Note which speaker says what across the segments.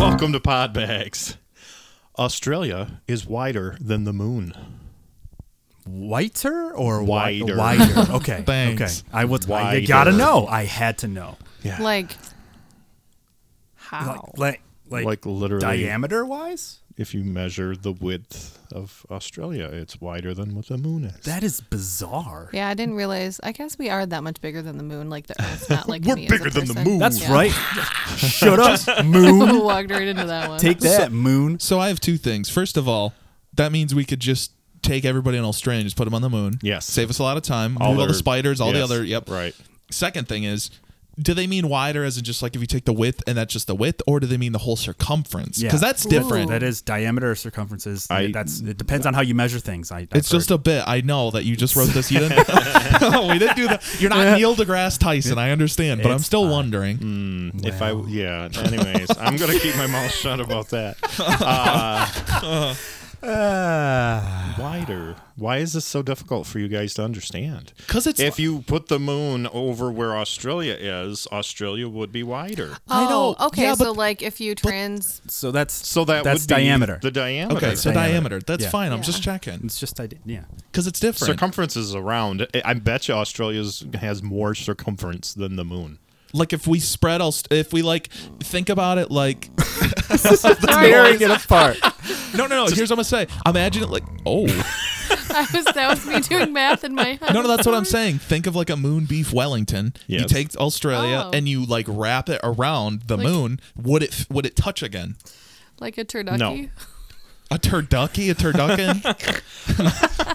Speaker 1: Welcome to Podbags. Australia is wider than the moon.
Speaker 2: Whiter or wi-
Speaker 1: Wider.
Speaker 2: Wider. Okay.
Speaker 3: Thanks.
Speaker 2: Okay. I was. I,
Speaker 1: Wider.
Speaker 2: you gotta know. I had to know.
Speaker 1: Yeah.
Speaker 4: Like, how?
Speaker 2: Like, like, like,
Speaker 1: Like literally
Speaker 2: diameter wise,
Speaker 1: if you measure the width of Australia, it's wider than what the moon is.
Speaker 2: that is bizarre.
Speaker 4: yeah, I didn't realize. I guess we are that much bigger than the moon. Like the Earth's not like
Speaker 1: We're
Speaker 4: me as a
Speaker 1: bigger than the
Speaker 4: person.
Speaker 1: moon.
Speaker 2: That's
Speaker 4: Yeah.
Speaker 2: right. Shut up, moon.
Speaker 4: Walked right into that one.
Speaker 2: Take that, moon.
Speaker 3: So I have two things. First of all, that means we could just take everybody in Australia and just put them on the moon.
Speaker 1: Yes.
Speaker 3: Save us a lot of time. All all
Speaker 1: their-
Speaker 3: the spiders, all the
Speaker 1: yes,
Speaker 3: other. Yep.
Speaker 1: Right.
Speaker 3: Second thing is, do they mean wider as in just like if you take the width and that's just the width, or do they mean the whole circumference?
Speaker 2: Yeah.
Speaker 3: Because that's different.
Speaker 2: That is diameter or circumferences.
Speaker 1: I-
Speaker 2: That's it depends on how you measure things. I, I've
Speaker 3: It's just
Speaker 2: heard.
Speaker 3: a bit. I know that you just wrote this. You didn't. no, we didn't do that. You're not Neil deGrasse Tyson. I understand, but I'm
Speaker 2: It's
Speaker 3: still
Speaker 2: fine. Mm.
Speaker 3: wondering.
Speaker 1: If I yeah. Anyways, I'm gonna keep my mouth shut about that.
Speaker 2: Ah.
Speaker 1: Wider. Why is this so difficult for you guys to understand?
Speaker 3: 'Cause it's-
Speaker 1: if you put the moon over where Australia is, Australia would be wider.
Speaker 3: I
Speaker 4: Oh,
Speaker 3: know.
Speaker 4: okay.
Speaker 3: Yeah,
Speaker 4: so
Speaker 3: but-
Speaker 4: like, if you trans,
Speaker 2: so that's
Speaker 1: So that
Speaker 2: that's
Speaker 1: would be
Speaker 2: diameter.
Speaker 1: The diameter.
Speaker 3: Okay, so
Speaker 2: Diameter.
Speaker 3: diameter. That's
Speaker 2: Yeah.
Speaker 3: fine. I'm
Speaker 4: Yeah.
Speaker 3: just checking
Speaker 2: it's just I did. Yeah.
Speaker 3: because it's different.
Speaker 1: circumference is around. I- I bet you Australia's has more circumference than the moon.
Speaker 3: like if we spread, all st- if we like think about it, like
Speaker 2: Tearing it apart.
Speaker 3: no, no, no. here's what I'm gonna say. Imagine it like oh
Speaker 4: I was that was me doing math in my head.
Speaker 3: no, no. That's what I'm saying. Think of like a moon beef Wellington. You
Speaker 1: Yes.
Speaker 3: take Australia
Speaker 4: Oh.
Speaker 3: and you like wrap it around the
Speaker 4: Like-
Speaker 3: moon. Would it f- would it touch again?
Speaker 4: Like a turducky.
Speaker 1: No.
Speaker 3: A turducky, a turducken,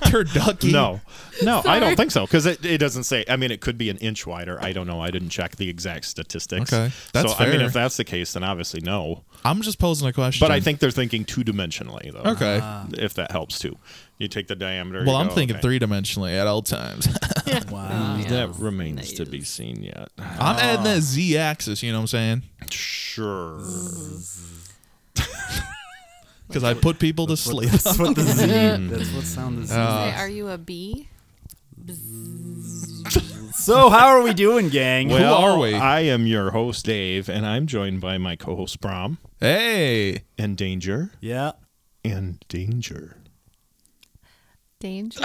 Speaker 3: turducky.
Speaker 1: No, no, I don't think so because it, it doesn't say. I mean, it could be an inch wider. I don't know. I didn't check the exact statistics.
Speaker 3: Okay, that's
Speaker 1: so I mean,
Speaker 3: fair.
Speaker 1: if that's the case, then obviously no.
Speaker 3: I'm just posing a question.
Speaker 1: But I think they're thinking two dimensionally though.
Speaker 3: okay.
Speaker 1: if that helps too. You take the diameter.
Speaker 3: Well,
Speaker 1: you
Speaker 3: I'm
Speaker 1: go,
Speaker 3: thinking
Speaker 1: okay.
Speaker 3: three dimensionally at all times.
Speaker 4: Oh,
Speaker 2: Wow.
Speaker 1: That remains to be seen yet.
Speaker 3: I'm adding that z axis, you know what I'm saying?
Speaker 1: Sure.
Speaker 3: Because I put people to sleep.
Speaker 2: That's what the Z. That's what sound the Z.
Speaker 4: Say, are you a bee?
Speaker 2: so how are we doing, gang?
Speaker 3: Well- are we?
Speaker 1: I am your host Dave, and I'm joined by my co-host Brom
Speaker 3: hey,
Speaker 1: and Danger
Speaker 2: yeah.
Speaker 1: and Danger.
Speaker 4: Danger.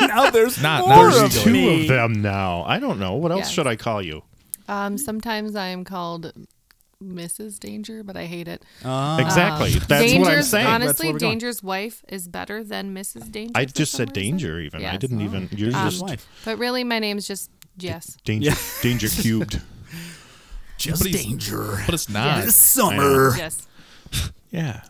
Speaker 2: Now there's
Speaker 3: Not-
Speaker 2: more
Speaker 3: not
Speaker 2: of
Speaker 3: There's
Speaker 1: Two
Speaker 2: me.
Speaker 1: of them now. I don't know. What else
Speaker 4: Yes.
Speaker 1: should I call you?
Speaker 4: Um, sometimes I am called Mrs. Danger, but I hate it.
Speaker 2: Ah.
Speaker 1: Exactly.
Speaker 4: Um,
Speaker 1: That's what I'm
Speaker 4: Danger's-
Speaker 1: saying.
Speaker 2: honest-
Speaker 4: Honestly,
Speaker 2: where we're going.
Speaker 4: Danger's wife is better than Mrs. Danger.
Speaker 1: I
Speaker 4: for
Speaker 1: just
Speaker 4: some
Speaker 1: said
Speaker 4: reason.
Speaker 1: danger. Even I
Speaker 4: Yes.
Speaker 1: didn't even. You're
Speaker 4: Um,
Speaker 1: just
Speaker 2: wife.
Speaker 4: But really, my name's just Jess.
Speaker 1: danger.
Speaker 2: Yeah.
Speaker 1: Danger cubed.
Speaker 2: Just
Speaker 3: But he's-
Speaker 2: danger.
Speaker 3: but it's not.
Speaker 2: This summer.
Speaker 4: Yes.
Speaker 1: Yeah.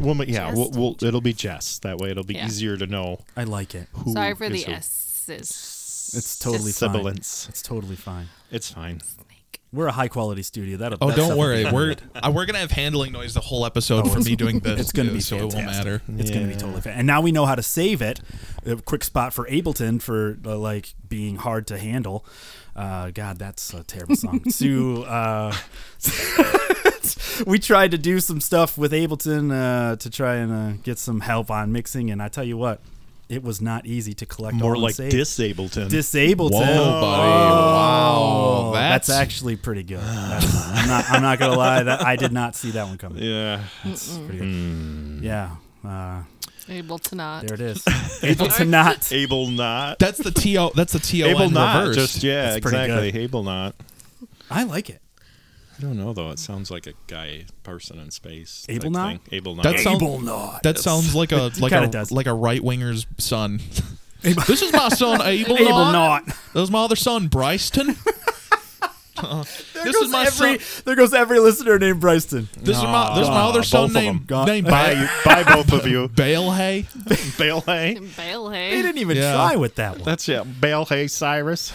Speaker 1: Well, ma- yeah.
Speaker 4: Jess,
Speaker 1: We'll, we'll, it'll be Jess. That way, it'll be
Speaker 4: Yeah.
Speaker 1: easier to know
Speaker 2: I like it.
Speaker 1: who.
Speaker 4: Sorry for
Speaker 1: is
Speaker 4: the
Speaker 1: who.
Speaker 4: S's.
Speaker 2: It's totally
Speaker 1: Sibilance.
Speaker 2: fine. It's totally fine.
Speaker 1: It's fine.
Speaker 4: Snake.
Speaker 2: We're a high quality studio. That'll.
Speaker 3: Oh,
Speaker 2: that stuff
Speaker 3: don't
Speaker 2: will
Speaker 3: worry.
Speaker 2: be- Oh,
Speaker 3: We're uh, we're gonna have handling noise the whole episode for me doing this.
Speaker 2: It's gonna
Speaker 3: too,
Speaker 2: be
Speaker 3: so it won't
Speaker 2: fantastic.
Speaker 3: matter.
Speaker 2: It's going to
Speaker 1: Yeah.
Speaker 2: be totally fine. And now we know how to save it. A quick spot for Ableton for uh, like being hard to handle. Uh, God, that's a terrible song. to uh, we tried to do some stuff with Ableton uh, to try and uh, get some help on mixing, and I tell you what, it was not easy to collect.
Speaker 1: More
Speaker 2: all
Speaker 1: like
Speaker 2: and save.
Speaker 1: disableton.
Speaker 2: Disableton.
Speaker 3: Whoa, buddy! wow, that's,
Speaker 2: oh, that's actually pretty good. That's, I'm not. I'm not gonna lie. That I did not see that one coming.
Speaker 1: yeah.
Speaker 2: That's pretty good.
Speaker 3: Hmm.
Speaker 2: Yeah. Uh,
Speaker 4: Able to not.
Speaker 2: there it is. Able to not.
Speaker 1: Able not.
Speaker 3: that's the to that's the to
Speaker 1: Able not.
Speaker 3: reverse.
Speaker 1: Just yeah.
Speaker 2: That's pretty
Speaker 1: Exactly. Able not.
Speaker 2: I like it.
Speaker 1: I don't know though. It sounds like a guy person in space. type
Speaker 2: Able not?
Speaker 1: thing. Able not.
Speaker 3: That sounds
Speaker 2: Able not.
Speaker 3: that sounds like a like
Speaker 2: kinda
Speaker 3: a
Speaker 2: does.
Speaker 3: like a right winger's son. this is my son Abel.
Speaker 2: Able
Speaker 3: Knott.
Speaker 2: not.
Speaker 3: That was my other son Bryston. Uh, this
Speaker 2: There
Speaker 3: is
Speaker 2: goes
Speaker 3: my
Speaker 2: every,
Speaker 3: son.
Speaker 2: There goes every listener named Bryston.
Speaker 3: This is my this is my
Speaker 1: Nah,
Speaker 3: other
Speaker 1: both
Speaker 3: son
Speaker 1: of 'em.
Speaker 3: named
Speaker 2: God.
Speaker 3: named
Speaker 1: Bye,
Speaker 3: ba-
Speaker 1: you- bye, both of you.
Speaker 3: Bale Hay.
Speaker 1: Bale Hay.
Speaker 4: Bail,
Speaker 2: They
Speaker 4: hey.
Speaker 2: didn't even
Speaker 3: Yeah.
Speaker 2: try with that one.
Speaker 1: That's it. Bale Hay Cyrus.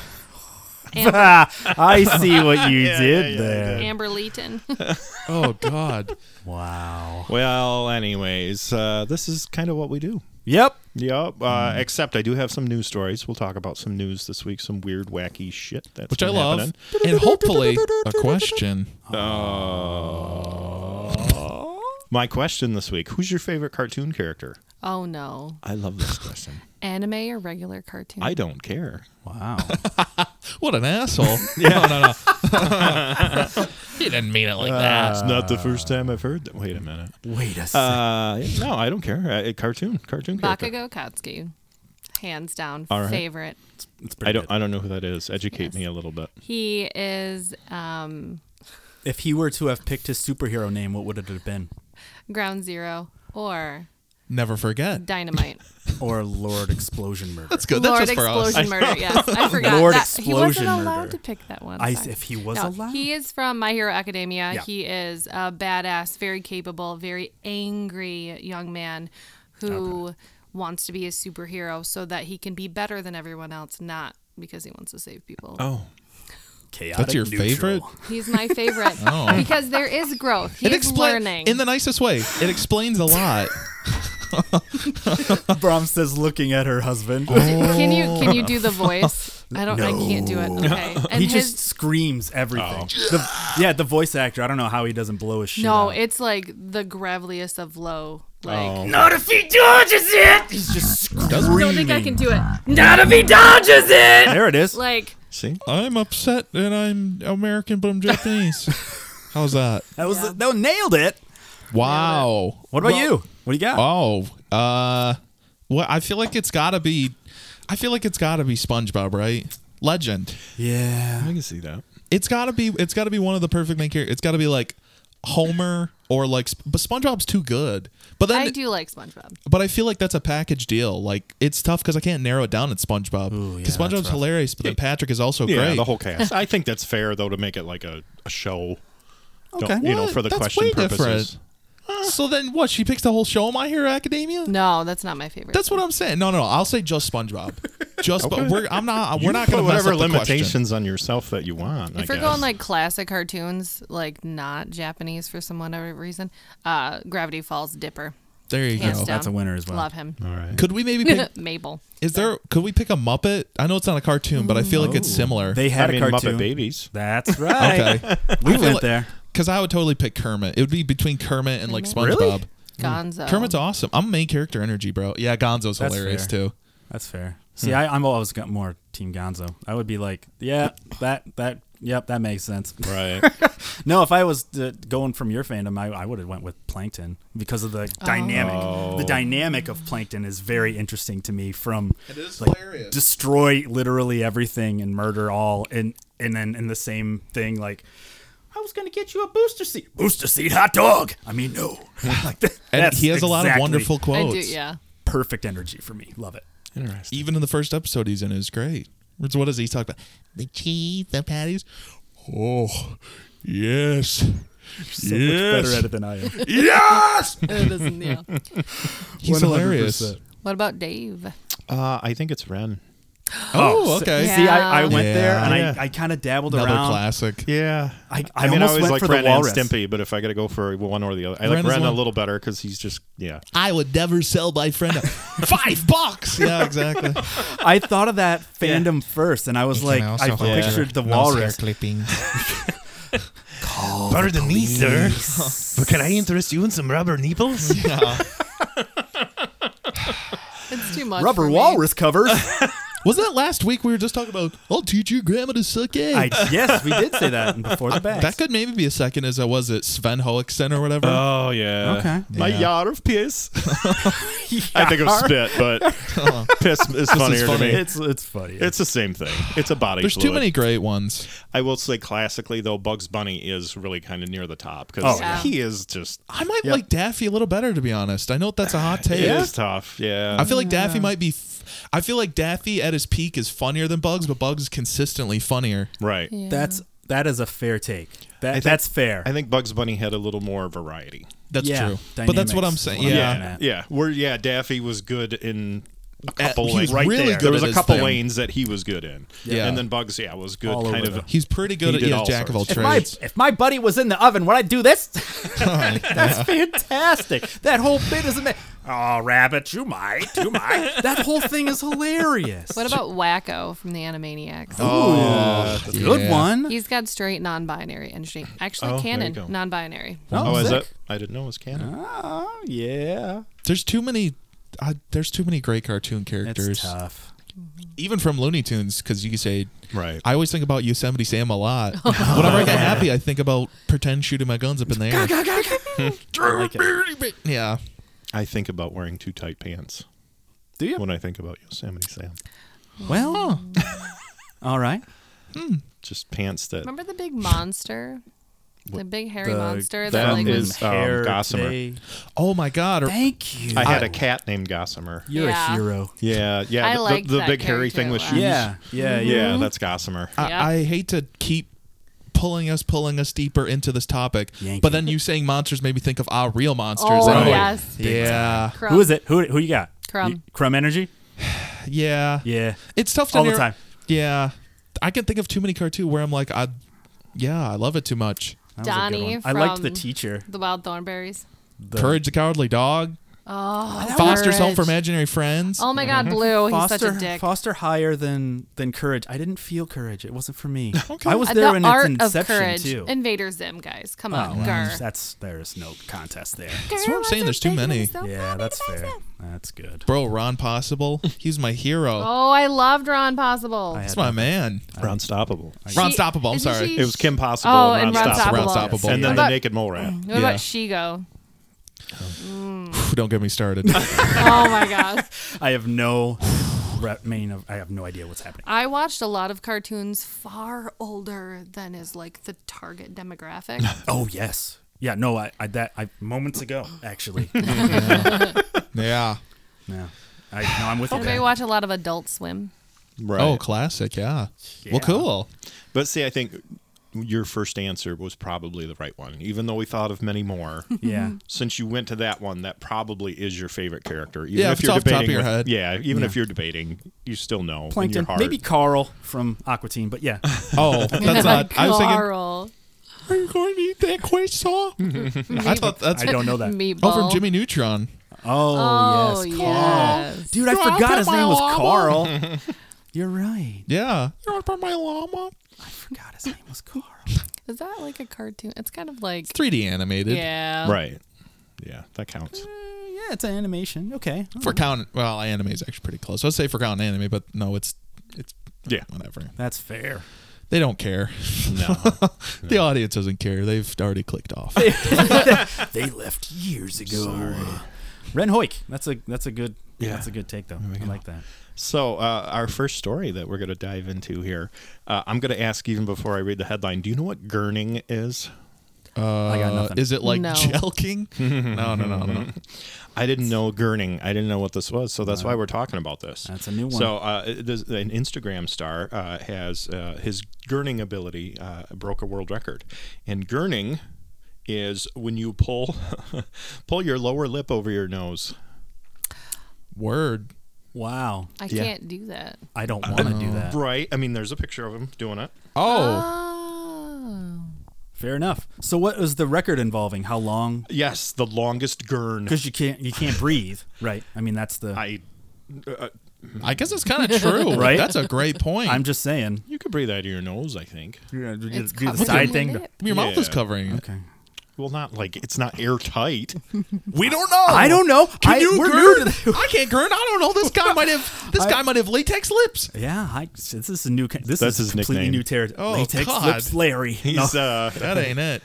Speaker 4: Amber,
Speaker 2: I see what you
Speaker 1: Yeah,
Speaker 2: did
Speaker 1: yeah, yeah,
Speaker 2: there.
Speaker 4: Amber Leighton.
Speaker 3: Oh God.
Speaker 2: Wow.
Speaker 1: Well, anyways, uh, this is kind of what we do.
Speaker 2: Yep.
Speaker 1: Yep. Uh, Except I do have some news stories. We'll talk about some news this week. Some weird, wacky shit. That's
Speaker 3: which I
Speaker 1: been
Speaker 3: love,
Speaker 1: happening.
Speaker 3: and hopefully a question.
Speaker 1: My question this week: Who's your favorite cartoon character?
Speaker 4: Oh no.
Speaker 1: I love this question.
Speaker 4: Anime or regular cartoon?
Speaker 1: I don't care.
Speaker 2: Wow.
Speaker 3: What an asshole! no, no, no.
Speaker 5: She didn't mean it like that.
Speaker 4: Ah.
Speaker 1: That's not the first time I've heard that. Wait a minute.
Speaker 2: Wait a second.
Speaker 1: Uh, yeah, no, I don't care. I, a cartoon, cartoon character.
Speaker 4: Bakugo Katsuki, hands down
Speaker 1: All right.
Speaker 4: favorite.
Speaker 2: it's pretty
Speaker 1: I don't.
Speaker 2: good.
Speaker 1: I don't know who that is. Educate
Speaker 4: Yes.
Speaker 1: me a little bit.
Speaker 4: He is um,
Speaker 2: if he were to have picked his superhero name, what would it have been?
Speaker 4: Ground Zero or
Speaker 3: Never forget.
Speaker 4: Dynamite.
Speaker 2: Or Lord Explosion Murder.
Speaker 3: That's good.
Speaker 4: Lord
Speaker 3: That's just for us.
Speaker 4: Explosion Murder. Yes, I forgot
Speaker 2: Lord
Speaker 4: that he
Speaker 2: Explosion
Speaker 4: wasn't allowed
Speaker 2: Murder.
Speaker 4: to pick that one.
Speaker 2: I,
Speaker 4: Sorry.
Speaker 2: if he was
Speaker 4: no,
Speaker 2: allowed.
Speaker 4: he is from My Hero Academia.
Speaker 2: Yeah.
Speaker 4: He is a badass, very capable, very angry young man who wants to be a superhero so that he can be better than everyone else, not because he wants to save people.
Speaker 1: Oh,
Speaker 2: Chaotic
Speaker 3: That's your
Speaker 2: neutral.
Speaker 3: favorite?
Speaker 4: He's my favorite because there is growth. He is
Speaker 3: expla-
Speaker 4: learning.
Speaker 3: in the nicest way. It explains a lot.
Speaker 2: Brom says, looking at her husband.
Speaker 4: can you can you do the voice? I don't. I can't do it. Okay. And
Speaker 2: he
Speaker 4: his
Speaker 2: just screams everything. The- yeah, the voice actor. I don't know how he doesn't blow his shit.
Speaker 4: no,
Speaker 2: out.
Speaker 4: it's like the graveliest of low. Like
Speaker 1: oh.
Speaker 2: he's just screaming.
Speaker 4: I don't think I can do it.
Speaker 2: There it is.
Speaker 4: Like
Speaker 1: see,
Speaker 3: I'm upset and I'm American, but I'm Japanese. How's that?
Speaker 2: That was
Speaker 4: Yeah.
Speaker 2: that was- nailed it.
Speaker 3: Wow.
Speaker 2: What about
Speaker 4: Well-
Speaker 2: you? What do you got?
Speaker 3: Oh, uh, well, I feel like it's gotta be. I feel like it's gotta be SpongeBob, right? Legend.
Speaker 1: I
Speaker 2: yeah,
Speaker 1: can see that.
Speaker 3: It's gotta be. It's gotta be one of the perfect main characters. It's gotta be like Homer or like. Sp- But SpongeBob's too good. But then
Speaker 4: I do like SpongeBob.
Speaker 3: But I feel like that's a package deal. Like it's tough because I can't narrow it down at SpongeBob.
Speaker 2: Ooh, yeah,
Speaker 3: Because
Speaker 2: that's
Speaker 3: SpongeBob's
Speaker 2: rough.
Speaker 3: hilarious, but then Patrick is also
Speaker 1: Yeah,
Speaker 3: great.
Speaker 1: the whole cast. I think that's fair though to make it like a, a show. Don't-
Speaker 2: Okay.
Speaker 1: you know,
Speaker 3: What?
Speaker 1: for the
Speaker 3: That's
Speaker 1: question
Speaker 3: way
Speaker 1: purposes.
Speaker 3: different. Ah. so then what? She picks the whole show, My Hero Academia.
Speaker 4: No, that's not my favorite.
Speaker 3: That's what I'm saying. No, no, no. I'll say just SpongeBob. Just, but we're I'm not.
Speaker 1: You
Speaker 3: We're not
Speaker 1: put
Speaker 3: going to mess
Speaker 1: whatever
Speaker 3: up the question.
Speaker 1: limitations on yourself that you want. I
Speaker 4: if we're
Speaker 1: guess.
Speaker 4: going like classic cartoons, like not Japanese for some whatever reason, uh, Gravity Falls Dipper.
Speaker 3: There you
Speaker 4: Hands
Speaker 3: go.
Speaker 4: down.
Speaker 2: that's a winner as well.
Speaker 4: Love him.
Speaker 1: all right.
Speaker 3: Could we maybe pick?
Speaker 4: Mabel.
Speaker 3: Is there? Could we pick a Muppet? I know it's not a cartoon, but I feel like it's similar.
Speaker 2: They
Speaker 1: I
Speaker 2: had
Speaker 1: mean,
Speaker 2: a cartoon.
Speaker 1: Muppet Babies.
Speaker 2: That's right.
Speaker 3: okay.
Speaker 2: We went
Speaker 3: like-
Speaker 2: there.
Speaker 3: Because I would totally pick Kermit. It would be between Kermit and like SpongeBob.
Speaker 2: Really? Mm. Oh.
Speaker 4: Gonzo.
Speaker 3: Kermit's awesome. I'm main character energy, bro. Yeah, Gonzo's
Speaker 2: That's
Speaker 3: hilarious
Speaker 2: fair.
Speaker 3: too.
Speaker 2: That's fair. See, I, I'm always got more Team Gonzo. I would be like, yeah, that that yep, that makes sense.
Speaker 1: Right.
Speaker 2: No, if I was uh, going from your fandom, I, I would have went with Plankton because of the dynamic.
Speaker 3: Oh.
Speaker 2: The dynamic of Plankton is very interesting to me. From it
Speaker 3: is hilarious.
Speaker 2: destroy literally everything and murder all, and and then in the same thing like. I was gonna get you a booster seat. Booster seat hot dog. I mean, no. like that,
Speaker 3: And
Speaker 2: that's
Speaker 3: he has a lot of
Speaker 2: exactly
Speaker 3: wonderful
Speaker 4: I
Speaker 3: quotes.
Speaker 4: do. Yeah.
Speaker 2: perfect energy for me. Love it.
Speaker 1: Interesting.
Speaker 3: Even in the first episode he's in is great. It's- What does he talk about? The cheese, the patties. Oh, yes.
Speaker 2: So much better at it than I am.
Speaker 3: yes.
Speaker 4: It isn't, yeah.
Speaker 3: He's hilarious.
Speaker 2: 100%.
Speaker 4: What about Dave?
Speaker 1: Uh, I think it's Ren.
Speaker 3: Oh, okay.
Speaker 4: Yeah.
Speaker 2: See, I, I went there and
Speaker 1: Yeah.
Speaker 2: I, I kind of dabbled
Speaker 3: Another
Speaker 2: around.
Speaker 3: classic.
Speaker 1: Yeah.
Speaker 2: I,
Speaker 1: I
Speaker 2: I,
Speaker 1: mean, I
Speaker 2: almost
Speaker 1: always
Speaker 2: went
Speaker 1: like
Speaker 2: for
Speaker 1: Ren
Speaker 2: the
Speaker 1: and
Speaker 2: walrus.
Speaker 1: Stimpy, but if I got to go for one or the other, I
Speaker 3: Ren
Speaker 1: like
Speaker 3: is
Speaker 1: Ren a
Speaker 3: one.
Speaker 1: little better because he's just yeah.
Speaker 3: I would never sell my friend a five bucks. Yeah, exactly.
Speaker 2: I thought of that fandom first, and I was like, I pictured the walrus.
Speaker 1: Pardon me, sir. But can I interest you in some rubber nipples?
Speaker 4: It's too much.
Speaker 2: Rubber
Speaker 4: for me.
Speaker 2: walrus covers.
Speaker 3: Wasn't that last week we were just talking about? I'll teach your grandma to suck
Speaker 2: I,
Speaker 3: eggs.
Speaker 2: yes, we did say that in before the
Speaker 1: Uh,
Speaker 2: bags.
Speaker 3: that could maybe be a second. As I was it Sven Hoeksten or whatever.
Speaker 1: oh yeah.
Speaker 2: Okay.
Speaker 1: My
Speaker 3: Yeah.
Speaker 1: yard of piss. I think of spit, but piss is funnier to
Speaker 3: funny.
Speaker 1: me.
Speaker 2: It's it's funny.
Speaker 1: It's the same thing. It's a body.
Speaker 3: There's too
Speaker 1: fluid.
Speaker 3: many great ones.
Speaker 1: I will say, classically though, Bugs Bunny is really kind of near the top because
Speaker 2: Oh,
Speaker 4: yeah.
Speaker 1: he is just.
Speaker 3: I might like Daffy a little better, to be honest. I know that's a hot take.
Speaker 1: It is tough. Yeah.
Speaker 3: I feel like Daffy might be. F- I feel like Daffy at his peak is funnier than Bugs, but Bugs is consistently funnier.
Speaker 1: right.
Speaker 4: Yeah.
Speaker 2: that's that is a fair take. That
Speaker 1: think-
Speaker 2: that's fair.
Speaker 1: I think Bugs Bunny had a little more variety.
Speaker 3: That's
Speaker 2: Yeah,
Speaker 3: true. But that's what I'm
Speaker 2: dynamics.
Speaker 3: saying.
Speaker 2: Well,
Speaker 3: Yeah.
Speaker 2: yeah.
Speaker 1: Yeah. Where yeah, Daffy was good in a
Speaker 3: At-
Speaker 1: couple
Speaker 3: he was
Speaker 1: lanes. Right
Speaker 3: really
Speaker 1: there.
Speaker 3: good
Speaker 1: there was a
Speaker 3: at his
Speaker 1: couple
Speaker 3: thing.
Speaker 1: lanes that he was good in.
Speaker 3: Yeah.
Speaker 1: And then Bugs, yeah, was good
Speaker 2: All
Speaker 1: kind
Speaker 2: over
Speaker 1: of
Speaker 2: the-
Speaker 3: He's pretty good
Speaker 1: He
Speaker 3: at
Speaker 1: did
Speaker 3: yeah,
Speaker 1: all
Speaker 3: jack of all
Speaker 1: sorts.
Speaker 2: if my,
Speaker 3: trades.
Speaker 2: if my buddy was in the oven, would I do this? That's fantastic. That whole bit is amazing. Oh, rabbit, you might, you might. that whole thing is hilarious.
Speaker 4: What about Wacko from the Animaniacs?
Speaker 2: Oh. Ooh, good
Speaker 3: yeah.
Speaker 2: one.
Speaker 4: He's got straight non-binary energy. Actually,
Speaker 1: Oh, there you go.
Speaker 4: canon non-binary.
Speaker 1: Oh, is
Speaker 2: sick.
Speaker 1: it? I didn't know it was canon.
Speaker 2: Oh, yeah.
Speaker 3: There's too many. I, there's too many great cartoon
Speaker 2: It's
Speaker 3: characters.
Speaker 2: tough.
Speaker 3: even from Looney Tunes, because you could say,
Speaker 1: Right.
Speaker 3: I always think about Yosemite Sam a lot. Whenever I get happy, I think about pretend shooting my guns up in the air. yeah,
Speaker 1: I think about wearing too tight pants
Speaker 2: Do you?
Speaker 1: when I think about Yosemite Sam.
Speaker 2: Well, all right.
Speaker 1: Just pants that
Speaker 4: Remember the big monster? The big hairy
Speaker 2: The-
Speaker 4: monster
Speaker 1: that
Speaker 4: like
Speaker 1: is-
Speaker 4: was-
Speaker 1: um, Gossamer.
Speaker 3: Oh my God! Or,
Speaker 2: Thank you.
Speaker 1: I had a cat named Gossamer.
Speaker 2: You're
Speaker 4: Yeah.
Speaker 2: a hero.
Speaker 1: Yeah, yeah.
Speaker 4: I
Speaker 1: the
Speaker 4: liked
Speaker 1: the, the
Speaker 4: that
Speaker 1: big hairy
Speaker 4: character
Speaker 1: thing with
Speaker 4: a
Speaker 1: shoes.
Speaker 4: lot.
Speaker 2: Yeah, yeah,
Speaker 4: Mm-hmm.
Speaker 2: yeah.
Speaker 1: Yeah, that's Gossamer.
Speaker 4: Yeah.
Speaker 3: I, I hate to keep pulling us, pulling us deeper into this topic,
Speaker 2: Yankee.
Speaker 3: but then you saying monsters made me think of ah, real monsters.
Speaker 4: Oh,
Speaker 3: And I'm like,
Speaker 4: yes.
Speaker 3: Yeah,
Speaker 4: Crumb.
Speaker 2: Who is it? Who who you got?
Speaker 4: Crumb.
Speaker 2: You- Crumb Energy.
Speaker 3: yeah,
Speaker 2: Yeah.
Speaker 3: It's tough to
Speaker 2: All the
Speaker 3: narrow-
Speaker 2: time.
Speaker 3: Yeah, I can think of too many cartoons where I'm like, I, yeah, I love it too much.
Speaker 2: That was a good
Speaker 4: Donnie
Speaker 2: one. I liked the
Speaker 4: from-
Speaker 2: teacher.
Speaker 4: The wild thornberries.
Speaker 2: The
Speaker 3: Courage the Cowardly Dog.
Speaker 4: Oh,
Speaker 3: Foster's Home
Speaker 4: Courage.
Speaker 3: for Imaginary Friends.
Speaker 4: Oh my God, Blue. He's
Speaker 2: Foster,
Speaker 4: such a dick. Uh,
Speaker 2: Foster higher than than courage. I didn't feel courage. It wasn't for me.
Speaker 3: Okay.
Speaker 2: I was
Speaker 4: Uh,
Speaker 2: there
Speaker 4: the
Speaker 2: when
Speaker 4: art
Speaker 2: its
Speaker 4: of
Speaker 2: inception
Speaker 4: courage.
Speaker 2: too.
Speaker 4: Invader Zim, guys. Come
Speaker 2: oh,
Speaker 4: on,
Speaker 2: well,
Speaker 4: Gar.
Speaker 2: that's there's no contest there.
Speaker 3: That's what I'm saying. There's too many.
Speaker 2: Yeah, that's fair. That's good.
Speaker 3: Bro, Ron Possible. He's my hero.
Speaker 4: Oh, I loved Ron Possible.
Speaker 2: I
Speaker 3: He's
Speaker 2: had
Speaker 3: my
Speaker 2: that.
Speaker 3: man.
Speaker 1: Ron Stoppable.
Speaker 3: Ron
Speaker 4: She-
Speaker 3: Stoppable. I'm
Speaker 4: isn't
Speaker 3: sorry.
Speaker 4: she-
Speaker 1: It was Kim Possible
Speaker 4: Oh,
Speaker 1: and
Speaker 4: and
Speaker 1: Ron
Speaker 4: Ron
Speaker 1: Stoppable.
Speaker 3: Ron
Speaker 4: Stoppable.
Speaker 3: Stoppable.
Speaker 1: And then
Speaker 4: But-
Speaker 1: the naked mole rat.
Speaker 4: What
Speaker 3: Yeah.
Speaker 4: about Shigo?
Speaker 3: Don't get me started.
Speaker 4: Oh my gosh.
Speaker 2: I have no. re- I mean, I have no idea what's happening.
Speaker 4: I watched a lot of cartoons far older than is like the target demographic.
Speaker 2: Oh yes, yeah. No, I, I that I moments ago actually.
Speaker 3: yeah.
Speaker 2: no, I no, I'm with you.
Speaker 4: Did I
Speaker 2: there.
Speaker 4: watch a lot of Adult Swim?
Speaker 1: Right.
Speaker 3: Oh, classic. Yeah. Well, cool.
Speaker 1: But see, I think your first answer was probably the right one, even though we thought of many more.
Speaker 2: Yeah.
Speaker 3: mm-hmm.
Speaker 1: Since you went to that one, that probably is your favorite character. Even if
Speaker 3: Yeah, if it's
Speaker 1: you're
Speaker 3: off the
Speaker 1: debating
Speaker 3: top of your
Speaker 1: with-
Speaker 3: head.
Speaker 1: Yeah, even if you're debating, you still know in your
Speaker 2: Plankton,
Speaker 1: heart.
Speaker 2: maybe Carl from Aqua Teen, but yeah,
Speaker 3: Oh, that's not. I was thinking,
Speaker 4: Carl.
Speaker 3: are you going to eat that croissant? I thought that's.
Speaker 2: I don't know that.
Speaker 4: Meatball.
Speaker 3: Oh, from Jimmy Neutron.
Speaker 2: Oh,
Speaker 4: Oh,
Speaker 2: yes,
Speaker 4: yes.
Speaker 2: Dude, I
Speaker 3: You wanna
Speaker 2: forgot
Speaker 3: put
Speaker 2: his
Speaker 3: my
Speaker 2: name was
Speaker 3: llama?
Speaker 2: Carl. You're right.
Speaker 3: Yeah. You want to buy my llama?
Speaker 2: I forgot his name was Carl.
Speaker 4: Is that like a cartoon? It's kind of like
Speaker 3: 3D animated.
Speaker 4: yeah.
Speaker 1: Right. Yeah, that counts.
Speaker 2: yeah, it's an animation. Okay.
Speaker 3: For count, well, anime is actually pretty close. I'd say for count anime, but no, it's it's
Speaker 1: Yeah.
Speaker 3: whatever.
Speaker 2: That's fair.
Speaker 3: They don't care.
Speaker 1: No.
Speaker 3: The audience doesn't care. They've already clicked off.
Speaker 2: They left years ago. Ren Hoik. That's a that's a good
Speaker 1: Yeah.
Speaker 2: that's a good take though. I like that.
Speaker 1: So, uh, our first story that we're going to dive into here, uh, I'm going to ask even before I read the headline do you know what gurning is?
Speaker 2: I got
Speaker 3: Uh,
Speaker 2: nothing.
Speaker 3: is it like
Speaker 4: No.
Speaker 3: jelking? no, no, no, no.
Speaker 1: I didn't know gurning. I didn't know what this was, so that's why we're talking about this.
Speaker 2: That's a new one.
Speaker 1: So, uh, it- there's an Instagram star uh, has uh, his gurning ability uh, broke a world record, and gurning is when you pull pull your lower lip over your nose.
Speaker 3: Word.
Speaker 2: wow.
Speaker 4: I
Speaker 1: Yeah.
Speaker 4: can't do that.
Speaker 2: I don't want to do that.
Speaker 1: Right. I mean, there's a picture of him doing it.
Speaker 4: Uh,
Speaker 3: Oh,
Speaker 4: Oh.
Speaker 2: Fair enough. So what was the record involving? How long?
Speaker 1: Yes, the longest gurn.
Speaker 2: Because you can't you can't breathe. Right. I mean that's the
Speaker 1: I. Uh,
Speaker 3: I guess it's kind of true,
Speaker 2: Right?
Speaker 3: That's a great point.
Speaker 2: I'm just saying.
Speaker 1: you could breathe out of your nose, I think.
Speaker 4: It's
Speaker 2: do the
Speaker 4: covered
Speaker 2: side
Speaker 4: in
Speaker 2: thing.
Speaker 4: lip.
Speaker 3: Your mouth is
Speaker 1: Yeah.
Speaker 3: covering it.
Speaker 2: Okay.
Speaker 1: Well, not like it's not airtight.
Speaker 3: We don't know.
Speaker 2: I don't know.
Speaker 3: Can
Speaker 2: I,
Speaker 3: you
Speaker 2: we're new
Speaker 3: grin?
Speaker 2: to
Speaker 3: I can't grin. I don't know. This guy might have. This guy might have latex lips.
Speaker 2: Yeah, I, this is a new. ca- This
Speaker 1: That's
Speaker 2: is
Speaker 1: his
Speaker 2: completely
Speaker 1: nickname.
Speaker 2: new territory.
Speaker 3: Oh,
Speaker 2: Latex
Speaker 3: God.
Speaker 2: lips, Larry. No,
Speaker 1: He's uh,
Speaker 3: That ain't it.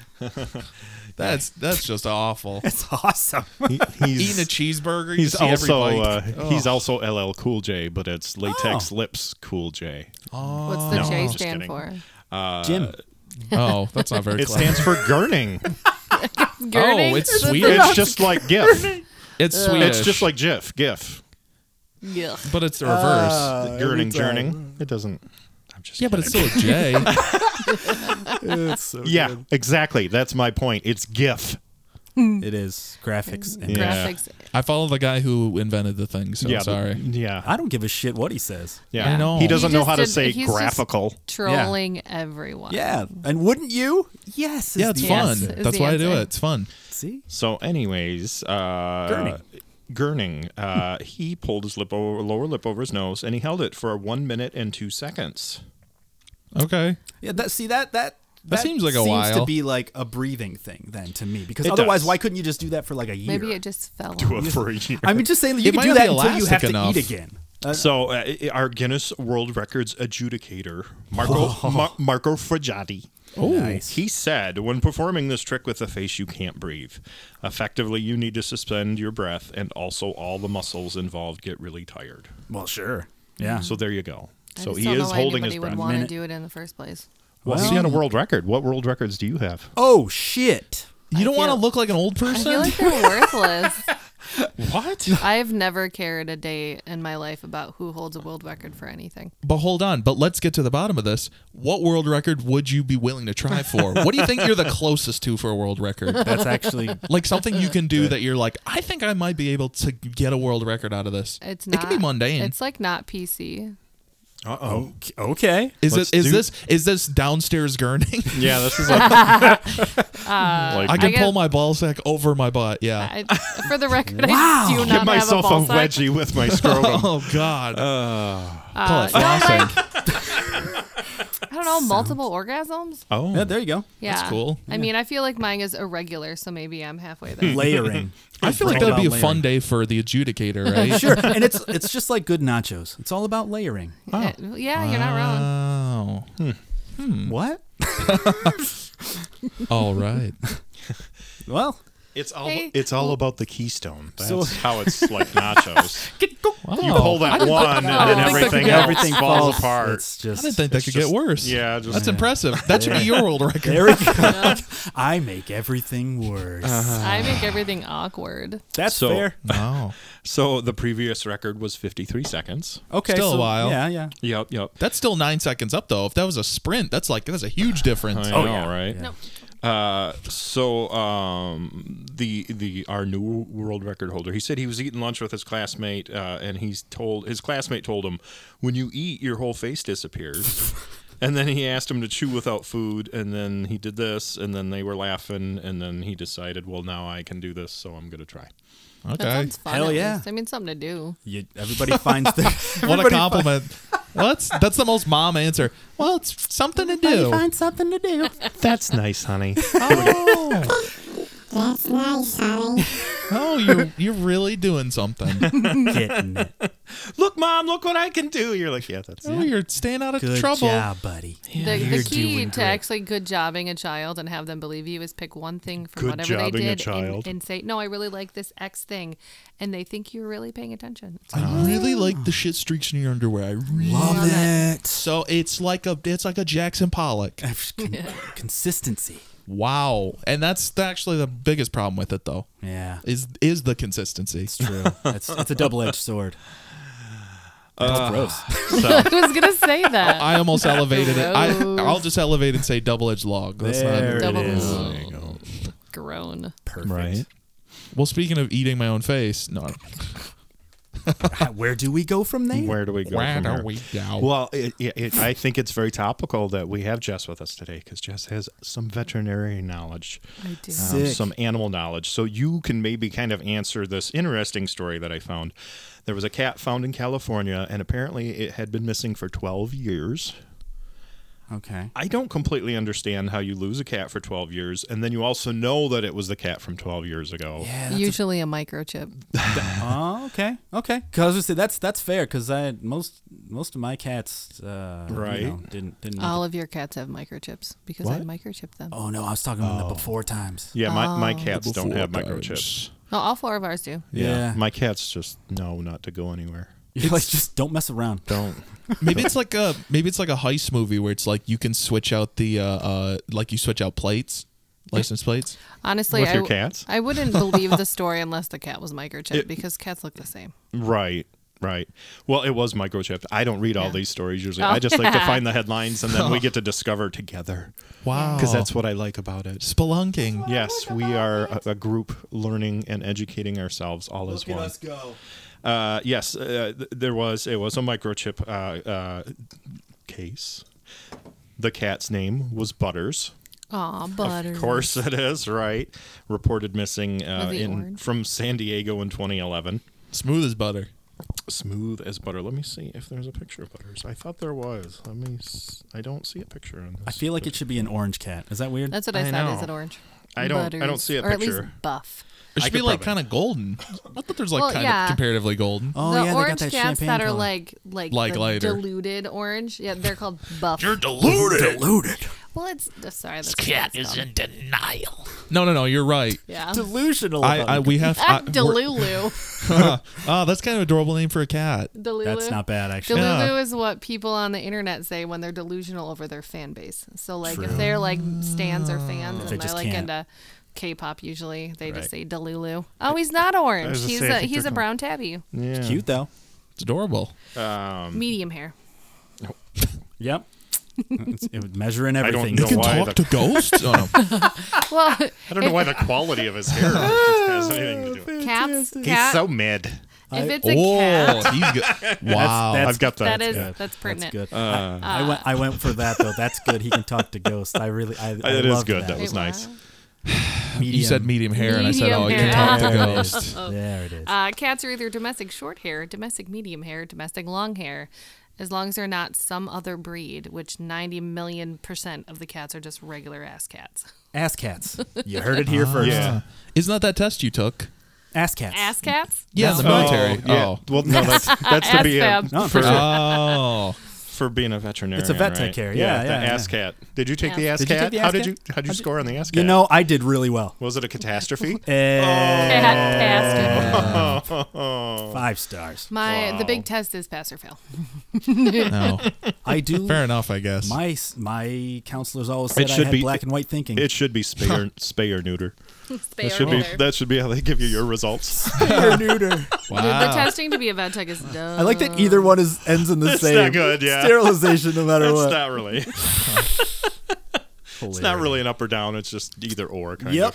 Speaker 3: That's that's just awful.
Speaker 2: that's awesome.
Speaker 1: he- he's
Speaker 3: Eating a cheeseburger. You
Speaker 1: he's
Speaker 3: see every Oh.
Speaker 1: also
Speaker 3: bite.
Speaker 1: uh,
Speaker 3: Ugh.
Speaker 1: he's also LL Cool J, but it's
Speaker 3: Oh.
Speaker 1: latex lips Cool J.
Speaker 4: What's the
Speaker 1: No,
Speaker 4: J
Speaker 1: just
Speaker 4: stand
Speaker 1: kidding.
Speaker 4: for?
Speaker 1: Uh,
Speaker 2: Jim,
Speaker 3: oh, that's not very.
Speaker 1: It
Speaker 3: clever.
Speaker 1: stands for gurning.
Speaker 4: Gurning?
Speaker 3: Oh, it's
Speaker 4: That's a-
Speaker 3: Swedish.
Speaker 1: it's just like GIF.
Speaker 3: It's Swedish.
Speaker 1: It's just like GIF. GIF.
Speaker 4: Ugh.
Speaker 3: but it's the reverse.
Speaker 1: uh, gurning, journing. It doesn't. I'm just
Speaker 3: yeah, but it's
Speaker 1: kidding.
Speaker 3: still a J.
Speaker 1: yeah, exactly. That's my point. It's GIF.
Speaker 2: it is graphics. And
Speaker 1: Yeah.
Speaker 4: Graphics.
Speaker 3: I follow the guy who invented the thing, so
Speaker 1: yeah,
Speaker 3: I'm Oh, sorry.
Speaker 1: Yeah,
Speaker 2: I don't give a shit what he says.
Speaker 1: yeah.
Speaker 3: I know.
Speaker 1: He doesn't
Speaker 4: He
Speaker 1: know
Speaker 4: just
Speaker 1: how to
Speaker 4: did-
Speaker 1: say
Speaker 4: he's just-
Speaker 1: graphical.
Speaker 4: Trolling everyone.
Speaker 2: Yeah, and wouldn't you? Yes. is
Speaker 3: Yeah, it's
Speaker 2: the
Speaker 3: fun.
Speaker 4: Yes,
Speaker 2: answer.
Speaker 4: is
Speaker 3: That's
Speaker 4: the
Speaker 3: why I do
Speaker 4: answer.
Speaker 3: it. It's fun.
Speaker 2: See,
Speaker 1: So, anyways, uh,
Speaker 2: Gurning.
Speaker 1: Gurning, uh, he pulled his lip over, lower lip over his nose, and he held it for one minute and two seconds.
Speaker 3: Okay.
Speaker 2: yeah, that see that that.
Speaker 3: That seems like
Speaker 2: to
Speaker 3: a while.
Speaker 2: be like a breathing thing then to me because
Speaker 1: It
Speaker 2: otherwise
Speaker 1: does.
Speaker 2: why couldn't you just do that for like a year?
Speaker 4: Maybe it just fell.
Speaker 1: for a year.
Speaker 2: I'm just saying that you
Speaker 3: It
Speaker 2: can
Speaker 3: might
Speaker 2: do
Speaker 3: not
Speaker 2: that
Speaker 3: be
Speaker 2: until you
Speaker 3: elastic
Speaker 2: have
Speaker 3: enough.
Speaker 2: to eat again.
Speaker 1: So uh, i- our Guinness World Records adjudicator, Marco Mar- Marco Fragiati. Oh, he said when performing this trick with a face, you can't breathe. Effectively, you need to suspend your breath, and also all the muscles involved get really tired.
Speaker 2: Well, sure. Yeah.
Speaker 1: So there you go.
Speaker 4: I
Speaker 1: so
Speaker 4: just
Speaker 1: he
Speaker 4: don't know
Speaker 1: is
Speaker 4: why
Speaker 1: holding
Speaker 4: anybody
Speaker 1: his
Speaker 4: would
Speaker 1: breath.
Speaker 4: want to
Speaker 2: Minute.
Speaker 4: do it in the first place.
Speaker 1: Well, you got a world record. What world records do you have?
Speaker 2: Oh shit.
Speaker 3: You don't want to
Speaker 4: feel-
Speaker 3: look like an old
Speaker 4: I
Speaker 3: person.
Speaker 4: feel like they're worthless.
Speaker 1: What?
Speaker 4: I've never cared a day in my life about who holds a world record for anything.
Speaker 3: but hold on. But let's get to the bottom of this. What world record would you be willing to try for? what do you think you're the closest to for a world record?
Speaker 2: That's actually
Speaker 3: Like something you can do that you're like, I think I might be able to get a world record out of this.
Speaker 4: It's not.
Speaker 3: It can be mundane.
Speaker 4: It's like not PC.
Speaker 1: Uh oh.
Speaker 2: okay.
Speaker 3: is
Speaker 1: Let's
Speaker 3: it? Is
Speaker 1: do-
Speaker 3: this? Is this downstairs gurning?
Speaker 1: Yeah, this is like, like
Speaker 3: I
Speaker 4: I
Speaker 3: can
Speaker 4: guess-
Speaker 3: pull my ball sack over my butt. Yeah.
Speaker 4: I, for the record,
Speaker 2: Wow.
Speaker 4: I do not
Speaker 1: give myself
Speaker 4: have a, ball
Speaker 1: a
Speaker 4: sack.
Speaker 1: wedgie with my scrotum.
Speaker 3: oh
Speaker 1: Uh,
Speaker 3: God. Call it
Speaker 4: Uh, no,
Speaker 3: flossing.
Speaker 4: I don't know, multiple orgasms.
Speaker 1: Oh,
Speaker 2: Yeah, there you go.
Speaker 4: Yeah,
Speaker 3: cool.
Speaker 4: I mean, I feel like mine is irregular, so maybe I'm halfway there.
Speaker 2: Layering.
Speaker 3: I feel like
Speaker 2: It's all
Speaker 3: that'd be a
Speaker 2: Hmm. about
Speaker 3: fun day for the adjudicator, right?
Speaker 2: Sure. And it's it's just like good nachos. It's all about layering.
Speaker 4: Uh, yeah, you're not wrong.
Speaker 3: Oh. Hmm.
Speaker 2: What?
Speaker 3: All right.
Speaker 2: Well,
Speaker 1: It's all
Speaker 4: Hey.
Speaker 1: it's all about the keystone. That's
Speaker 2: So-
Speaker 1: how it's like nachos. You
Speaker 3: Wow.
Speaker 1: pull that one, and then
Speaker 4: I didn't
Speaker 1: everything
Speaker 4: think that
Speaker 1: else
Speaker 4: could-
Speaker 2: everything
Speaker 1: falls,
Speaker 2: falls.
Speaker 1: apart.
Speaker 2: It's just
Speaker 3: I didn't think that could
Speaker 1: just-
Speaker 3: get worse.
Speaker 1: yeah, just
Speaker 3: That's impressive. That should be your world record.
Speaker 2: there we go. I make everything worse.
Speaker 3: Uh.
Speaker 4: I make everything awkward.
Speaker 2: That's
Speaker 1: So-
Speaker 2: fair.
Speaker 3: Wow.
Speaker 1: so the previous record was 53 seconds.
Speaker 2: Okay.
Speaker 3: Still a
Speaker 2: so-
Speaker 3: while.
Speaker 2: Yeah, yeah.
Speaker 1: Yep, yep.
Speaker 3: That's still nine seconds up, though. If that was a sprint, that's like that's a huge difference.
Speaker 1: I know, right?
Speaker 2: Yeah.
Speaker 1: oh, Uh, so um, the the our new world record holder, he said he was eating lunch with his classmate, uh, and he's told his classmate told him, "When you eat, your whole face disappears." and then he asked him to chew without food, and then he did this, and then they were laughing, and then he decided, "Well, now I can do this, so I'm going to try."
Speaker 4: That
Speaker 3: Okay.
Speaker 4: sounds fun.
Speaker 2: Hell
Speaker 4: at
Speaker 2: yeah.
Speaker 4: least. I mean, something to do.
Speaker 2: You, everybody finds their
Speaker 3: What a
Speaker 2: everybody
Speaker 3: compliment. well, that's that's the most mom answer. Well, it's something to
Speaker 2: fi-
Speaker 3: do.
Speaker 2: finds something to do.
Speaker 1: That's nice, honey.
Speaker 3: Oh. oh, you're you're really doing something.
Speaker 2: Getting it.
Speaker 1: look, mom, look what I can do. You're like, yeah, that's
Speaker 3: Oh, you're staying out of
Speaker 2: Good
Speaker 3: trouble.
Speaker 2: job, buddy.
Speaker 4: the, the
Speaker 2: You're
Speaker 4: key
Speaker 2: doing
Speaker 4: to
Speaker 2: great.
Speaker 4: actually good jobbing a child and have them believe you is pick one thing from
Speaker 1: Good
Speaker 4: whatever they
Speaker 1: jobbing a
Speaker 4: did
Speaker 1: child.
Speaker 4: And, and say, "No, I really like this X thing," and they think you're really paying attention. It's
Speaker 3: I really like the shit streaks in your underwear. I really
Speaker 2: Love it.
Speaker 3: So it's like a it's like a Jackson Pollock.
Speaker 2: Eh. Con- consistency.
Speaker 3: Wow. And that's actually the biggest problem with it though.
Speaker 2: Yeah.
Speaker 3: Is is the consistency.
Speaker 2: It's true. It's, it's a double edged sword.
Speaker 1: Uh,
Speaker 2: That's gross.
Speaker 1: so.
Speaker 4: I was gonna say
Speaker 1: Oh,
Speaker 4: that.
Speaker 3: I almost elevated it. I I'll just elevate and say double edged log. That's
Speaker 2: There
Speaker 3: not
Speaker 4: Double
Speaker 2: it is.
Speaker 4: Groan.
Speaker 2: Perfect.
Speaker 3: Well, speaking of eating my own face, no.
Speaker 2: How- Where do we go from there?
Speaker 1: Where do we go
Speaker 3: Where
Speaker 1: from
Speaker 3: do
Speaker 1: here?
Speaker 3: we go?
Speaker 1: Well, it, it, it, I think it's very topical that we have Jess with us today because Jess has some veterinary knowledge,
Speaker 4: I do.
Speaker 1: um,
Speaker 2: Sick.
Speaker 1: some animal knowledge. So you can maybe kind of answer this interesting story that I found. There was a cat found in California, and apparently it had been missing for 12 years.
Speaker 2: Okay.
Speaker 1: I don't completely understand how you lose a cat for 12 years, and then you also know that it was the cat from 12 years ago.
Speaker 2: Yeah. that's
Speaker 4: Usually a microchip.
Speaker 2: Oh, okay, okay. Because I said that's that's fair. Because I had most most of my cats, uh, you
Speaker 1: Right.
Speaker 2: know, didn't
Speaker 1: Mm.
Speaker 2: didn't. make
Speaker 4: All
Speaker 2: it.
Speaker 4: of your cats have microchips because I microchip them.
Speaker 2: Oh no, I was talking about the before times.
Speaker 1: Yeah, my, my
Speaker 4: Oh.
Speaker 1: cats
Speaker 3: Before
Speaker 1: don't have
Speaker 3: times.
Speaker 1: microchips.
Speaker 4: No, all four of ours do.
Speaker 2: Yeah.
Speaker 1: My cats just know not to go anywhere.
Speaker 2: You're like just don't mess around.
Speaker 1: Don't.
Speaker 3: Maybe it's like a maybe it's like a heist movie where it's like you can switch out the uh, uh like you switch out plates, license plates.
Speaker 4: Honestly,
Speaker 1: With
Speaker 4: I,
Speaker 1: your
Speaker 4: w-
Speaker 1: cats?
Speaker 4: I wouldn't believe the story unless the cat was microchipped because cats look the same.
Speaker 1: Right, right. Well, it was microchipped. I don't read all
Speaker 4: Yeah.
Speaker 1: these stories usually.
Speaker 4: Oh.
Speaker 1: I just like to find the headlines and then we get to discover together
Speaker 3: Wow.
Speaker 1: because that's what I like about it.
Speaker 3: spelunking.
Speaker 1: Yes, we are uh, a, a group learning and educating ourselves all as one.
Speaker 2: go.
Speaker 1: Uh, yes, uh, th- there was it was a microchip uh, uh, case. The cat's name was Butters.
Speaker 4: Aw, butter.
Speaker 1: Of course, it is right. Reported missing uh,
Speaker 4: Was he
Speaker 1: in
Speaker 4: orange?
Speaker 1: from San Diego in 2011.
Speaker 3: Smooth as butter.
Speaker 1: smooth as butter. Let me see if there's a picture of Butters. I thought there was. Let me. S- I don't see a picture on this.
Speaker 2: I feel like it should be an orange cat. Is that weird?
Speaker 4: That's what I,
Speaker 1: I
Speaker 4: said.
Speaker 1: know.
Speaker 4: Is it orange?
Speaker 1: I don't. I don't
Speaker 4: butters,
Speaker 1: see a
Speaker 4: or at least
Speaker 1: picture.
Speaker 4: buff.
Speaker 3: It should
Speaker 2: could
Speaker 3: be like
Speaker 2: probably-
Speaker 3: kind of golden. I thought there's like
Speaker 4: Well,
Speaker 3: kind
Speaker 4: yeah.
Speaker 3: of comparatively golden.
Speaker 2: Oh
Speaker 4: the
Speaker 2: yeah, they got
Speaker 4: orange
Speaker 2: that
Speaker 4: cats
Speaker 2: champagne
Speaker 4: that are
Speaker 2: color.
Speaker 4: like like
Speaker 3: Like
Speaker 4: the
Speaker 3: lighter.
Speaker 4: diluted orange. Yeah, they're called buff.
Speaker 3: deluded.
Speaker 2: diluted,
Speaker 4: well, it's uh, sorry. That's what it's called.
Speaker 5: denial.
Speaker 3: No, no, no. You're right.
Speaker 4: yeah.
Speaker 2: delusional.
Speaker 3: I,
Speaker 2: about
Speaker 3: I
Speaker 2: it.
Speaker 3: we have. I,
Speaker 2: Uh,
Speaker 4: Ah,
Speaker 3: we're-
Speaker 4: Delulu.
Speaker 3: oh, that's kind of a adorable name for a cat.
Speaker 4: Delulu.
Speaker 2: That's not bad actually.
Speaker 4: Delulu
Speaker 3: Yeah.
Speaker 4: is what people on the internet say when they're delusional over their fan base. So like if they're like stands or fans
Speaker 2: They
Speaker 4: and they're
Speaker 2: just
Speaker 4: like
Speaker 2: can't.
Speaker 4: into K-pop usually, they just say
Speaker 2: Right.
Speaker 4: Delulu. Oh, he's not orange.
Speaker 1: was gonna
Speaker 4: He's
Speaker 1: say, I
Speaker 4: a
Speaker 1: think
Speaker 4: he's
Speaker 1: they're
Speaker 4: a brown tabby.
Speaker 1: Yeah.
Speaker 2: Cute though.
Speaker 3: It's adorable.
Speaker 4: Medium hair.
Speaker 2: Yep. It's- it would measure in
Speaker 1: don't
Speaker 2: everything.
Speaker 1: know
Speaker 3: You can
Speaker 1: why
Speaker 3: talk
Speaker 1: the-
Speaker 3: to ghosts. Oh, no.
Speaker 4: Well,
Speaker 1: I don't know why the quality of his hair has anything to do. with it.
Speaker 4: cats.
Speaker 1: He's
Speaker 4: Cat.
Speaker 1: so mid.
Speaker 4: if it's a cat,
Speaker 3: Oh, he's good. Wow.
Speaker 2: that's-
Speaker 1: I've got Uh, the.
Speaker 4: that is
Speaker 1: yeah.
Speaker 4: that's pertinent.
Speaker 2: That's good. I, I went. I went for that though. That's good. He can talk to ghosts. I really. I. I
Speaker 1: That is
Speaker 2: loved
Speaker 1: good,
Speaker 2: That,
Speaker 1: though. was nice.
Speaker 3: you said medium hair, and I said,
Speaker 4: Medium
Speaker 3: "Oh, you
Speaker 4: hair.
Speaker 3: can talk to
Speaker 2: There it is.
Speaker 3: ghosts."
Speaker 2: There it is.
Speaker 4: Uh, cats are either domestic short hair, domestic medium hair, domestic long hair, as long as they're not some other breed, which 90 million percent of the cats are just regular ass cats.
Speaker 2: Ass cats. You heard it here first.
Speaker 1: Yeah.
Speaker 3: Isn't that that test you took?
Speaker 2: Ass cats.
Speaker 4: Ass cats?
Speaker 3: Yeah, in the military.
Speaker 1: yeah.
Speaker 3: Oh.
Speaker 1: Well, no, that's that's to be a,
Speaker 4: Ass fab.
Speaker 2: No,
Speaker 1: for
Speaker 2: for sure.
Speaker 3: Oh,
Speaker 1: for being a veterinarian.
Speaker 2: It's a vet tech
Speaker 1: right?
Speaker 2: care. Yeah,
Speaker 1: the
Speaker 2: yeah, yeah.
Speaker 1: ass cat. Did you take the
Speaker 4: Yeah.
Speaker 1: ass
Speaker 2: Did you
Speaker 1: cat?
Speaker 2: take the
Speaker 1: How
Speaker 2: ass
Speaker 1: did
Speaker 2: cat?
Speaker 1: you how did you score on the ass cat?
Speaker 2: You know, I did really well.
Speaker 1: was it a catastrophe?
Speaker 2: Eh,
Speaker 4: Fantastic.
Speaker 2: Five stars.
Speaker 4: My the big test is pass or fail.
Speaker 3: no.
Speaker 2: I do.
Speaker 3: Fair enough, I guess.
Speaker 2: My s- my counselors always said I
Speaker 1: should
Speaker 2: had
Speaker 1: be-
Speaker 2: black and white thinking.
Speaker 1: it should be spay or, spay or neuter. That should be that should be how they give you your results.
Speaker 2: Or neuter.
Speaker 4: The
Speaker 3: wow.
Speaker 4: testing to be a vet tech is dumb.
Speaker 2: I like that either one is ends in the
Speaker 1: It's
Speaker 2: same.
Speaker 1: not good, yeah.
Speaker 2: Sterilization, no matter
Speaker 1: It's
Speaker 2: what.
Speaker 1: not really. It's not really an up or down. It's just either or kind
Speaker 2: Yep.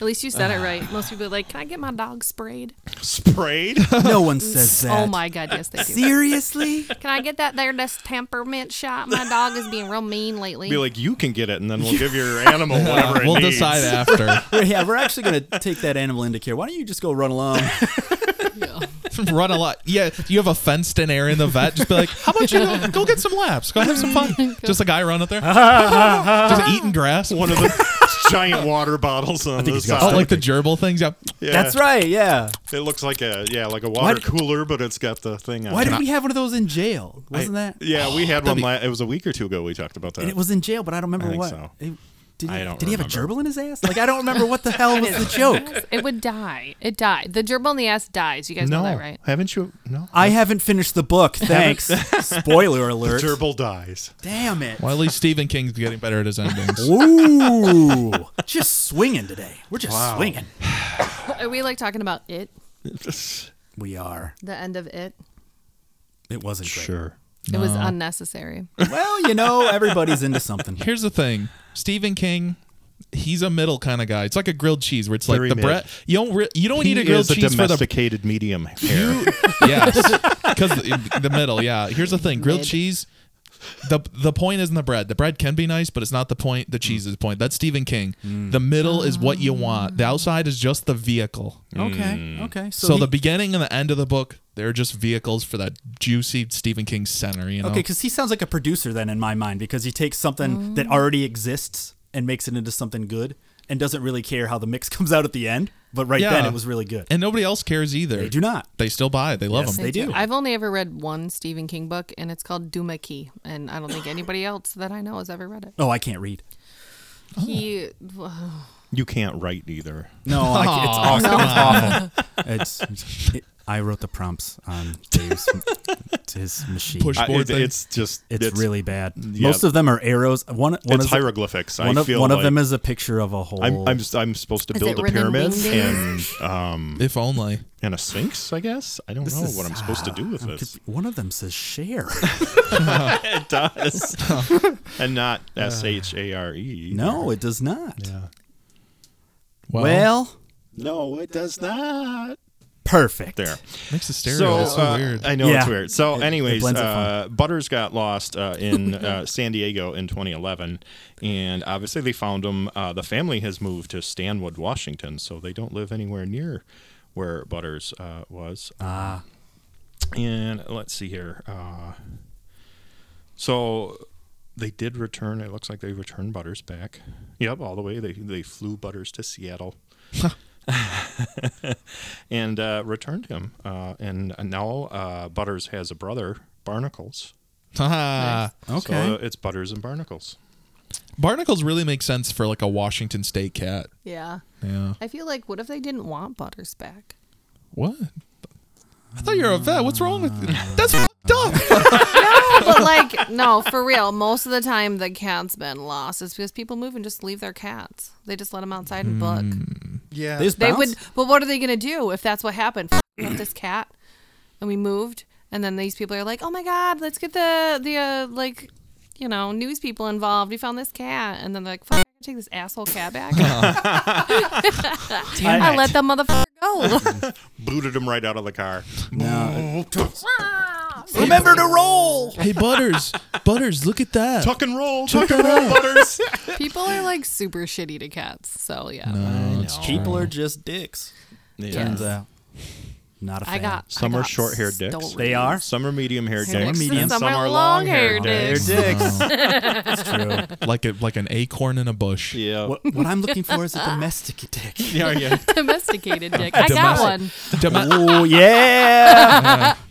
Speaker 4: At least you
Speaker 1: Ah.
Speaker 4: said it right. Most people are like, can I get my dog sprayed?
Speaker 1: of sprayed.
Speaker 2: No one says that.
Speaker 4: Oh my god, yes they do.
Speaker 2: Seriously?
Speaker 4: Can I get that there just temperament shot? My dog is being real mean lately.
Speaker 1: Be like, you can get it, and then we'll give your animal whatever it
Speaker 3: we'll
Speaker 1: needs.
Speaker 3: decide after.
Speaker 2: yeah, we're actually gonna take that animal into care. Why don't you just go run along?
Speaker 3: Run a lot. Yeah, you have a fenced-in area in the vet. Just be like, "How about you go, go get some laps? Go have some fun." Just a guy run up there, just eating grass.
Speaker 1: One of the giant water bottles on the
Speaker 2: he's got
Speaker 1: side.
Speaker 3: Oh, like the gerbil things. Yeah.
Speaker 1: yeah.
Speaker 2: That's right. Yeah.
Speaker 1: It looks like a yeah, like a water
Speaker 2: d-
Speaker 1: cooler, but it's got the thing on.
Speaker 2: Why
Speaker 1: it.
Speaker 2: did we have one of those in jail? Wasn't that?
Speaker 1: Yeah, we had one. La- it was a week or two ago. We talked about that.
Speaker 2: And it was in jail, but I don't remember
Speaker 1: I think
Speaker 2: what.
Speaker 1: so.
Speaker 2: It- did he,
Speaker 1: I don't
Speaker 2: did he have a
Speaker 1: remember.
Speaker 2: gerbil in his ass? Like I don't remember what the hell was the joke.
Speaker 4: it would die. It died. The gerbil in the ass dies. You guys know that, right?
Speaker 1: Oh, haven't you? No,
Speaker 2: I haven't finished the book. Thanks. Spoiler alert.
Speaker 1: gerbil dies.
Speaker 2: Damn it.
Speaker 3: Well, at least Stephen King's getting better at his endings.
Speaker 2: Ooh. just swinging today. We're just swinging.
Speaker 4: Are we like talking about it?
Speaker 2: We are.
Speaker 4: The end of it?
Speaker 2: It wasn't great.
Speaker 1: Sure.
Speaker 4: It was unnecessary.
Speaker 2: Well, you know, everybody's into something.
Speaker 3: Here's the thing, Stephen King. He's a middle kind of guy. It's like a grilled cheese, where it's like
Speaker 1: Very
Speaker 3: the
Speaker 1: mid.
Speaker 3: bread. You don't re- you don't
Speaker 1: He
Speaker 3: need a grilled
Speaker 1: is a
Speaker 3: cheese for the
Speaker 1: domesticated medium hair.
Speaker 3: yes because the middle yeah here's the thing grilled cheese the the point isn't the bread the bread can be nice but it's not the point the cheese is the point that's stephen king the middle is what you want the outside is just the vehicle
Speaker 2: Okay. Okay. Hmm. So,
Speaker 3: so
Speaker 2: he-
Speaker 3: the beginning and the end of the book they're just vehicles for that juicy stephen king center you know
Speaker 2: Okay, because he sounds like a producer then in my mind because he takes something that already exists and makes it into something good and doesn't really care how the mix comes out at the end. But right then
Speaker 3: Yeah.
Speaker 2: it was really good.
Speaker 3: and nobody else cares either
Speaker 2: they do not.
Speaker 3: they still buy it they love
Speaker 2: Yes,
Speaker 3: them
Speaker 2: They do.
Speaker 4: I've only ever read one Stephen King book, and it's called Dumaki, and I don't think anybody else that I know has ever read it.
Speaker 2: Oh, I can't read.
Speaker 4: He,
Speaker 1: You can't write either.
Speaker 2: No, I can't. it's awesome.
Speaker 3: Ah.
Speaker 2: It's awful. It's. It, I wrote the prompts on Dave's to his machine.
Speaker 3: Push-
Speaker 1: I,
Speaker 3: Board
Speaker 1: it,
Speaker 3: thing.
Speaker 1: it's just
Speaker 2: It's, really bad.
Speaker 1: yeah.
Speaker 2: Most of them are arrows. One, one
Speaker 1: it's
Speaker 2: is
Speaker 1: hieroglyphics.
Speaker 2: One
Speaker 1: I
Speaker 2: of,
Speaker 1: feel
Speaker 2: one
Speaker 1: like
Speaker 2: of them is a picture of a whole.
Speaker 1: I'm, I'm s- I'm supposed to
Speaker 4: Is
Speaker 1: build
Speaker 4: it
Speaker 1: a
Speaker 4: written in
Speaker 1: pyramid and
Speaker 4: wingdings?
Speaker 1: um
Speaker 3: if only
Speaker 1: and a sphinx. I guess I don't know
Speaker 2: is,
Speaker 1: what I'm supposed to do with
Speaker 2: I'm
Speaker 1: this.
Speaker 2: conf- one of them says share.
Speaker 1: it does, and not S H A R E.
Speaker 2: no, it does not.
Speaker 3: well,
Speaker 2: Well,
Speaker 1: no, it does not.
Speaker 2: perfect.
Speaker 1: There.
Speaker 3: makes the stereo it's so
Speaker 1: uh,
Speaker 3: weird
Speaker 1: I know
Speaker 2: Yeah.
Speaker 1: it's weird. So,
Speaker 2: It- it
Speaker 1: anyways,
Speaker 2: blends it
Speaker 1: uh, Butters got lost uh, in uh, San Diego in 2011, and obviously they found him. Uh, the family has moved to Stanwood, Washington, so they don't live anywhere near where Butters uh, was. Ah. And let's see here. Uh, so they did return. It looks like they returned Butters back. Yep, all the way. They they flew Butters to Seattle. and uh, returned him. Uh, and now uh, Butters has a brother, Barnacles.
Speaker 3: Ha-ha.
Speaker 2: Okay.
Speaker 1: So uh, it's Butters and Barnacles.
Speaker 3: Barnacles really make sense for like a Washington State cat.
Speaker 4: Yeah.
Speaker 3: Yeah.
Speaker 4: I feel like what if they didn't want Butters back?
Speaker 3: What? I thought you were a vet. What's wrong with That's fucked
Speaker 4: no,
Speaker 3: up.
Speaker 4: but like no, for real. Most of the time, the cat's been lost. It's because people move and just leave their cats. They just let them outside and book.
Speaker 1: Yeah.
Speaker 2: They just
Speaker 4: They
Speaker 2: bounce?
Speaker 4: would, but what are they gonna do if that's what happened? F- up this cat, and we moved, and then these people are like, "Oh my god, let's get the the uh, like, you know, news people involved. We found this cat," and then they're like, "Fuck, I take this asshole cat back." I let that motherfucker go.
Speaker 1: Booted him right out of the car.
Speaker 2: No. Remember to roll.
Speaker 3: hey Butters, Butters, look at that.
Speaker 1: Tuck and roll.
Speaker 3: Check
Speaker 1: Tuck and
Speaker 3: that
Speaker 1: roll, Butters.
Speaker 4: people are like super shitty to cats, so yeah.
Speaker 3: No, it's true.
Speaker 2: People are just dicks.
Speaker 4: Yeah.
Speaker 2: Turns out, not a fan.
Speaker 4: I got
Speaker 1: Some
Speaker 4: I
Speaker 1: are
Speaker 4: got
Speaker 1: short-haired dicks.
Speaker 4: stolen.
Speaker 2: They are.
Speaker 1: Some are medium haired
Speaker 4: Some are
Speaker 1: dicks.
Speaker 2: medium.
Speaker 1: and
Speaker 4: Some are long-haired
Speaker 2: They're
Speaker 4: dicks.
Speaker 2: dicks. That's true.
Speaker 3: like a, like an acorn in a bush.
Speaker 1: Yeah.
Speaker 2: What, what I'm looking for is a domestic dick.
Speaker 1: Yeah, yeah.
Speaker 4: Domesticated dick. I got
Speaker 3: Domestic-
Speaker 4: one.
Speaker 3: Dom-
Speaker 2: Oh yeah.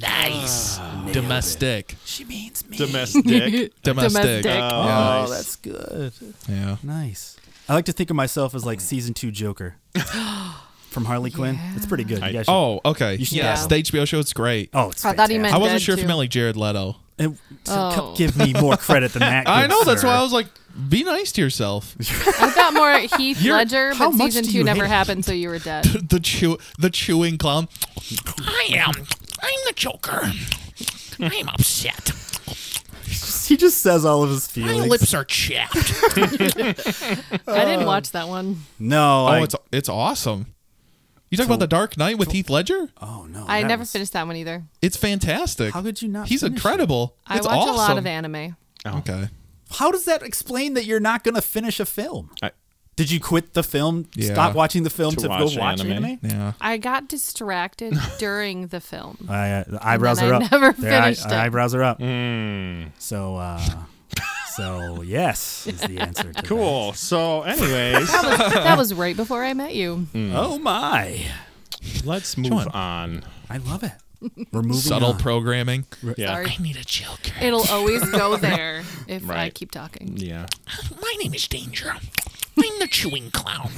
Speaker 3: nice.
Speaker 2: Ah.
Speaker 3: Domestic.
Speaker 2: she means me.
Speaker 1: Domestic.
Speaker 3: Domestic.
Speaker 4: Domestic.
Speaker 3: Yeah.
Speaker 2: Oh, that's good.
Speaker 3: yeah.
Speaker 2: Nice. I like to think of myself as like season two Joker from Harley Quinn. It's pretty good. You guys should-
Speaker 3: Oh, okay.
Speaker 2: You should
Speaker 3: Yeah.
Speaker 4: ask him.
Speaker 3: Stage HBO show. It's great.
Speaker 2: oh, it's
Speaker 4: I thought he
Speaker 2: fantastic.
Speaker 4: meant-
Speaker 3: I wasn't
Speaker 4: dead,
Speaker 3: sure if you
Speaker 4: too.
Speaker 3: meant like Jared Leto.
Speaker 2: And- so c-
Speaker 4: Oh.
Speaker 2: give me more credit than that.
Speaker 3: I
Speaker 2: good
Speaker 3: know. That's
Speaker 2: sir.
Speaker 3: why I was like, be nice to yourself.
Speaker 4: I got more Heath
Speaker 3: You're-
Speaker 4: Ledger,
Speaker 2: how
Speaker 4: but
Speaker 2: much
Speaker 4: season
Speaker 2: do
Speaker 4: two
Speaker 2: you
Speaker 4: never
Speaker 2: hate-
Speaker 4: happened, so you were dead.
Speaker 3: the chew, the chewing clown. I am. I'm the Joker. I am upset.
Speaker 2: He just says all of his feelings.
Speaker 3: are chapped.
Speaker 4: I didn't watch that one.
Speaker 2: no.
Speaker 3: Oh,
Speaker 2: I,
Speaker 3: it's it's awesome. You talk about the Dark Knight with Heath Ledger?
Speaker 2: oh no.
Speaker 4: I
Speaker 2: that
Speaker 4: never
Speaker 2: was-
Speaker 4: finished that one either.
Speaker 3: It's fantastic.
Speaker 2: How could you not?
Speaker 3: He's
Speaker 2: finish it?
Speaker 3: incredible.
Speaker 4: I
Speaker 3: it's
Speaker 4: watch
Speaker 3: awesome.
Speaker 4: a lot of anime.
Speaker 3: Okay.
Speaker 2: How does that explain that you're not going to finish a film?
Speaker 1: I-
Speaker 2: Did you quit the film?
Speaker 3: Yeah.
Speaker 2: Stop watching the film
Speaker 1: To
Speaker 2: to,
Speaker 1: watch
Speaker 2: go watch
Speaker 1: anime?
Speaker 2: anime?
Speaker 3: Yeah.
Speaker 4: I got distracted during the film.
Speaker 2: I, uh, the eyebrows
Speaker 4: then
Speaker 2: are
Speaker 4: I
Speaker 2: up.
Speaker 4: never
Speaker 2: Their eye-
Speaker 4: finished it.
Speaker 2: Eyebrows are up.
Speaker 3: Hmm.
Speaker 2: So, uh, so yes is the answer. To
Speaker 1: Cool. So, anyways,
Speaker 4: That was right before I met you.
Speaker 2: that. Oh my!
Speaker 1: let's move on.
Speaker 2: I love it. We're moving
Speaker 3: Subtle
Speaker 2: on.
Speaker 3: programming.
Speaker 1: Yeah.
Speaker 4: Sorry.
Speaker 3: need a Joker.
Speaker 4: It'll always go there if I
Speaker 1: Right.
Speaker 4: keep talking.
Speaker 1: Yeah.
Speaker 3: My name is Danger. I'm the chewing clown.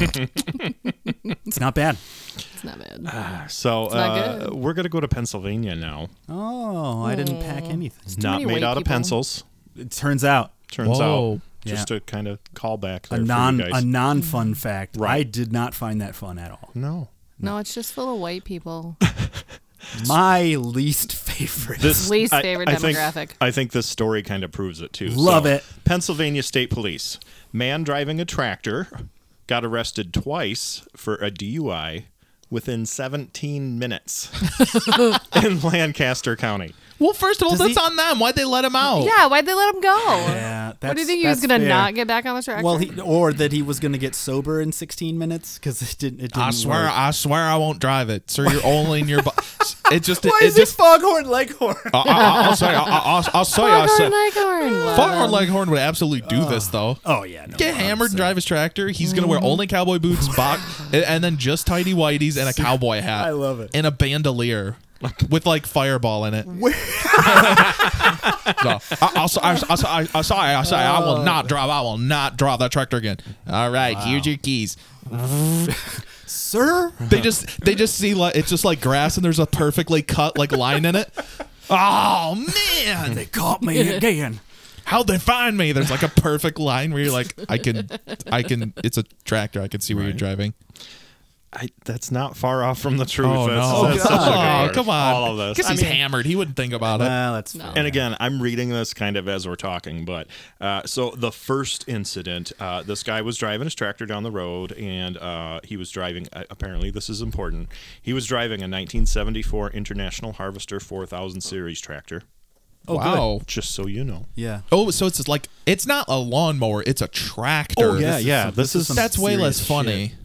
Speaker 2: it's not bad.
Speaker 4: It's not bad.
Speaker 1: So
Speaker 4: not
Speaker 1: uh,
Speaker 4: good.
Speaker 1: we're gonna go to Pennsylvania now.
Speaker 2: Oh, I didn't pack anything.
Speaker 1: Not
Speaker 4: many
Speaker 1: made
Speaker 4: white
Speaker 1: out of
Speaker 4: people.
Speaker 1: pencils.
Speaker 2: It turns out
Speaker 1: Turns
Speaker 3: Whoa.
Speaker 1: out, just
Speaker 2: Yeah.
Speaker 1: a kind of callback. there for
Speaker 2: a
Speaker 1: you
Speaker 2: non
Speaker 1: guys.
Speaker 2: a non fun fact. I
Speaker 1: Right.
Speaker 2: did not find that fun at all.
Speaker 1: no.
Speaker 4: No, it's just full of white people.
Speaker 2: My least favorite.
Speaker 1: This
Speaker 4: Least
Speaker 1: I-
Speaker 4: favorite
Speaker 1: I think-
Speaker 4: demographic.
Speaker 1: I think this story kind of proves it too.
Speaker 2: Love
Speaker 1: So,
Speaker 2: it.
Speaker 1: Pennsylvania State Police man driving a tractor got arrested twice for a DUI within 17 minutes in Lancaster County.
Speaker 3: Well, first of all,
Speaker 2: Does
Speaker 3: that's
Speaker 2: he-
Speaker 3: on them. Why'd they let him out?
Speaker 4: Yeah, why'd they let him go?
Speaker 2: Oh. yeah, that's,
Speaker 4: what do you think he was
Speaker 2: that's
Speaker 4: gonna
Speaker 2: fair.
Speaker 4: not get back on the track?
Speaker 2: Well, he, or that he was going to get sober in 16 minutes because it didn't. It didn't
Speaker 3: I swear,
Speaker 2: Work.
Speaker 3: I swear, I won't drive it. Sir, you're only in your. Bu- it just.
Speaker 2: Why
Speaker 3: it
Speaker 2: is
Speaker 3: just.
Speaker 2: it Foghorn Leghorn?
Speaker 3: I, I, I'll say. I, I, I'll say. I'll
Speaker 4: Foghorn
Speaker 3: say.
Speaker 4: Leghorn. Love
Speaker 3: Foghorn
Speaker 4: him.
Speaker 3: Leghorn would absolutely do this, though.
Speaker 2: Oh yeah, no,
Speaker 3: Get hammered and
Speaker 2: 100%.
Speaker 3: drive his tractor. He's gonna
Speaker 2: Mm-hmm.
Speaker 3: wear only cowboy boots, box, and- and then just tidy whiteys and a cowboy hat.
Speaker 2: I love it.
Speaker 3: And a bandolier with like fireball in it. no, I, I'll, I, I, I, I, sorry, I, sorry, I will
Speaker 2: Uh.
Speaker 3: not drive. I will not drive that tractor again. All right, here's your keys.
Speaker 2: sir.
Speaker 3: They just they just see like it's just like grass and there's a perfectly cut like line in it. Oh man,
Speaker 2: They caught me again.
Speaker 3: how'd they find me? There's like a perfect line where you're like, I can, I can. It's a tractor. I can see where you're driving.
Speaker 1: I, that's not far off from the truth.
Speaker 3: Oh
Speaker 1: That's-
Speaker 3: no!
Speaker 1: that's such a good
Speaker 3: Oh,
Speaker 1: word.
Speaker 3: come on!
Speaker 1: All of this.
Speaker 3: Because
Speaker 1: I
Speaker 3: he's
Speaker 1: mean,
Speaker 3: hammered. He wouldn't think about it.
Speaker 2: Well, that's
Speaker 4: No.
Speaker 2: fair.
Speaker 1: And again, I'm reading this kind of as we're talking, but uh, so the first incident, uh, this guy was driving his tractor down the road, and uh, he was driving. Uh, apparently, this is important. He was driving a 1974 International Harvester 4000 series tractor.
Speaker 2: Oh, good.
Speaker 3: wow.
Speaker 1: Just so you know.
Speaker 2: Yeah.
Speaker 3: Oh, so it's just like it's not a lawnmower; it's a tractor.
Speaker 2: Oh, This is
Speaker 1: yeah,
Speaker 2: some-
Speaker 1: this is-
Speaker 2: some
Speaker 3: that's way
Speaker 2: serious
Speaker 3: less funny.
Speaker 2: shit.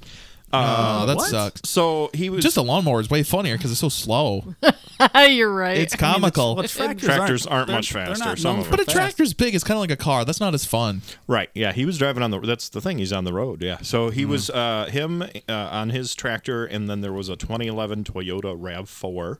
Speaker 3: Uh, that
Speaker 2: what?
Speaker 3: sucks.
Speaker 1: So he was
Speaker 3: Just a lawnmower is way funnier because it's so slow.
Speaker 4: You're right.
Speaker 3: It's comical.
Speaker 2: Well, tractors,
Speaker 1: Tractors aren't
Speaker 2: they're-
Speaker 1: much
Speaker 2: they're
Speaker 1: faster,
Speaker 2: not
Speaker 1: some
Speaker 2: known
Speaker 1: of
Speaker 2: for
Speaker 1: them.
Speaker 3: but a
Speaker 2: fast.
Speaker 3: tractor's big. It's kind of like a car. That's not as fun.
Speaker 1: Right. Yeah, he was driving on the. That's the thing. He's on the road. Yeah. So
Speaker 3: Mm-hmm.
Speaker 1: he was uh, him uh, on his tractor, and then there was a 2011 Toyota Rav Four.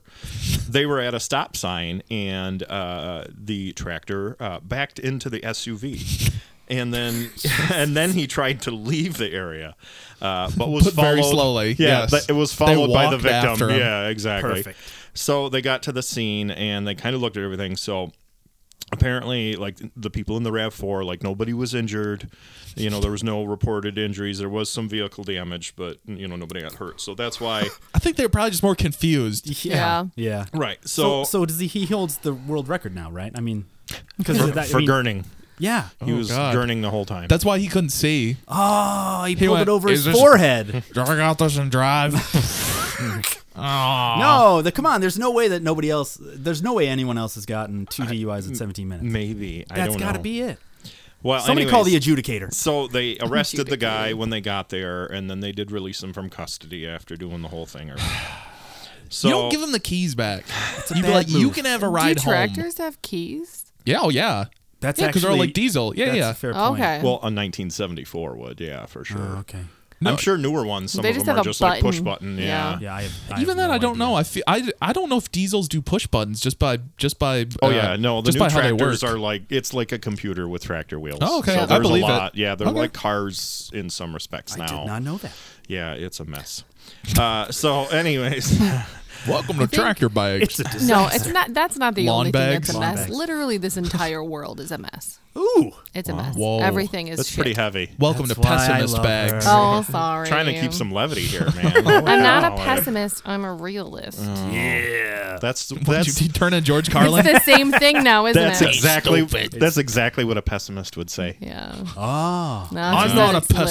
Speaker 1: they were at a stop sign, and uh, the tractor uh, backed into the SUV. And then, and then he tried to leave the area, uh, but was
Speaker 3: But
Speaker 1: followed
Speaker 3: very slowly,
Speaker 1: Yeah,
Speaker 3: yes.
Speaker 1: but it was
Speaker 3: They
Speaker 1: followed by the
Speaker 3: walked
Speaker 1: victim.
Speaker 3: after him.
Speaker 1: Yeah, exactly.
Speaker 2: Perfect.
Speaker 1: So they got to the scene and they kind of looked at everything. So apparently like the people in the rav4 like nobody was injured you know there was no reported injuries there was some vehicle damage but you know nobody got hurt so that's why
Speaker 3: I think they were probably just more confused.
Speaker 2: Yeah. Yeah.
Speaker 1: right so,
Speaker 2: So, so does he? He holds the world record now, right? I mean, because
Speaker 1: for,
Speaker 2: that, I
Speaker 1: for
Speaker 2: mean,
Speaker 1: gurning
Speaker 2: Yeah.
Speaker 1: he was
Speaker 3: God.
Speaker 1: gurning the whole time
Speaker 3: That's why he couldn't see.
Speaker 2: Oh, he, pulled
Speaker 3: went,
Speaker 2: it over
Speaker 3: "Is
Speaker 2: his
Speaker 3: this-
Speaker 2: forehead.
Speaker 3: Drag out this and drive. oh.
Speaker 2: No, the, come on. There's no way that nobody else. There's no way anyone else has gotten two DUIs in 17 minutes.
Speaker 1: maybe i
Speaker 2: That's
Speaker 1: don't
Speaker 2: got to
Speaker 1: know.
Speaker 2: be it.
Speaker 3: Uh,
Speaker 1: well
Speaker 2: Somebody call the
Speaker 1: anyways,
Speaker 2: adjudicator.
Speaker 1: so they arrested the guy when they got there and then they did release him from custody after doing the whole thing or so
Speaker 3: you don't give him the keys back. You'd be
Speaker 2: bad
Speaker 3: like, you
Speaker 2: move.
Speaker 3: can have a
Speaker 4: Do
Speaker 3: ride home.
Speaker 4: tractors have keys?
Speaker 3: Yeah, oh yeah.
Speaker 2: That's
Speaker 3: yeah, they're all
Speaker 2: actually-
Speaker 3: like diesel. Yeah,
Speaker 2: That's
Speaker 3: yeah.
Speaker 2: a fair point.
Speaker 4: Okay.
Speaker 1: well a 1974 would yeah for sure
Speaker 2: Oh, okay.
Speaker 1: i'm sure newer ones some
Speaker 4: They
Speaker 1: of
Speaker 4: just
Speaker 1: them
Speaker 4: have
Speaker 1: are
Speaker 4: a
Speaker 1: just like push button
Speaker 4: button.
Speaker 1: yeah,
Speaker 4: Yeah.
Speaker 2: Yeah, I have. I have
Speaker 3: Even then,
Speaker 2: no
Speaker 3: I don't
Speaker 2: idea.
Speaker 3: know. I feel I, I don't know if diesels do push buttons just by just by.
Speaker 1: Oh
Speaker 3: uh,
Speaker 1: yeah, no, the
Speaker 3: just
Speaker 1: new
Speaker 3: by how they
Speaker 1: tractors
Speaker 3: work.
Speaker 1: are like it's like a computer with tractor wheels.
Speaker 3: Oh, okay.
Speaker 1: so
Speaker 3: I
Speaker 1: there's
Speaker 3: believe
Speaker 1: a
Speaker 3: it.
Speaker 1: lot. Yeah, they're
Speaker 3: Okay.
Speaker 1: like cars in some respects
Speaker 2: I
Speaker 1: now.
Speaker 2: did not know that.
Speaker 1: Yeah, it's a mess. uh, so, anyways,
Speaker 3: Welcome to tractor
Speaker 2: It's
Speaker 3: bags.
Speaker 2: a disaster.
Speaker 4: no, it's not. That's not the
Speaker 3: Lawn
Speaker 4: only
Speaker 3: bags?
Speaker 4: thing that's a
Speaker 2: Lawn
Speaker 4: mess.
Speaker 2: bags.
Speaker 4: Literally, this entire world is a mess.
Speaker 2: Ooh,
Speaker 4: It's a mess.
Speaker 3: Whoa.
Speaker 4: Everything is
Speaker 1: that's
Speaker 4: shit.
Speaker 1: pretty heavy.
Speaker 3: Welcome
Speaker 2: That's
Speaker 3: to
Speaker 2: why I
Speaker 3: pessimist
Speaker 2: love
Speaker 3: bags.
Speaker 2: her.
Speaker 4: Oh, sorry.
Speaker 1: Trying to keep some levity here, man. Oh,
Speaker 4: I'm not a
Speaker 1: wow.
Speaker 4: pessimist. I'm a realist.
Speaker 2: Oh.
Speaker 3: Oh.
Speaker 2: yeah.
Speaker 1: That's
Speaker 3: Did you,
Speaker 1: that's
Speaker 3: did you turn into George
Speaker 4: It's
Speaker 3: Carlin?
Speaker 4: the same thing now, isn't
Speaker 1: that's
Speaker 4: it?
Speaker 1: exactly that's exactly what a pessimist would say.
Speaker 4: yeah.
Speaker 2: Oh,
Speaker 4: No,
Speaker 3: I'm
Speaker 4: it's
Speaker 3: not a
Speaker 4: it's literally-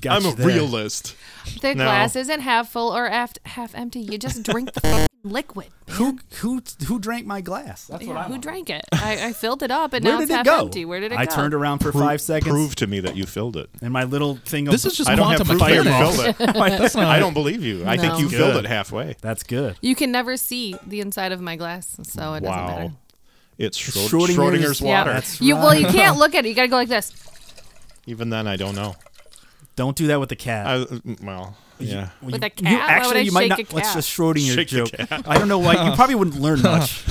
Speaker 2: got
Speaker 1: I'm
Speaker 2: you
Speaker 1: a
Speaker 2: there.
Speaker 1: realist.
Speaker 4: The
Speaker 1: No.
Speaker 4: glass isn't half full or half half empty. You just drink the f- liquid.
Speaker 2: Who who who drank my glass? That's
Speaker 4: Yeah, who drank it? I, I filled it up, and
Speaker 2: Where
Speaker 4: now
Speaker 2: did
Speaker 4: it's
Speaker 2: it
Speaker 4: half
Speaker 2: go?
Speaker 4: empty. Where did it
Speaker 2: I
Speaker 4: go?
Speaker 2: turned around for five seconds,
Speaker 1: Prove to me that you filled it.
Speaker 2: and my little thing.
Speaker 3: This
Speaker 2: of,
Speaker 3: is just
Speaker 1: I don't have
Speaker 3: quantum
Speaker 1: proof that you
Speaker 3: mechanics.
Speaker 1: filled it.
Speaker 3: That's not-
Speaker 1: I don't believe you. I think
Speaker 4: No.
Speaker 1: you filled
Speaker 2: Good.
Speaker 1: it halfway.
Speaker 2: That's good.
Speaker 4: You can never see the inside of my glass, so it doesn't matter.
Speaker 1: Wow. It's Schro-
Speaker 2: Schrodinger's-
Speaker 1: Schrodinger's
Speaker 2: Yeah.
Speaker 1: water.
Speaker 2: That's
Speaker 4: you well, you
Speaker 2: right.
Speaker 4: can't look at it. You gotta go like this.
Speaker 1: Even then, I don't know.
Speaker 2: Don't do that with the cat.
Speaker 1: I, well, yeah.
Speaker 2: Well,
Speaker 4: With
Speaker 2: you-
Speaker 4: a cat?
Speaker 2: you
Speaker 4: Why
Speaker 2: actually
Speaker 4: would I
Speaker 2: you might not.
Speaker 4: shake a
Speaker 2: Let's
Speaker 4: cat?
Speaker 2: just Schrodinger
Speaker 1: Shake a
Speaker 2: joke. I don't know why. You probably wouldn't learn much.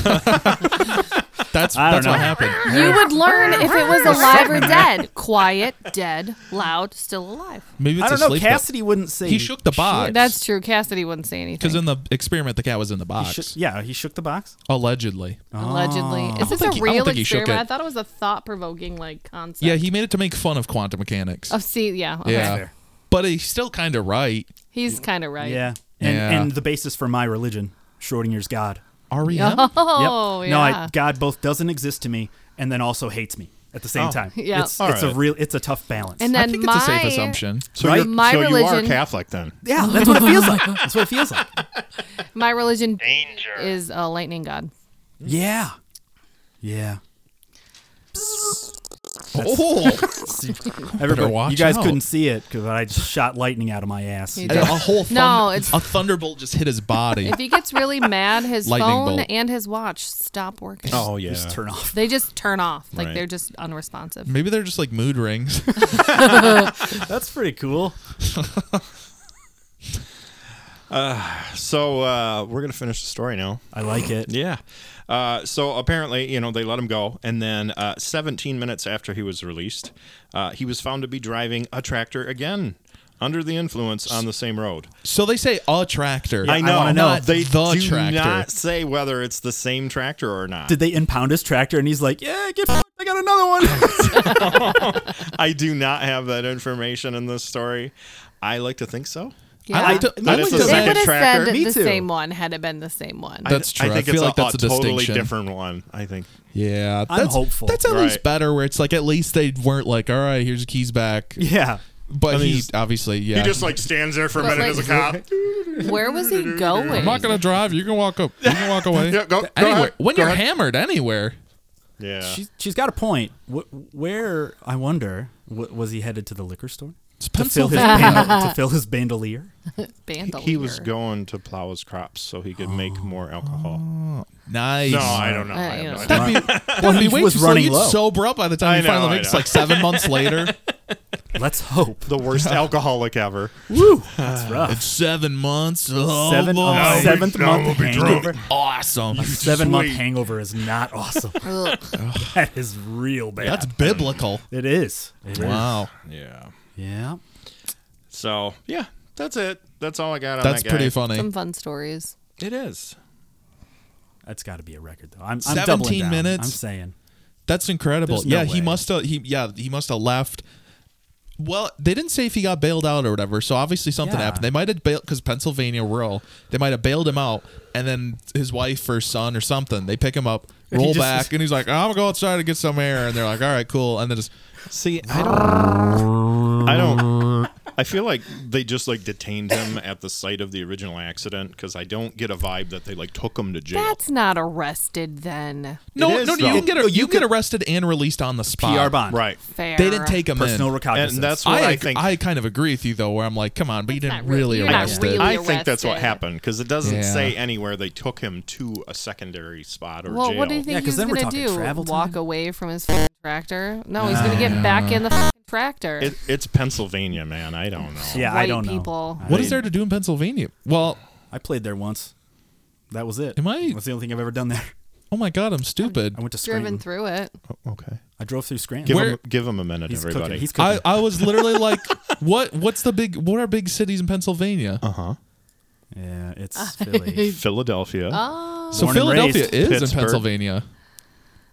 Speaker 3: That's
Speaker 2: I don't
Speaker 3: that's
Speaker 2: know.
Speaker 3: what happened.
Speaker 4: You would learn if it was alive or dead. Quiet, dead, loud, still alive.
Speaker 3: Maybe it's
Speaker 2: I
Speaker 3: a
Speaker 2: don't know.
Speaker 3: sleep
Speaker 2: Cassidy wouldn't say
Speaker 3: He shook the box.
Speaker 4: That's true. Cassidy wouldn't say anything.
Speaker 3: because in the experiment the cat was in the
Speaker 2: He
Speaker 3: box
Speaker 2: shook- yeah, he shook the box.
Speaker 3: allegedly.
Speaker 4: Allegedly, is this
Speaker 3: think
Speaker 4: a
Speaker 3: he- Ah. I don't
Speaker 4: real
Speaker 3: think he shook
Speaker 4: experiment? I
Speaker 3: it.
Speaker 4: thought it was a thought-provoking like concept.
Speaker 3: Yeah, he made it to make fun of quantum mechanics.
Speaker 4: Oh, see, yeah, okay.
Speaker 3: yeah,
Speaker 2: fair.
Speaker 3: but he's still kind of right.
Speaker 4: he's kind of right.
Speaker 2: Yeah, and
Speaker 3: Yeah.
Speaker 2: and the basis for my religion, Schrodinger's God.
Speaker 3: REM.
Speaker 2: Yep.
Speaker 4: Oh, yeah.
Speaker 2: No, I, God both doesn't exist to me and then also hates me at the same
Speaker 1: Oh.
Speaker 2: time.
Speaker 4: Yeah.
Speaker 2: It's,
Speaker 1: All
Speaker 2: it's a
Speaker 1: right.
Speaker 2: real. It's a tough balance.
Speaker 4: and
Speaker 3: I
Speaker 4: then
Speaker 3: think
Speaker 4: my,
Speaker 3: it's a safe assumption.
Speaker 1: So,
Speaker 2: Right?
Speaker 1: you're,
Speaker 4: My
Speaker 1: so you are
Speaker 4: religion-
Speaker 1: Catholic then.
Speaker 2: yeah, that's what it feels like. That's what it feels like.
Speaker 4: My religion is a lightning god.
Speaker 2: Yeah. Yeah.
Speaker 3: Oh,
Speaker 2: Everybody,
Speaker 3: watch
Speaker 2: you guys
Speaker 3: out.
Speaker 2: couldn't see it because I just shot lightning out of my ass.
Speaker 4: You
Speaker 3: And a whole thund-
Speaker 4: No, it's-
Speaker 3: a thunderbolt just hit his body.
Speaker 4: If he gets really mad, his
Speaker 3: Lightning
Speaker 4: phone
Speaker 3: bolt.
Speaker 4: and his watch stop working.
Speaker 1: Oh yeah.
Speaker 2: Just turn off.
Speaker 4: They just turn off. Like
Speaker 1: Right.
Speaker 4: they're just unresponsive.
Speaker 3: Maybe they're just like mood rings.
Speaker 2: That's pretty cool.
Speaker 1: So uh, we're gonna finish the story now.
Speaker 2: I like it.
Speaker 1: Yeah. Uh, so apparently, you know, they let him go, and then uh, 17 minutes after he was released, uh, he was found to be driving a tractor again under the influence on the same road.
Speaker 3: so they say a tractor.
Speaker 1: I know.
Speaker 2: wanna know.
Speaker 1: Not- They
Speaker 3: The
Speaker 1: do
Speaker 3: tractor.
Speaker 1: not say whether it's the same tractor or not.
Speaker 2: Did they impound his tractor? And he's like, "Yeah, get f- I got another one."
Speaker 1: I do not have that information in this story. I like to think so.
Speaker 4: Yeah.
Speaker 3: I like to. I
Speaker 1: That
Speaker 3: like
Speaker 1: is
Speaker 3: to
Speaker 1: the
Speaker 4: they
Speaker 1: second
Speaker 4: would
Speaker 3: think-
Speaker 4: have
Speaker 1: tracker.
Speaker 4: said
Speaker 2: Me
Speaker 4: the
Speaker 2: too.
Speaker 4: same one had it been the same one.
Speaker 1: I-
Speaker 3: That's
Speaker 1: I,
Speaker 3: true. I
Speaker 1: think
Speaker 3: feel
Speaker 1: it's
Speaker 3: like
Speaker 1: a,
Speaker 3: that's a
Speaker 1: totally
Speaker 3: distinction.
Speaker 1: different one. I think.
Speaker 3: yeah,
Speaker 2: I'm
Speaker 3: that's-
Speaker 2: hopeful.
Speaker 3: That's at least
Speaker 1: Right.
Speaker 3: better. Where it's like at least they weren't like, all right, here's the keys back.
Speaker 2: yeah.
Speaker 3: But
Speaker 1: I mean,
Speaker 3: he
Speaker 1: he's-
Speaker 3: obviously, yeah.
Speaker 1: He just like stands there for a
Speaker 4: But,
Speaker 1: minute
Speaker 4: like-
Speaker 1: as a cop.
Speaker 4: Where was he going?
Speaker 3: I'm not gonna drive. You can walk up. You can walk away.
Speaker 1: Yeah, go- go
Speaker 3: anywhere.
Speaker 1: ahead.
Speaker 3: When
Speaker 1: Go
Speaker 3: you're
Speaker 1: ahead.
Speaker 3: hammered, anywhere.
Speaker 1: Yeah.
Speaker 2: She's, she's got a point. Wh- where I wonder, w- was he headed to the liquor store?
Speaker 3: It's
Speaker 2: to fill his
Speaker 3: Pennsylvania.
Speaker 2: ban- to fill his bandolier.
Speaker 4: Bandolier.
Speaker 1: He was going to plow his crops so he could make more alcohol.
Speaker 3: Nice.
Speaker 1: No,
Speaker 2: Oh,
Speaker 1: I don't know.
Speaker 4: Uh,
Speaker 1: I have
Speaker 4: you
Speaker 1: no
Speaker 4: know.
Speaker 1: idea.
Speaker 3: That'd be, that'd
Speaker 2: he
Speaker 3: be way
Speaker 2: was
Speaker 3: too slow.
Speaker 2: running
Speaker 3: You'd
Speaker 2: low.
Speaker 3: sober up by the time
Speaker 1: I
Speaker 3: you
Speaker 1: know,
Speaker 3: finally
Speaker 1: I
Speaker 3: make it. It's
Speaker 1: know.
Speaker 3: like seven months later.
Speaker 2: Let's hope.
Speaker 1: The worst alcoholic ever.
Speaker 2: Woo, that's rough.
Speaker 3: Seven months. Oh,
Speaker 2: Seven
Speaker 3: boy.
Speaker 2: a seventh
Speaker 1: no,
Speaker 2: month
Speaker 1: we'll be
Speaker 2: hangover.
Speaker 3: Awesome.
Speaker 2: A seven month hangover is not awesome. that is real bad.
Speaker 3: That's biblical.
Speaker 2: it is. It is.
Speaker 3: Wow.
Speaker 1: Yeah.
Speaker 2: Yeah.
Speaker 1: So yeah, that's it. That's all I got on
Speaker 3: That's
Speaker 1: that guy.
Speaker 3: pretty funny.
Speaker 4: Some fun stories.
Speaker 1: It is.
Speaker 2: That's got to be a record though. I'm, I'm
Speaker 3: 17
Speaker 2: doubling down.
Speaker 3: minutes.
Speaker 2: I'm saying.
Speaker 3: That's incredible.
Speaker 2: There's no
Speaker 3: yeah,
Speaker 2: way.
Speaker 3: he must have. He yeah, he must have left. Well, they didn't say if he got bailed out or whatever. So obviously something
Speaker 2: Yeah.
Speaker 3: happened. They might have bailed because Pennsylvania rural. They might have bailed him out, and then his wife or son or something. They pick him up,
Speaker 2: And he
Speaker 3: roll
Speaker 2: just-
Speaker 3: back, and he's like, "I'm gonna go outside and get some air." And they're like, "All right, cool." And then just
Speaker 1: See, I don't. I don't.
Speaker 3: Uh-huh.
Speaker 1: I feel like they just like detained him at the site of the original accident because I don't get a vibe that they like took him to jail.
Speaker 4: That's not arrested then.
Speaker 3: no,
Speaker 1: is,
Speaker 3: no, no, you
Speaker 1: though.
Speaker 3: can get you, can get arrested and released on the spot.
Speaker 2: PR bond.
Speaker 1: right.
Speaker 4: Fair.
Speaker 3: They didn't take him
Speaker 2: Personal
Speaker 3: in.
Speaker 2: recognizance.
Speaker 1: And that's what
Speaker 3: I,
Speaker 1: I,
Speaker 3: ag-
Speaker 1: think.
Speaker 3: I kind of agree with you though, where I'm like, come on, but you
Speaker 4: That's
Speaker 3: didn't
Speaker 4: not re-
Speaker 3: really
Speaker 4: you're not
Speaker 3: arrest
Speaker 4: really
Speaker 3: it.
Speaker 1: I think that's what
Speaker 4: arrested.
Speaker 1: happened because it doesn't
Speaker 3: Yeah.
Speaker 1: say anywhere they took him to a secondary spot or
Speaker 4: Well,
Speaker 1: jail.
Speaker 4: what do you think
Speaker 2: Yeah,
Speaker 4: he
Speaker 2: 'cause
Speaker 4: was
Speaker 2: then we're
Speaker 4: gonna
Speaker 2: talking
Speaker 4: do?
Speaker 2: travel
Speaker 4: Walk
Speaker 2: time.
Speaker 4: away from his f***ing tractor? No, he's gonna get back
Speaker 2: Ah.
Speaker 4: in the f***ing tractor.
Speaker 1: It, it's Pennsylvania, man. I don't know.
Speaker 2: yeah, I
Speaker 4: White
Speaker 2: don't know.
Speaker 4: people.
Speaker 2: I
Speaker 3: What is
Speaker 2: mean,
Speaker 3: there to do in Pennsylvania? Well,
Speaker 2: I played there once. That was it.
Speaker 3: Am I-
Speaker 2: That's the only thing I've ever done there.
Speaker 3: oh my God, I'm stupid.
Speaker 2: I went to Scranton.
Speaker 4: driven through it.
Speaker 1: Okay.
Speaker 2: I drove through Scranton.
Speaker 1: Give
Speaker 3: Where-
Speaker 1: him give him a minute,
Speaker 2: He's
Speaker 1: everybody.
Speaker 2: cooking. He's cooking.
Speaker 3: I, I was literally like, what? What's the big? What are big cities in Pennsylvania?
Speaker 2: yeah, it's Philly.
Speaker 1: Philadelphia.
Speaker 4: Oh,
Speaker 3: so
Speaker 2: born and
Speaker 3: Philadelphia
Speaker 2: raised
Speaker 3: is in
Speaker 1: Pittsburgh.
Speaker 3: Pennsylvania.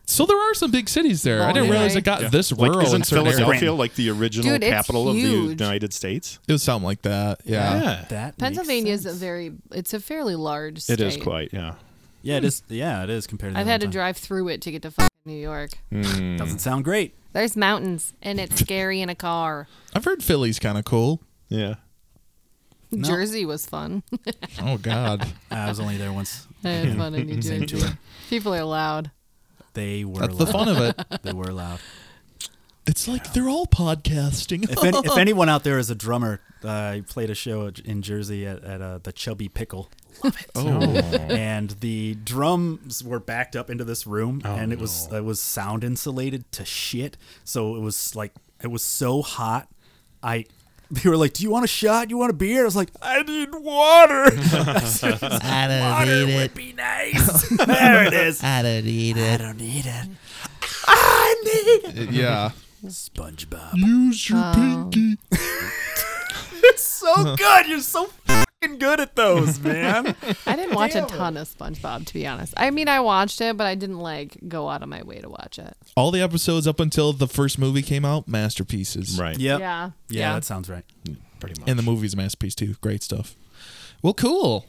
Speaker 3: So there are some big cities there. I didn't
Speaker 4: Yeah.
Speaker 3: realize it got this rural
Speaker 1: like,
Speaker 3: in
Speaker 1: isn't
Speaker 3: certain areas.
Speaker 1: Philadelphia
Speaker 2: Scranton.
Speaker 1: like the original
Speaker 4: Dude, it's
Speaker 1: capital of the
Speaker 4: huge.
Speaker 1: United States?
Speaker 3: It was something like that. Yeah.
Speaker 2: That makes
Speaker 4: Pennsylvania is a
Speaker 2: sense.
Speaker 4: very. It's a fairly large.
Speaker 1: It
Speaker 4: State.
Speaker 1: is quite, yeah.
Speaker 2: Yeah, it is. Yeah, it is compared to. the
Speaker 4: I've had to
Speaker 2: other time.
Speaker 4: drive through it to get to f***ing New York.
Speaker 2: Doesn't sound great.
Speaker 4: There's mountains and it's scary in a car.
Speaker 3: I've heard Philly's kind of cool.
Speaker 1: Yeah.
Speaker 4: Jersey was fun.
Speaker 3: Oh God,
Speaker 2: I was only there once.
Speaker 4: I had fun in New
Speaker 2: Same
Speaker 4: Jersey.
Speaker 2: tour.
Speaker 4: People are loud.
Speaker 2: They were
Speaker 3: that's
Speaker 2: loud.
Speaker 3: the fun of it.
Speaker 2: They were loud.
Speaker 3: It's like they're all podcasting.
Speaker 2: If, any, if anyone out there is a drummer, uh, I played a show at- in Jersey at, at uh, the Chubby Pickle.
Speaker 1: Oh.
Speaker 2: and the drums were backed up into this room and it was it was sound insulated to shit so it was like it was so hot i they were like, "Do you want a shot? You want a beer?" I was like, "I need water. I don't water need would be nice. there it is. I don't need it. I don't need it. I need it.
Speaker 3: yeah.
Speaker 2: SpongeBob.
Speaker 3: Use your
Speaker 4: Oh.
Speaker 3: pinky.
Speaker 2: It's so good. You're so fucking good at those, man.
Speaker 4: I didn't watch a ton of SpongeBob, to be honest. I mean, I watched it, but I didn't like go out of my way to watch it.
Speaker 3: All the episodes up until the first movie came out, masterpieces.
Speaker 1: Right.
Speaker 2: Yep. Yeah.
Speaker 4: Yeah.
Speaker 2: Yeah, that sounds right.
Speaker 1: Pretty much.
Speaker 3: And the movie's a masterpiece too. Great stuff. Well, cool.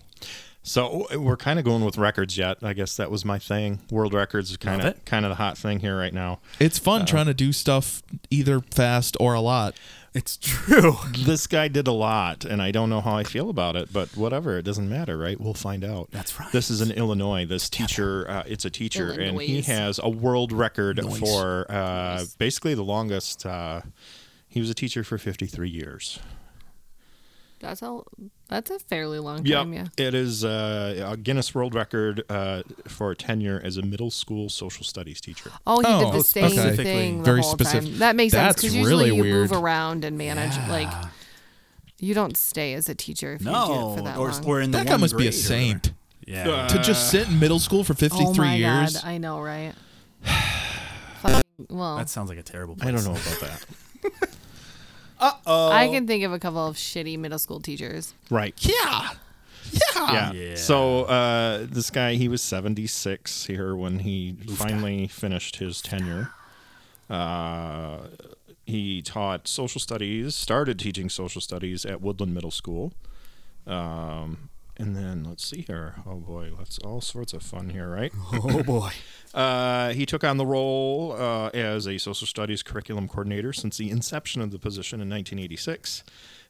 Speaker 1: So we're kind of going with records yet. I guess that was my thing. World records is kind
Speaker 2: Love
Speaker 1: of
Speaker 2: it.
Speaker 1: kind of the hot thing here right now.
Speaker 3: It's
Speaker 1: Uh,
Speaker 3: fun trying to do stuff either fast or a lot.
Speaker 2: It's true.
Speaker 1: This guy did a lot, and I don't know how I feel about it, but whatever. It doesn't matter, right? We'll find out.
Speaker 2: That's right.
Speaker 1: This is in Illinois. This teacher, uh, it's a teacher, and he
Speaker 4: Illinois.
Speaker 1: has a world record for uh, basically the longest. Uh, he was a teacher for 53 years.
Speaker 4: That's a that's a fairly long
Speaker 1: Yep.
Speaker 4: time. Yeah.
Speaker 1: It is uh, a Guinness World Record uh, for tenure as a middle school social studies teacher.
Speaker 4: Oh, he
Speaker 3: Oh,
Speaker 4: did the same
Speaker 3: okay.
Speaker 4: thing the
Speaker 3: Very
Speaker 4: whole
Speaker 3: specific.
Speaker 4: time. That makes sense
Speaker 3: That's
Speaker 4: because usually
Speaker 3: really
Speaker 4: you
Speaker 3: weird.
Speaker 4: move around and manage like. You don't stay as a teacher if you do it for
Speaker 2: No,
Speaker 4: that
Speaker 2: or,
Speaker 4: long.
Speaker 2: or in the
Speaker 3: That guy
Speaker 2: one
Speaker 3: must be a
Speaker 2: grade or
Speaker 3: saint
Speaker 2: whatever. Yeah.
Speaker 3: to just
Speaker 1: Uh,
Speaker 3: sit in middle school for 53
Speaker 4: oh my
Speaker 3: years.
Speaker 4: god, I know, right? Fucking, well,
Speaker 2: That sounds like a terrible place.
Speaker 1: I don't know about that.
Speaker 4: I can think of a couple of shitty middle school teachers.
Speaker 1: right.
Speaker 3: yeah. Yeah.
Speaker 1: yeah.
Speaker 2: Yeah.
Speaker 1: So uh, this guy, he was 76 here when he finally finished his tenure. Uh, he taught social studies, started teaching social studies at Woodland Middle School. Um, and then let's see here. Oh boy, that's all sorts of fun here, right?
Speaker 2: Oh boy.
Speaker 1: Uh, he took on the role uh, as a social studies curriculum coordinator since the inception of the position in 1986.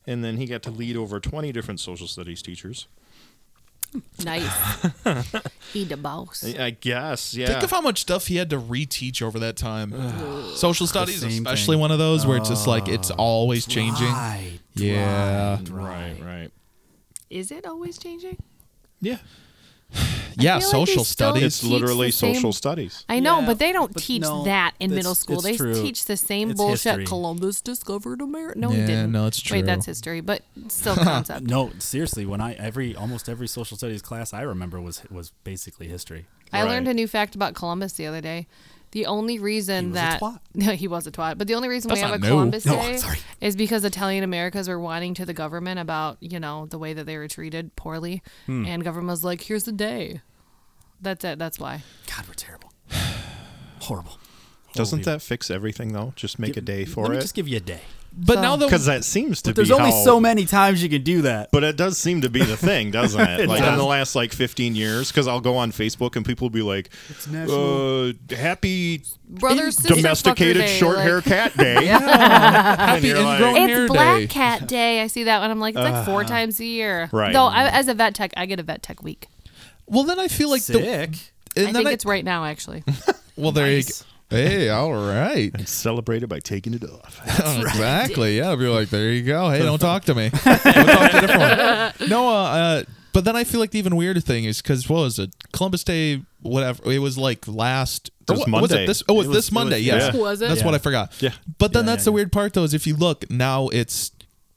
Speaker 1: And then he got to lead over 20 different social studies teachers.
Speaker 4: Nice. he the boss.
Speaker 1: I guess, yeah.
Speaker 3: Think of how much stuff he had to reteach over that time. Social studies,
Speaker 2: The same
Speaker 3: especially
Speaker 2: thing.
Speaker 3: one of those where it's just like it's always changing.
Speaker 2: Right.
Speaker 3: Yeah.
Speaker 1: right, right.
Speaker 4: Is it always changing?
Speaker 1: Yeah.
Speaker 3: Yeah,
Speaker 4: feel like
Speaker 3: social
Speaker 4: they still-
Speaker 3: studies.
Speaker 1: It's
Speaker 4: teach
Speaker 1: literally
Speaker 4: the same-
Speaker 1: social studies.
Speaker 4: I know,
Speaker 2: Yeah,
Speaker 4: but they don't
Speaker 2: but
Speaker 4: teach
Speaker 2: no,
Speaker 4: that in
Speaker 2: that's-
Speaker 4: middle school.
Speaker 2: it's
Speaker 4: They
Speaker 2: true.
Speaker 4: teach the same
Speaker 2: It's
Speaker 4: bullshit.
Speaker 2: history.
Speaker 4: Columbus discovered America. No,
Speaker 3: Yeah,
Speaker 4: he didn't.
Speaker 3: no, it's
Speaker 4: Wait,
Speaker 3: true.
Speaker 4: that's history, but still concept.
Speaker 2: No, seriously, when I every almost every social studies class I remember was was basically history.
Speaker 4: I learned
Speaker 1: Right.
Speaker 4: a new fact about Columbus the other day. The only reason
Speaker 2: was a
Speaker 4: that
Speaker 2: twat.
Speaker 4: no, he was a twat, but the only reason
Speaker 3: That's
Speaker 4: we have a
Speaker 3: not new.
Speaker 4: Columbus
Speaker 2: No,
Speaker 4: Day
Speaker 2: sorry.
Speaker 4: is because Italian Americans were whining to the government about you know the way that they were treated poorly, and government was like, "Here's the day." That's it. That's why.
Speaker 2: God, we're terrible. Horrible.
Speaker 1: Doesn't
Speaker 2: Horrible
Speaker 1: that fix everything though? Just make a day
Speaker 2: people.
Speaker 1: for
Speaker 2: Let me
Speaker 1: it.
Speaker 2: just give you a day.
Speaker 3: but
Speaker 4: So-
Speaker 3: now that
Speaker 1: Because that seems to be.
Speaker 2: There's only
Speaker 1: how-
Speaker 2: so many times you can do that.
Speaker 1: But it does seem to be the thing, doesn't it? like in
Speaker 2: does.
Speaker 1: the last like 15 years, because I'll go on Facebook and people will be like, uh, "Happy
Speaker 4: Brother, sister,
Speaker 1: domesticated
Speaker 4: fucker day,
Speaker 1: short
Speaker 4: like-
Speaker 1: hair cat day." and
Speaker 3: Happy
Speaker 1: you're
Speaker 3: ingrown-
Speaker 1: like,
Speaker 4: It's
Speaker 3: Hair
Speaker 4: Black
Speaker 3: Day.
Speaker 4: Cat Day. I see that one. I'm like, it's like four times a year.
Speaker 1: Right.
Speaker 4: Though, I, as a vet tech, I get a vet tech week.
Speaker 3: well then I feel like the
Speaker 2: Sick.
Speaker 3: and
Speaker 4: I
Speaker 3: then
Speaker 4: think it's right now, actually.
Speaker 3: well there you go. Hey, all right.
Speaker 1: It's celebrated by taking it off.
Speaker 3: Exactly. Yeah. Be like, there you go. Hey, don't talk to me. Go talk to a different one. No. Uh, uh, but then I feel like the even weirder thing is because what was it? Columbus Day, whatever. It was like last.
Speaker 1: This
Speaker 3: or what- Was
Speaker 1: Monday.
Speaker 3: it this? Oh, it was,
Speaker 2: It was-
Speaker 3: this
Speaker 2: it was-
Speaker 3: Monday. yes.
Speaker 1: yeah.
Speaker 4: Was it?
Speaker 3: That's what
Speaker 2: Yeah.
Speaker 3: I forgot.
Speaker 1: Yeah.
Speaker 3: But then
Speaker 2: Yeah,
Speaker 3: that's
Speaker 2: yeah,
Speaker 3: the
Speaker 2: yeah.
Speaker 3: weird part though is if you look now it's.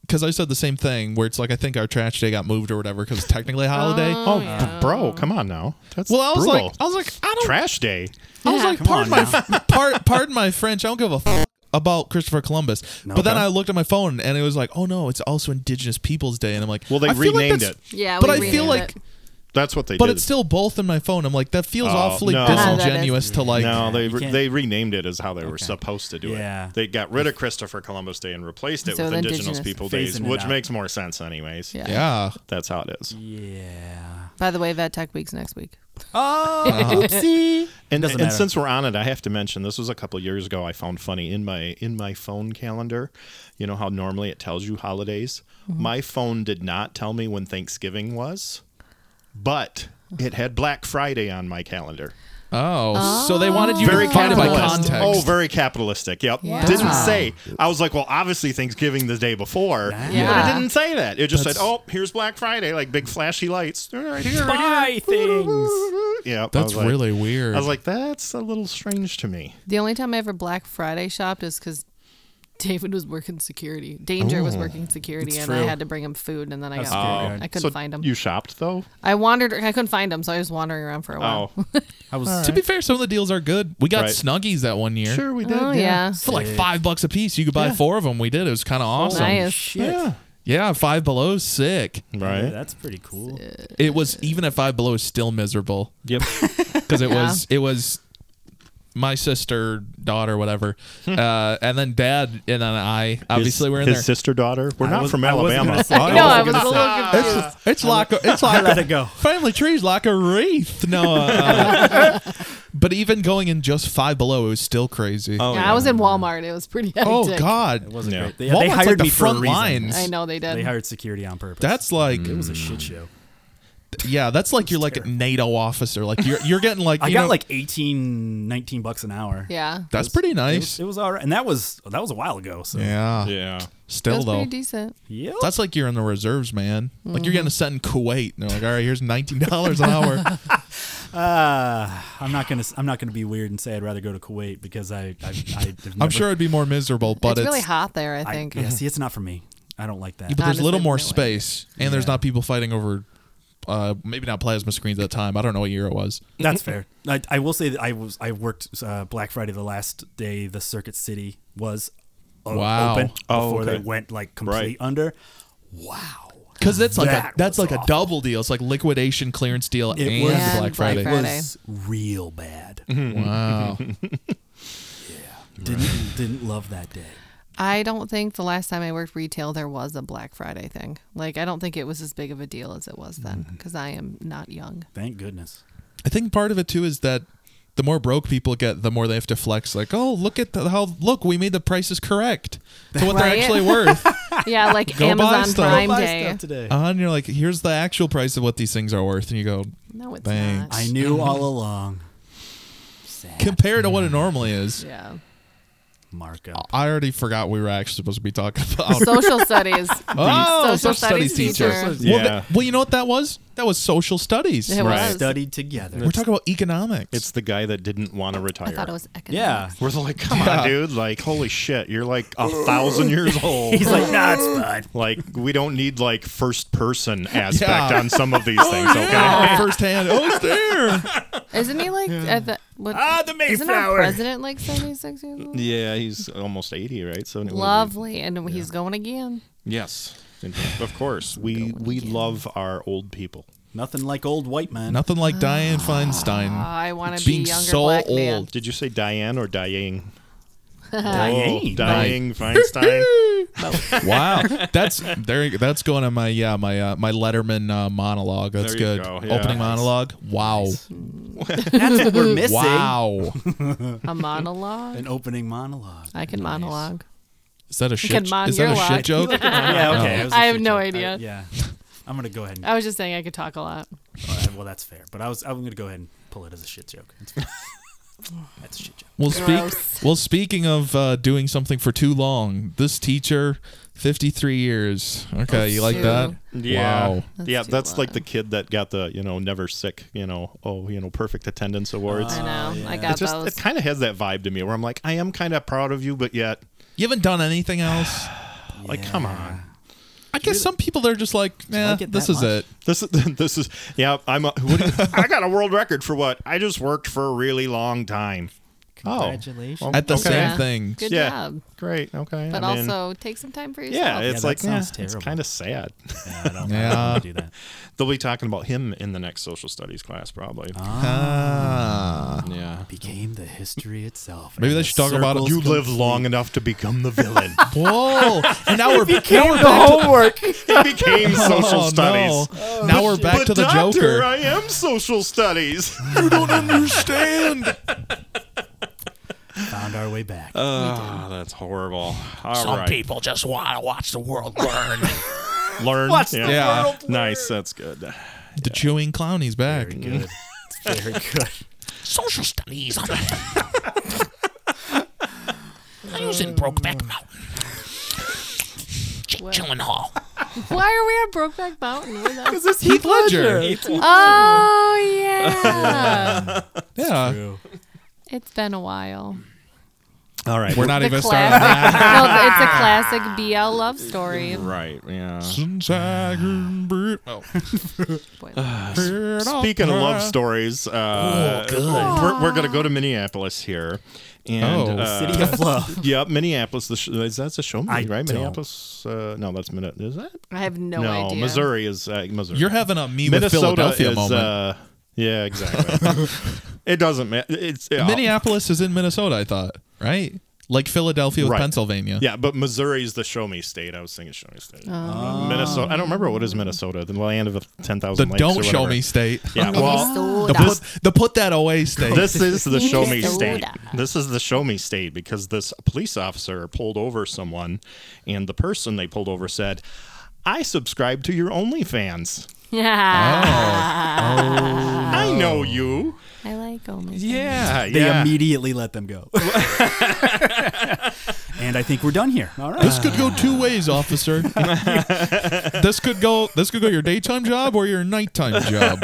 Speaker 3: Because I said the same thing, where it's like I think our trash day got moved or whatever, because it's technically a holiday.
Speaker 1: Oh, b- bro, come on now. That's
Speaker 3: well, I was
Speaker 1: brutal.
Speaker 3: like, I was like, I don't
Speaker 1: Trash day.
Speaker 3: I was
Speaker 4: Yeah.
Speaker 3: like,
Speaker 4: Come
Speaker 3: pardon
Speaker 2: on
Speaker 3: my, part, pardon my French. I don't give a f- about Christopher Columbus. but then I looked at my phone and it was like, oh no, it's also Indigenous Peoples Day, and I'm like,
Speaker 1: Well, they
Speaker 3: I feel like
Speaker 1: renamed
Speaker 3: that's-
Speaker 1: it.
Speaker 4: Yeah,
Speaker 3: but
Speaker 4: we
Speaker 3: I feel
Speaker 4: Oh, renamed
Speaker 3: like,
Speaker 4: it.
Speaker 1: That's what they
Speaker 3: but
Speaker 1: did.
Speaker 3: it's still both in my phone. I'm like, that feels
Speaker 1: Oh,
Speaker 3: awfully
Speaker 1: no. Yeah,
Speaker 4: that is-
Speaker 3: disingenuous to like.
Speaker 1: no, they
Speaker 2: you can't-
Speaker 1: they renamed it as how they were supposed to do
Speaker 2: Yeah.
Speaker 1: it. They got rid of Christopher Columbus Day and replaced it
Speaker 4: So
Speaker 1: with
Speaker 4: the
Speaker 1: Indigenous,
Speaker 4: Indigenous-
Speaker 1: People
Speaker 2: Phasing
Speaker 1: Days,
Speaker 2: it
Speaker 1: which
Speaker 2: out.
Speaker 1: makes more sense, anyways.
Speaker 4: Yeah.
Speaker 3: Yeah.
Speaker 1: That's how it is.
Speaker 2: Yeah.
Speaker 4: By the way, Vet Tech Week's next week.
Speaker 2: Oh, oopsie.
Speaker 1: And,
Speaker 2: Doesn't
Speaker 1: and
Speaker 2: matter.
Speaker 1: since we're on it, I have to mention this was a couple years ago. I found funny in my in my phone calendar. You know how normally it tells you holidays.
Speaker 4: Mm-hmm.
Speaker 1: My phone did not tell me when Thanksgiving was, but it had Black Friday on my calendar.
Speaker 3: Oh, so they wanted you
Speaker 1: very
Speaker 3: to find it by
Speaker 1: capitalist.
Speaker 3: context.
Speaker 1: Oh, very capitalistic. Yep.
Speaker 4: Wow.
Speaker 1: Didn't say. I was like, well, obviously Thanksgiving the day before, but
Speaker 4: Yeah.
Speaker 1: it didn't say that. It just
Speaker 3: That's-
Speaker 1: said, oh, here's Black Friday, like big flashy lights. They're Right here.
Speaker 2: Buy things.
Speaker 1: Yeah. I
Speaker 3: That's
Speaker 1: was like-
Speaker 3: really weird.
Speaker 1: I was like, that's a little strange to me.
Speaker 4: The only time I ever Black Friday shopped is because David was working security. Danger was working security, and I
Speaker 2: true.
Speaker 4: had to bring him food, and then I
Speaker 2: That's
Speaker 4: got.
Speaker 2: true, yeah.
Speaker 4: I couldn't
Speaker 1: So
Speaker 4: find him.
Speaker 1: You shopped though.
Speaker 4: I wandered. I couldn't find him, so I was wandering around for a while.
Speaker 1: Oh,
Speaker 2: I was
Speaker 3: to be fair, some of the deals are good. We got
Speaker 1: Right.
Speaker 3: Snuggies that one year.
Speaker 1: sure we did.
Speaker 4: Oh, yeah.
Speaker 3: For like five bucks a piece, you could buy four of them. We did. It was kind of awesome.
Speaker 4: Nice.
Speaker 2: shit.
Speaker 3: Yeah, five below, sick.
Speaker 2: Yeah,
Speaker 1: Right.
Speaker 2: that's pretty cool.
Speaker 3: It was even at five below, it was still miserable.
Speaker 1: Yep.
Speaker 3: because it was it was my sister, daughter, whatever,
Speaker 2: Hmm.
Speaker 3: uh, and then dad, and then I. Obviously, we're in
Speaker 1: his
Speaker 3: there.
Speaker 1: sister daughter. We're
Speaker 2: I
Speaker 1: not
Speaker 2: was-
Speaker 1: from
Speaker 2: I wasn't
Speaker 1: Alabama.
Speaker 2: gonna say- I
Speaker 4: No, I
Speaker 2: wasn't
Speaker 4: was a
Speaker 2: gonna say-
Speaker 4: little confused.
Speaker 3: it's like a, it's like
Speaker 2: let it go.
Speaker 3: family trees like a wreath. No, uh, but even going in just five below, it was still crazy.
Speaker 1: Oh,
Speaker 4: Yeah, I was in Walmart. It was pretty hectic.
Speaker 3: Oh, God,
Speaker 2: It wasn't
Speaker 1: Yeah.
Speaker 2: great. They,
Speaker 3: Walmart's
Speaker 2: they hired
Speaker 3: like the
Speaker 2: me for
Speaker 3: front
Speaker 2: a reason.
Speaker 3: lines.
Speaker 4: I know they did.
Speaker 2: They hired security on purpose.
Speaker 3: That's like
Speaker 2: it was a shit show.
Speaker 3: yeah, that's like you're like a NATO officer. Like you're you're getting like
Speaker 2: Mm-hmm. I
Speaker 3: you
Speaker 2: got
Speaker 3: know-
Speaker 2: like 18, 19 bucks an hour.
Speaker 4: yeah.
Speaker 3: that's pretty
Speaker 2: It
Speaker 3: nice.
Speaker 2: was, it was all right, and that was that was a while ago. So
Speaker 3: yeah.
Speaker 1: yeah.
Speaker 3: still
Speaker 4: That's
Speaker 3: though.
Speaker 4: pretty decent.
Speaker 2: Yep.
Speaker 3: That's like you're in the reserves, man. Like you're getting sent in Kuwait, and they're like, "All right, here's nineteen dollars an hour."
Speaker 2: Uh, I'm not gonna I'm not gonna be weird and say I'd rather go to Kuwait because I I, I have
Speaker 3: I'm
Speaker 2: never-
Speaker 3: sure it'd be more miserable, but
Speaker 4: it's,
Speaker 3: it's,
Speaker 4: really hot there. I
Speaker 2: I
Speaker 4: think.
Speaker 2: yeah, see, it's not for me. I don't like that.
Speaker 3: but there's a little
Speaker 4: Honestly,
Speaker 3: more
Speaker 4: no way.
Speaker 3: space, and there's not people fighting over, uh, maybe not plasma screens at the time. I don't know what year it was.
Speaker 2: That's fair. I, I will say that I was I worked uh, Black Friday the last day the Circuit City was o-
Speaker 3: Wow.
Speaker 2: open
Speaker 1: Oh,
Speaker 2: before
Speaker 1: okay.
Speaker 2: they went like complete
Speaker 1: Right.
Speaker 2: under. Wow.
Speaker 3: Because that's like
Speaker 2: That
Speaker 3: a, that's
Speaker 2: was
Speaker 3: like a
Speaker 2: awful.
Speaker 3: double deal. It's like liquidation, clearance deal, and
Speaker 2: was-
Speaker 4: And
Speaker 3: Black
Speaker 4: Black
Speaker 3: Friday.
Speaker 2: It
Speaker 4: Friday.
Speaker 2: was real bad.
Speaker 1: Mm-hmm.
Speaker 3: Wow.
Speaker 2: Didn't didn't love that day.
Speaker 4: I don't think the last time I worked retail there was a Black Friday thing. Like I don't think it was as big of a deal as it was then
Speaker 3: Mm-hmm.
Speaker 4: because I am not young.
Speaker 2: Thank goodness.
Speaker 3: I think part of it too is that the more broke people get, the more they have to flex. Like, oh, look at the, how look we made the prices correct to what
Speaker 4: Right.
Speaker 3: they're actually worth.
Speaker 4: Yeah, like
Speaker 3: Go buy
Speaker 4: Amazon
Speaker 3: stuff.
Speaker 4: Prime
Speaker 2: Buy
Speaker 4: Day.
Speaker 2: stuff today.
Speaker 3: Uh, and you're like, here's the actual price of what these things are worth, and you go
Speaker 4: No, it's
Speaker 3: Thanks.
Speaker 2: I knew all along.
Speaker 3: compare to what
Speaker 1: Mm.
Speaker 3: it normally is.
Speaker 4: not. Yeah.
Speaker 2: Markup.
Speaker 3: I already forgot we were actually supposed to be talking about.
Speaker 4: Social studies.
Speaker 3: oh,
Speaker 4: social studies teacher.
Speaker 3: Well,
Speaker 1: Yeah.
Speaker 3: that- well, you know what that was? That was social studies.
Speaker 4: It
Speaker 1: Right.
Speaker 4: was.
Speaker 2: Studied together.
Speaker 3: We're talking about economics.
Speaker 1: It's the guy that didn't want to retire.
Speaker 4: I thought it was economics.
Speaker 2: yeah.
Speaker 1: We're like, come
Speaker 3: Yeah.
Speaker 1: on, dude. Like, holy shit, you're like a thousand years old.
Speaker 2: He's like, nah, it's fine.
Speaker 1: like, we don't need like first person aspect
Speaker 3: Yeah. Oh,
Speaker 1: on some of these things, okay?
Speaker 3: yeah, firsthand. Oh, it's there.
Speaker 4: Isn't he like at the what,
Speaker 2: Ah, the
Speaker 4: Isn't our
Speaker 2: Mayflower.
Speaker 4: president like seventy six years old?
Speaker 1: Yeah, he's almost 80, right? So
Speaker 4: Lovely, and he's going again.
Speaker 1: Yes. Of course. We we love our old people.
Speaker 2: Nothing like old white man.
Speaker 3: Nothing like Diane Feinstein.
Speaker 4: I wanna be
Speaker 3: being
Speaker 4: younger
Speaker 3: so
Speaker 4: black
Speaker 3: old.
Speaker 4: man.
Speaker 1: Did you say Diane or Dying?
Speaker 2: Dying.
Speaker 1: Dying Feinstein.
Speaker 3: Wow, that's there. you- That's going on my yeah my uh, my Letterman uh, monologue. That's
Speaker 1: There you
Speaker 3: good.
Speaker 1: go, yeah.
Speaker 3: Opening monologue. Wow.
Speaker 2: That's what we're missing.
Speaker 3: Wow.
Speaker 4: A monologue.
Speaker 2: An opening monologue.
Speaker 4: I can monologue.
Speaker 3: Is that
Speaker 4: can
Speaker 3: a shit?
Speaker 4: mon
Speaker 3: Is that
Speaker 4: your
Speaker 3: a
Speaker 4: lie.
Speaker 3: shit joke?
Speaker 2: yeah, okay. it was a
Speaker 4: I have
Speaker 2: shit
Speaker 4: no
Speaker 2: joke.
Speaker 4: idea.
Speaker 2: yeah. I'm going to go ahead and.
Speaker 4: I was just saying I could talk a lot.
Speaker 2: uh, well, that's fair. But I was, I'm going to go ahead and pull it as a shit joke. It's fine. that's a shit joke.
Speaker 3: Well,
Speaker 4: Gross.
Speaker 3: speak. Well, speaking of uh, doing something for too long, this teacher, fifty-three years. Okay, you like
Speaker 4: Shoot.
Speaker 3: that?
Speaker 1: Yeah.
Speaker 3: Wow.
Speaker 4: That's
Speaker 1: yeah,
Speaker 4: too
Speaker 1: that's like
Speaker 4: loud.
Speaker 1: the kid that got the, you know, never sick, you know, oh, you know, perfect attendance awards.
Speaker 4: I
Speaker 3: Oh,
Speaker 4: know. I got
Speaker 1: it just
Speaker 4: those.
Speaker 1: it kind of has that vibe to me where I'm like, I am kind of proud of you, but yet,
Speaker 3: You haven't done anything else.
Speaker 1: like, come on.
Speaker 2: Oh.
Speaker 3: I guess some people they're just like, nah,
Speaker 2: like it
Speaker 3: this
Speaker 2: that
Speaker 3: is
Speaker 2: much?
Speaker 3: it.
Speaker 1: This is this is yeah. I'm a, what do you- I got a world record for what I just worked for a really long time.
Speaker 2: Congratulations.
Speaker 1: Oh,
Speaker 3: At the
Speaker 1: okay.
Speaker 3: same
Speaker 4: Yeah.
Speaker 3: thing.
Speaker 4: Good
Speaker 1: Yeah.
Speaker 4: job.
Speaker 1: Great. Okay.
Speaker 4: But
Speaker 1: I mean,
Speaker 4: also take some time for yourself.
Speaker 1: yeah, it's
Speaker 2: that
Speaker 1: like yeah,
Speaker 2: sounds
Speaker 1: it's
Speaker 2: terrible.
Speaker 1: kind of sad.
Speaker 2: Yeah, I don't,
Speaker 3: Yeah.
Speaker 2: I don't do that.
Speaker 1: They'll be talking about him in the next social studies class, probably.
Speaker 3: Ah.
Speaker 1: yeah.
Speaker 2: Became the history itself.
Speaker 3: Maybe
Speaker 2: and
Speaker 3: they
Speaker 2: the
Speaker 3: should talk about it.
Speaker 1: You live long enough to become the villain.
Speaker 3: Whoa! And now we're back.
Speaker 2: Came the homework.
Speaker 1: he became social
Speaker 3: oh,
Speaker 1: studies.
Speaker 3: No. Now we're back
Speaker 1: but
Speaker 3: to the
Speaker 1: doctor,
Speaker 3: Joker.
Speaker 1: I am social studies.
Speaker 3: understand.
Speaker 2: Found our way back.
Speaker 3: Uh,
Speaker 1: Ah, that's horrible. All right,
Speaker 5: Some people just want to watch the world burn.
Speaker 1: learn. yeah.
Speaker 3: Yeah.
Speaker 1: Nice. That's good.
Speaker 3: The chewing clowny's back.
Speaker 2: good. Very good.
Speaker 5: Social studies. I was in Brokeback Mountain. Jake
Speaker 4: Well.
Speaker 5: Gyllenhaal.
Speaker 4: Why are we at Brokeback Mountain? We're not-
Speaker 2: This
Speaker 3: Heath Ledger.
Speaker 4: oh yeah.
Speaker 3: Yeah,
Speaker 4: it's been a while.
Speaker 1: All right.
Speaker 3: we're not
Speaker 4: The
Speaker 3: even starting that.
Speaker 4: classic. no, it's a classic BL love story.
Speaker 1: right. Yeah.
Speaker 3: Oh.
Speaker 1: Speaking of love stories, uh, We're, we're gonna go to Minneapolis here, and
Speaker 3: Oh.
Speaker 1: uh,
Speaker 2: City of Love.
Speaker 1: yeah, Minneapolis. The sh- is that's a show movie,
Speaker 2: I
Speaker 1: right?
Speaker 2: don't-
Speaker 1: Minneapolis. Uh, no, that's Minne- Is that
Speaker 4: I have no, idea.
Speaker 1: Missouri is uh, Missouri.
Speaker 3: You're having a me with
Speaker 1: Minnesota
Speaker 3: Philadelphia
Speaker 1: is.
Speaker 3: moment.
Speaker 1: Uh, yeah, exactly. it doesn't matter. It's yeah.
Speaker 3: Minneapolis is in Minnesota, I thought, right? Like Philadelphia with
Speaker 1: Right.
Speaker 3: Pennsylvania.
Speaker 1: Yeah, but Missouri's the show me state. I was thinking show me state. Minnesota. I don't remember what is Minnesota. The land of ten
Speaker 3: The
Speaker 1: thousand.
Speaker 3: don't show me state.
Speaker 1: Yeah. Well,
Speaker 4: Minnesota.
Speaker 3: The put, the put that away state.
Speaker 1: this is the show me
Speaker 4: Minnesota.
Speaker 1: state. This is the show me state because this police officer pulled over someone, and the person they pulled over said, "I subscribe to your OnlyFans.
Speaker 3: Oh,
Speaker 4: Yeah.
Speaker 1: I know you.
Speaker 4: I like only.
Speaker 1: Yeah,
Speaker 2: They
Speaker 1: yeah.
Speaker 2: immediately let them go. and I think we're done here. All right.
Speaker 3: This could go two ways, officer. this could go this could go your daytime job or your nighttime job.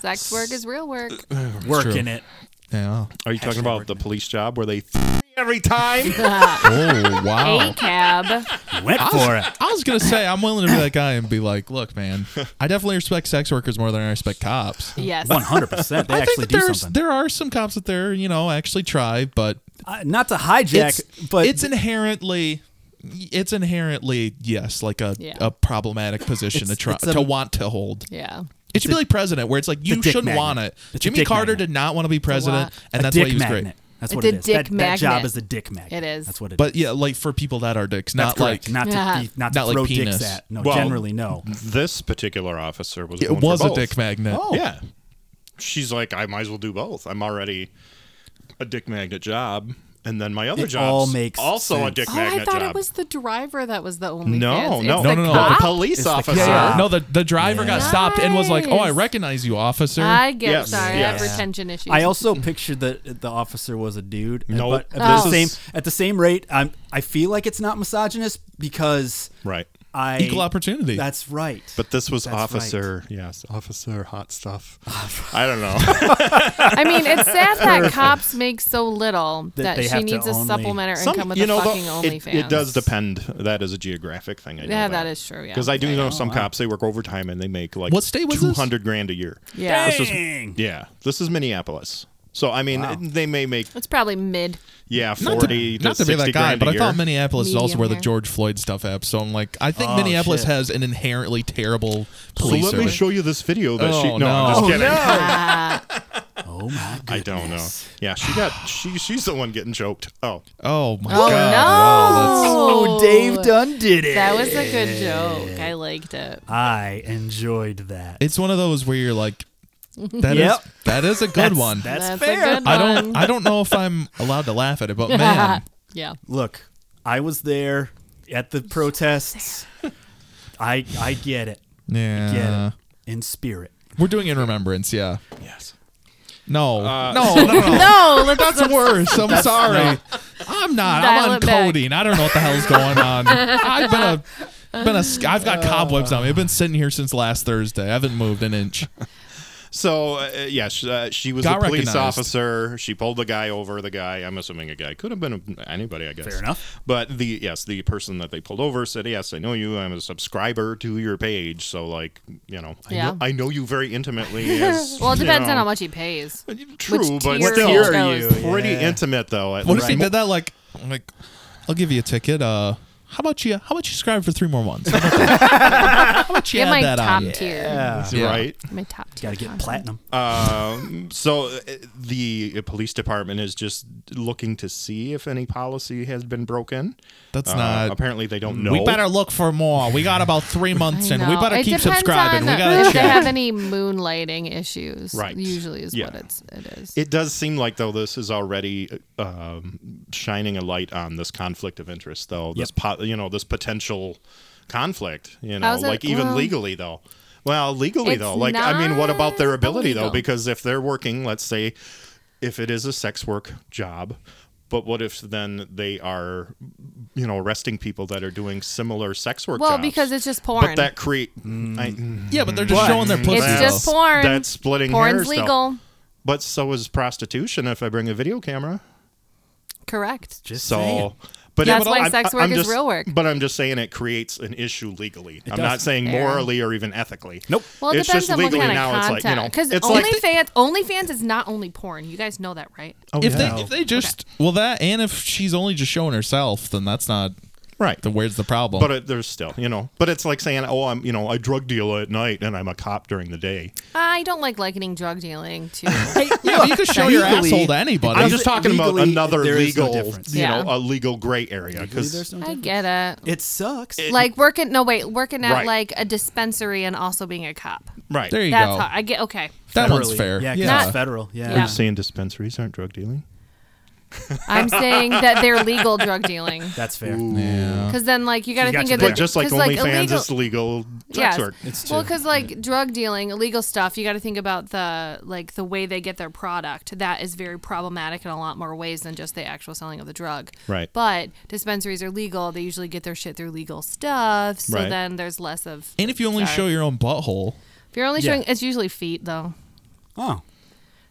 Speaker 4: Sex work is real work.
Speaker 2: Working it.
Speaker 3: Yeah.
Speaker 1: Are you talking about the police job where they f- every time?
Speaker 3: Oh wow.
Speaker 4: A cab.
Speaker 2: Went for it.
Speaker 3: I was gonna say I'm willing to be that guy and be like, look, man, I definitely respect sex workers more than I respect cops.
Speaker 4: Yes.
Speaker 2: 100%. They
Speaker 3: I
Speaker 2: actually
Speaker 3: think that
Speaker 2: do
Speaker 3: there's
Speaker 2: something.
Speaker 3: there are some cops out there, you know, actually try, but
Speaker 2: Uh, not to hijack,
Speaker 3: it's
Speaker 2: but
Speaker 3: it's inherently it's inherently yes, like a,
Speaker 4: Yeah.
Speaker 3: a problematic position to
Speaker 2: It's-
Speaker 3: try
Speaker 2: it's a-
Speaker 3: to want to hold.
Speaker 4: Yeah.
Speaker 3: It should be like president, where it's like you
Speaker 2: dick
Speaker 3: shouldn't
Speaker 2: magnet.
Speaker 3: want it.
Speaker 2: It's a
Speaker 3: Jimmy
Speaker 2: dick
Speaker 3: Carter
Speaker 2: magnet.
Speaker 3: did not want to be president,
Speaker 4: what?
Speaker 3: and that's
Speaker 2: dick
Speaker 3: why he was
Speaker 2: magnet.
Speaker 3: great.
Speaker 2: That's
Speaker 4: It's
Speaker 2: what
Speaker 4: a
Speaker 2: it is.
Speaker 4: dick
Speaker 2: that, that job
Speaker 4: magnet.
Speaker 2: is a dick magnet.
Speaker 4: It is.
Speaker 2: That's what it is.
Speaker 3: But yeah, like for people that are dicks,
Speaker 2: that's
Speaker 3: not
Speaker 2: correct.
Speaker 3: like
Speaker 2: not
Speaker 4: Yeah.
Speaker 2: to be, not,
Speaker 3: not
Speaker 2: to
Speaker 3: like
Speaker 2: throw
Speaker 3: penis.
Speaker 2: dicks at. No,
Speaker 1: Well-
Speaker 2: generally no.
Speaker 1: this particular officer was.
Speaker 3: it
Speaker 1: going for
Speaker 3: was a
Speaker 1: both.
Speaker 3: dick magnet.
Speaker 2: Oh.
Speaker 1: Yeah. She's like, I might as well do both. I'm already a dick magnet job, and then my other
Speaker 2: It
Speaker 1: job's
Speaker 2: all makes
Speaker 1: also a
Speaker 2: sense.
Speaker 1: dick
Speaker 4: Oh, I
Speaker 1: magnet
Speaker 4: thought
Speaker 1: job.
Speaker 4: it was the driver that was the only.
Speaker 1: no,
Speaker 4: fans.
Speaker 1: no,
Speaker 4: It's the
Speaker 3: no, no.
Speaker 1: The
Speaker 4: cop?
Speaker 1: police
Speaker 2: the
Speaker 1: officer.
Speaker 2: cop.
Speaker 3: No, the, the driver got stopped and was like, "Oh, I
Speaker 4: Nice.
Speaker 3: recognize you, officer."
Speaker 4: I get
Speaker 1: Yes,
Speaker 4: sorry. I have
Speaker 1: yes.
Speaker 4: retention issues.
Speaker 2: I also pictured that the officer was a dude. and-
Speaker 1: Nope.
Speaker 2: but at the
Speaker 1: Oh.
Speaker 2: same at the same rate, I'm I feel like it's not misogynist because
Speaker 1: Right.
Speaker 2: I
Speaker 3: Equal opportunity.
Speaker 2: That's right.
Speaker 1: But this was
Speaker 2: That's
Speaker 1: officer, yes, officer hot stuff. I don't know.
Speaker 4: I mean, it's sad that cops make so little
Speaker 2: That
Speaker 4: that,
Speaker 2: they
Speaker 4: she
Speaker 2: have to
Speaker 4: needs a
Speaker 2: only-
Speaker 4: supplementary
Speaker 1: Some-
Speaker 4: income with
Speaker 1: you
Speaker 4: a
Speaker 1: know, though,
Speaker 4: fucking
Speaker 1: it,
Speaker 4: OnlyFans.
Speaker 1: it does depend. That is a geographic thing. I know
Speaker 4: Yeah, that is true, yeah.
Speaker 1: Because I do
Speaker 4: I
Speaker 1: know some cops they work overtime and they make like
Speaker 3: What state was this?
Speaker 1: two hundred grand a year.
Speaker 4: Yeah,
Speaker 1: This is
Speaker 2: Dang.
Speaker 1: yeah. This is Minneapolis. So I mean, they may make
Speaker 4: it's probably mid.
Speaker 1: yeah
Speaker 3: not
Speaker 1: forty
Speaker 3: to, not to be
Speaker 1: sixty
Speaker 3: that guy,
Speaker 1: grand
Speaker 3: but
Speaker 1: a
Speaker 3: I
Speaker 1: year. Oh,
Speaker 3: thought Minneapolis is also
Speaker 4: Medium
Speaker 3: where the
Speaker 4: hair.
Speaker 3: George Floyd stuff happened. So I'm like, I think Minneapolis
Speaker 2: shit.
Speaker 3: has an inherently terrible
Speaker 1: so
Speaker 3: police
Speaker 1: let me
Speaker 3: service.
Speaker 1: show you this video that
Speaker 3: Oh,
Speaker 1: she. No, I'm
Speaker 3: no.
Speaker 1: just kidding.
Speaker 4: Ah.
Speaker 2: Oh my god.
Speaker 1: I don't know. Yeah, she got she. She's the one getting choked. Oh,
Speaker 3: oh my
Speaker 4: Oh
Speaker 3: god! Wow,
Speaker 4: no!
Speaker 2: Oh, Dave Dunn did it.
Speaker 4: That was a good joke. I liked it.
Speaker 2: I enjoyed that.
Speaker 3: it's one of those where you're like, that is
Speaker 2: Yep.
Speaker 3: that is a good
Speaker 2: That's-
Speaker 3: one.
Speaker 2: That's,
Speaker 4: That's
Speaker 2: fair.
Speaker 4: a good one.
Speaker 3: I don't I don't know if I'm allowed to laugh at it, but man,
Speaker 4: yeah.
Speaker 2: Look, I was there at the protests. I I get it. Get
Speaker 1: Uh,
Speaker 3: yeah,
Speaker 2: it. In spirit.
Speaker 3: we're doing it in remembrance. Yeah,
Speaker 1: yes.
Speaker 3: no, no, no, no, no.
Speaker 4: No, let's, that's
Speaker 3: It's worse. I'm sorry. I'm not. I'm
Speaker 4: Dial
Speaker 3: on
Speaker 4: it back.
Speaker 3: codeine. I don't know what the hell's going on. I've been a been a sc- I've got cobwebs on me. I've been sitting here since last Thursday. I haven't moved an inch.
Speaker 1: So uh, yeah, she, uh, she was a
Speaker 3: Got
Speaker 1: police
Speaker 3: recognized.
Speaker 1: officer. She pulled the guy over. The guy, I'm assuming a guy, could have been anybody, I guess.
Speaker 2: Fair enough.
Speaker 1: But the yes, the person that they pulled over said, "Yes, I know you. I'm a subscriber to your page. So like, you know, I,
Speaker 4: Yeah.
Speaker 1: know, I know you very intimately." As,
Speaker 4: Well, it
Speaker 1: you
Speaker 4: depends
Speaker 1: know."
Speaker 4: on how much he pays.
Speaker 1: True,
Speaker 4: which
Speaker 1: but still,
Speaker 4: tier he What tier are chose.
Speaker 2: you?
Speaker 1: pretty
Speaker 2: Yeah.
Speaker 1: intimate though. At
Speaker 3: What
Speaker 1: least.
Speaker 3: if he did that? Like, like, I'll give you a ticket. Uh, how about you? How about you subscribe for three more months? How about that? How about you
Speaker 4: Get
Speaker 3: add
Speaker 4: my
Speaker 3: that
Speaker 4: top
Speaker 3: on?
Speaker 4: tier.
Speaker 3: Yeah.
Speaker 1: right?
Speaker 4: My top tier.
Speaker 2: uh, Gotta get platinum.
Speaker 4: content.
Speaker 1: Um, so uh, the police department is just looking to see if any policy has been broken.
Speaker 3: That's
Speaker 1: Uh,
Speaker 3: not.
Speaker 1: apparently, they don't know.
Speaker 3: We better look for more. We got about three months
Speaker 4: I
Speaker 3: in. We
Speaker 4: know.
Speaker 3: better
Speaker 4: It
Speaker 3: keep
Speaker 4: depends
Speaker 3: subscribing.
Speaker 4: on
Speaker 3: We gotta
Speaker 4: if they
Speaker 3: check.
Speaker 4: have any moonlighting issues.
Speaker 1: Right.
Speaker 4: Usually is
Speaker 1: Yeah.
Speaker 4: what it's it is.
Speaker 1: It does seem like though this is already um, shining a light on this conflict of interest, though this po- you know this potential conflict, you know,
Speaker 4: How's it-
Speaker 1: like even
Speaker 4: well-
Speaker 1: legally though. Well, legally
Speaker 4: It's
Speaker 1: though, like I mean, what about their
Speaker 4: not
Speaker 1: ability though?
Speaker 4: illegal.
Speaker 1: Because if they're working, let's say, if it is a sex work job, but what if then they are, you know, arresting people that are doing similar sex work?
Speaker 4: well,
Speaker 1: jobs?
Speaker 4: because it's just porn.
Speaker 1: but that create. I-
Speaker 3: Yeah, Mm. but they're just showing their pussy.
Speaker 4: it's just
Speaker 3: though.
Speaker 4: porn.
Speaker 1: That's splitting
Speaker 4: Porn's
Speaker 1: hairs, though.
Speaker 4: legal.
Speaker 1: but so is prostitution. If I bring a video camera.
Speaker 4: Correct.
Speaker 2: Just
Speaker 1: So,
Speaker 2: saying.
Speaker 1: but
Speaker 4: That's
Speaker 1: but
Speaker 4: why
Speaker 1: I'm-
Speaker 4: sex
Speaker 1: I'm
Speaker 4: work is
Speaker 1: just-
Speaker 4: real work.
Speaker 1: But I'm just saying it creates an issue legally. I'm
Speaker 2: does.
Speaker 1: not saying
Speaker 4: Fair.
Speaker 1: morally or even ethically.
Speaker 2: Nope.
Speaker 4: Well, it
Speaker 1: it's
Speaker 4: depends
Speaker 1: just
Speaker 4: on what
Speaker 1: legally
Speaker 4: kind of
Speaker 1: now. It's like you know,
Speaker 4: content. Because
Speaker 1: it's
Speaker 4: only
Speaker 1: like
Speaker 4: fans, OnlyFans is not only porn. You guys know that, right?
Speaker 1: oh,
Speaker 3: if
Speaker 1: yeah.
Speaker 3: they if they just well that and if she's only just showing herself, then that's not
Speaker 1: right.
Speaker 3: then where's the problem?
Speaker 1: But uh, it, there's still, you know, but it's like saying, oh, I'm, you know, I drug deal at night and I'm a cop during the day.
Speaker 4: I don't like likening drug dealing to.
Speaker 3: yeah, you could show your
Speaker 2: legally-
Speaker 3: asshole to anybody.
Speaker 1: I'm just talking about
Speaker 2: legally,
Speaker 1: another
Speaker 2: there is no
Speaker 1: legal,
Speaker 2: difference.
Speaker 1: you
Speaker 4: Yeah.
Speaker 1: know, a legal gray area because
Speaker 2: There's no
Speaker 4: I
Speaker 2: difference.
Speaker 4: get it.
Speaker 2: It sucks.
Speaker 4: Like working, no wait, working at
Speaker 1: Right.
Speaker 4: like a dispensary and also being a cop.
Speaker 1: right.
Speaker 3: there you
Speaker 4: That's
Speaker 3: go.
Speaker 4: how I get. Okay,
Speaker 3: that one's
Speaker 2: Federally.
Speaker 3: fair.
Speaker 2: Yeah, 'cause
Speaker 3: yeah.
Speaker 2: it's federal. Yeah.
Speaker 1: Are you
Speaker 4: Yeah.
Speaker 1: saying dispensaries aren't drug dealing?
Speaker 4: I'm saying that they're legal drug dealing.
Speaker 2: That's fair.
Speaker 4: Because then, like, you got to
Speaker 2: got
Speaker 4: think
Speaker 2: you
Speaker 4: of
Speaker 2: there.
Speaker 4: the
Speaker 1: But just like
Speaker 4: 'cause,
Speaker 1: OnlyFans,
Speaker 4: illegal-
Speaker 1: it's legal sex
Speaker 4: Yes.
Speaker 1: work.
Speaker 2: It's
Speaker 4: well,
Speaker 2: true.
Speaker 4: because like drug dealing, illegal stuff, you got to think about the like the way they get their product. That is very problematic in a lot more ways than just the actual selling of the drug.
Speaker 1: Right.
Speaker 4: But dispensaries are legal. They usually get their shit through legal stuff. So
Speaker 1: Right.
Speaker 4: then there's less of.
Speaker 3: And if you only
Speaker 4: Sorry.
Speaker 3: show your own butthole,
Speaker 4: If you're only
Speaker 2: Yeah.
Speaker 4: showing, it's usually feet though.
Speaker 2: Oh.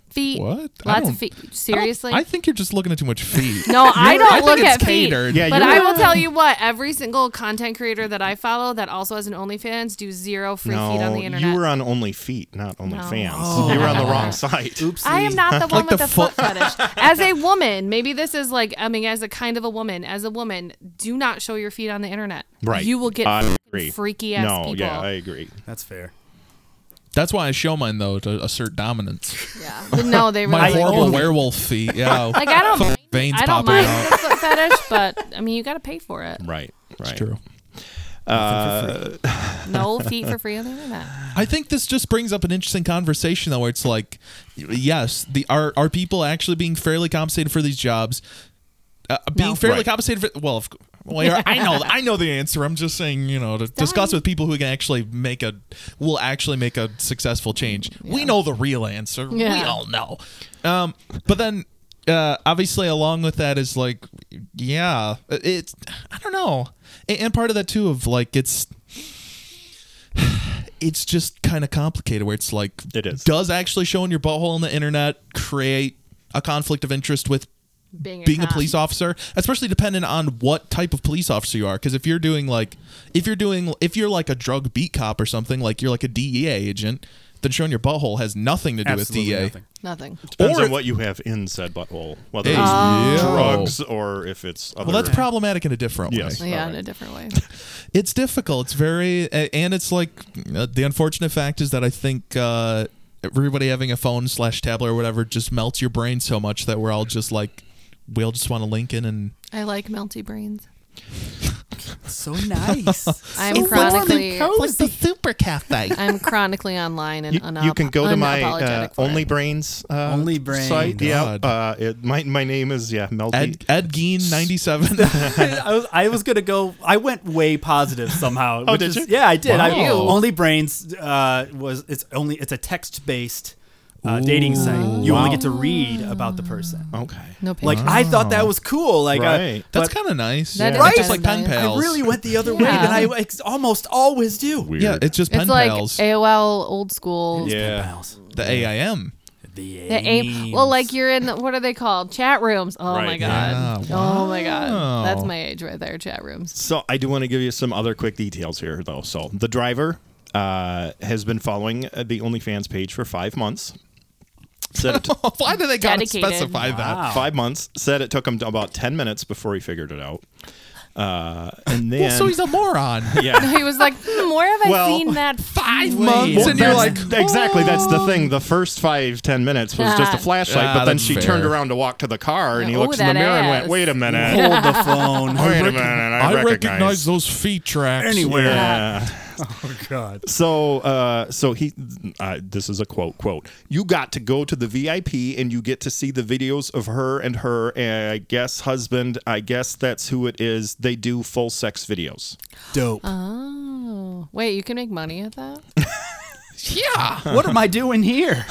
Speaker 4: Feet.
Speaker 3: What? I
Speaker 4: Lots
Speaker 3: don't-
Speaker 4: of feet.
Speaker 3: I don't-
Speaker 4: Seriously.
Speaker 3: I, think you're just looking at too much feet.
Speaker 4: No, I
Speaker 3: You're-
Speaker 4: don't
Speaker 3: think
Speaker 4: look
Speaker 3: it's
Speaker 4: at feet.
Speaker 3: catered.
Speaker 1: Yeah,
Speaker 4: but
Speaker 1: you
Speaker 4: I
Speaker 1: are.
Speaker 4: will tell you what, every single content creator that I follow that also has an OnlyFans do zero free
Speaker 1: No,
Speaker 4: feet on the internet.
Speaker 1: you were on Only Feet, not Only
Speaker 4: No.
Speaker 1: Fans. You were on the wrong site.
Speaker 2: Oopsie.
Speaker 4: I am not the one with
Speaker 3: the
Speaker 4: the foot fetish. As a woman, maybe this is like, I mean, as a kind of a woman, as a woman, do not show your feet on the internet.
Speaker 1: Right.
Speaker 4: You will get
Speaker 1: I
Speaker 4: fucking
Speaker 1: agree.
Speaker 4: freaky ass
Speaker 1: no,
Speaker 4: people.
Speaker 1: yeah, I agree.
Speaker 2: That's fair.
Speaker 3: That's why I show mine though to assert dominance.
Speaker 4: Yeah. No, they really
Speaker 3: My
Speaker 4: like, "Oh."
Speaker 3: horrible
Speaker 2: only-
Speaker 3: werewolf feet. Yeah,
Speaker 4: like, I don't mind.
Speaker 3: veins
Speaker 4: I don't
Speaker 3: popping
Speaker 4: mind
Speaker 3: out.
Speaker 4: the foot fetish, but I mean, you got to pay for it.
Speaker 1: Right. Right.
Speaker 3: It's true.
Speaker 4: No feet for free on the internet.
Speaker 3: I think this just brings up an interesting conversation though, where it's like, yes, the are are people actually being fairly compensated for these jobs? uh, being
Speaker 4: No.
Speaker 3: fairly
Speaker 6: Right.
Speaker 3: compensated for well, of, cou- well yeah, I know I know the answer. I'm just saying, you know, to discuss
Speaker 4: done.
Speaker 3: with people who can actually make a will actually make a successful change. We know the real answer. We
Speaker 4: Yeah.
Speaker 3: all know. Um, but then uh, obviously along with that is like yeah, it's I don't know. A- And part of that too of like it's it's just kind of complicated where it's like
Speaker 1: It is.
Speaker 3: does actually showing your butthole on the internet create a conflict of interest with
Speaker 4: Being a
Speaker 3: being a
Speaker 4: cop.
Speaker 3: police officer, especially dependent on what type of police officer you are. Because if you're doing like, if you're doing, if you're like a drug beat cop or something, like you're like a DEA agent, then showing your butthole has nothing to do
Speaker 2: Absolutely
Speaker 3: with E DEA.
Speaker 2: nothing.
Speaker 4: Nothing.
Speaker 1: Depends
Speaker 3: Or
Speaker 1: on
Speaker 3: if-
Speaker 1: what you have in said butthole, whether
Speaker 3: Hey,
Speaker 1: it's
Speaker 4: Uh,
Speaker 3: yeah.
Speaker 1: drugs or if it's other.
Speaker 3: Well, that's problematic in a different
Speaker 1: Yes.
Speaker 3: way.
Speaker 4: Yeah,
Speaker 1: Alright.
Speaker 4: in a different way.
Speaker 3: It's difficult. It's very, a- and it's like uh, the unfortunate fact is that I think uh, everybody having a phone slash tablet or whatever just melts your brain so much that we're all just like, we all just want to link in and
Speaker 4: I like melty brains.
Speaker 2: So nice.
Speaker 4: I'm chronically
Speaker 3: the super cafe.
Speaker 4: I'm chronically online and
Speaker 1: You,
Speaker 4: unap-
Speaker 1: you can go to my uh,
Speaker 4: unapologetic for
Speaker 1: Only
Speaker 4: it.
Speaker 1: Brains uh,
Speaker 2: Only Brain.
Speaker 1: site. Yeah,
Speaker 3: God.
Speaker 1: uh, it, my my name is yeah Melty.
Speaker 3: Ed, Ed Gein, ninety seven.
Speaker 2: I was I was gonna go. I went way positive somehow.
Speaker 1: Oh,
Speaker 2: which
Speaker 1: did
Speaker 2: is-
Speaker 1: you?
Speaker 2: Yeah, I did. I,
Speaker 3: Wow.
Speaker 2: only Brains uh, was it's only it's a text based uh, dating site. You only get to read about the person.
Speaker 1: okay.
Speaker 4: No
Speaker 2: Like
Speaker 4: pictures.
Speaker 2: I thought that was cool. Like I-
Speaker 1: Right.
Speaker 3: That's
Speaker 2: but
Speaker 3: kind of nice.
Speaker 4: That
Speaker 3: yeah.
Speaker 4: is
Speaker 3: It's Just
Speaker 4: kinda
Speaker 3: like pen
Speaker 4: nice. I
Speaker 3: pals.
Speaker 2: I really went the other way
Speaker 4: Yeah.
Speaker 2: than I ex- almost always do.
Speaker 1: Weird.
Speaker 3: yeah, it's just pen
Speaker 4: it's like
Speaker 3: pals.
Speaker 4: AOL old school.
Speaker 1: yeah.
Speaker 2: Pals.
Speaker 3: the AIM.
Speaker 2: The
Speaker 4: The aim,
Speaker 2: aims.
Speaker 4: well, like you're in the, what are they called? Chat rooms. Oh my
Speaker 1: Right.
Speaker 4: god.
Speaker 3: Yeah.
Speaker 4: Oh my god. That's my age right there. Chat rooms.
Speaker 1: So I do want to give you some other quick details here, though. So the driver uh, has been following uh, the OnlyFans page for five months. Said it t-
Speaker 3: Why do they gotta
Speaker 4: Dedicated.
Speaker 3: specify that?
Speaker 2: Wow.
Speaker 1: five months. Said it took him about ten minutes before he figured it out. Uh, and then
Speaker 3: Well, so he's a moron.
Speaker 1: yeah.
Speaker 4: He was like, hmm, where have I
Speaker 1: Well,
Speaker 4: seen that? Five
Speaker 3: months
Speaker 1: Well,
Speaker 3: and you're like,
Speaker 1: that's- exactly. That's the thing. The first five ten minutes was just a flashlight,
Speaker 3: Ah,
Speaker 1: but then
Speaker 3: that's
Speaker 1: she
Speaker 3: fair.
Speaker 1: turned around to walk to the car, and he
Speaker 4: Oh,
Speaker 1: looks in the
Speaker 4: that
Speaker 1: mirror and went,
Speaker 4: ass.
Speaker 1: "Wait a minute."
Speaker 2: hold the phone.
Speaker 1: Wait a minute, I, recognize
Speaker 3: those feet tracks.
Speaker 2: Anywhere.
Speaker 1: Yeah.
Speaker 2: Oh God.
Speaker 1: So, uh, so he, uh, this is a quote. Quote: You got to go to the VIP, and you get to see the videos of her and her. And I guess husband. I guess that's who it is. They do full sex videos.
Speaker 2: Dope.
Speaker 4: Uh. Oh. Wait, you can make money at that?
Speaker 3: Yeah.
Speaker 2: what am I doing here?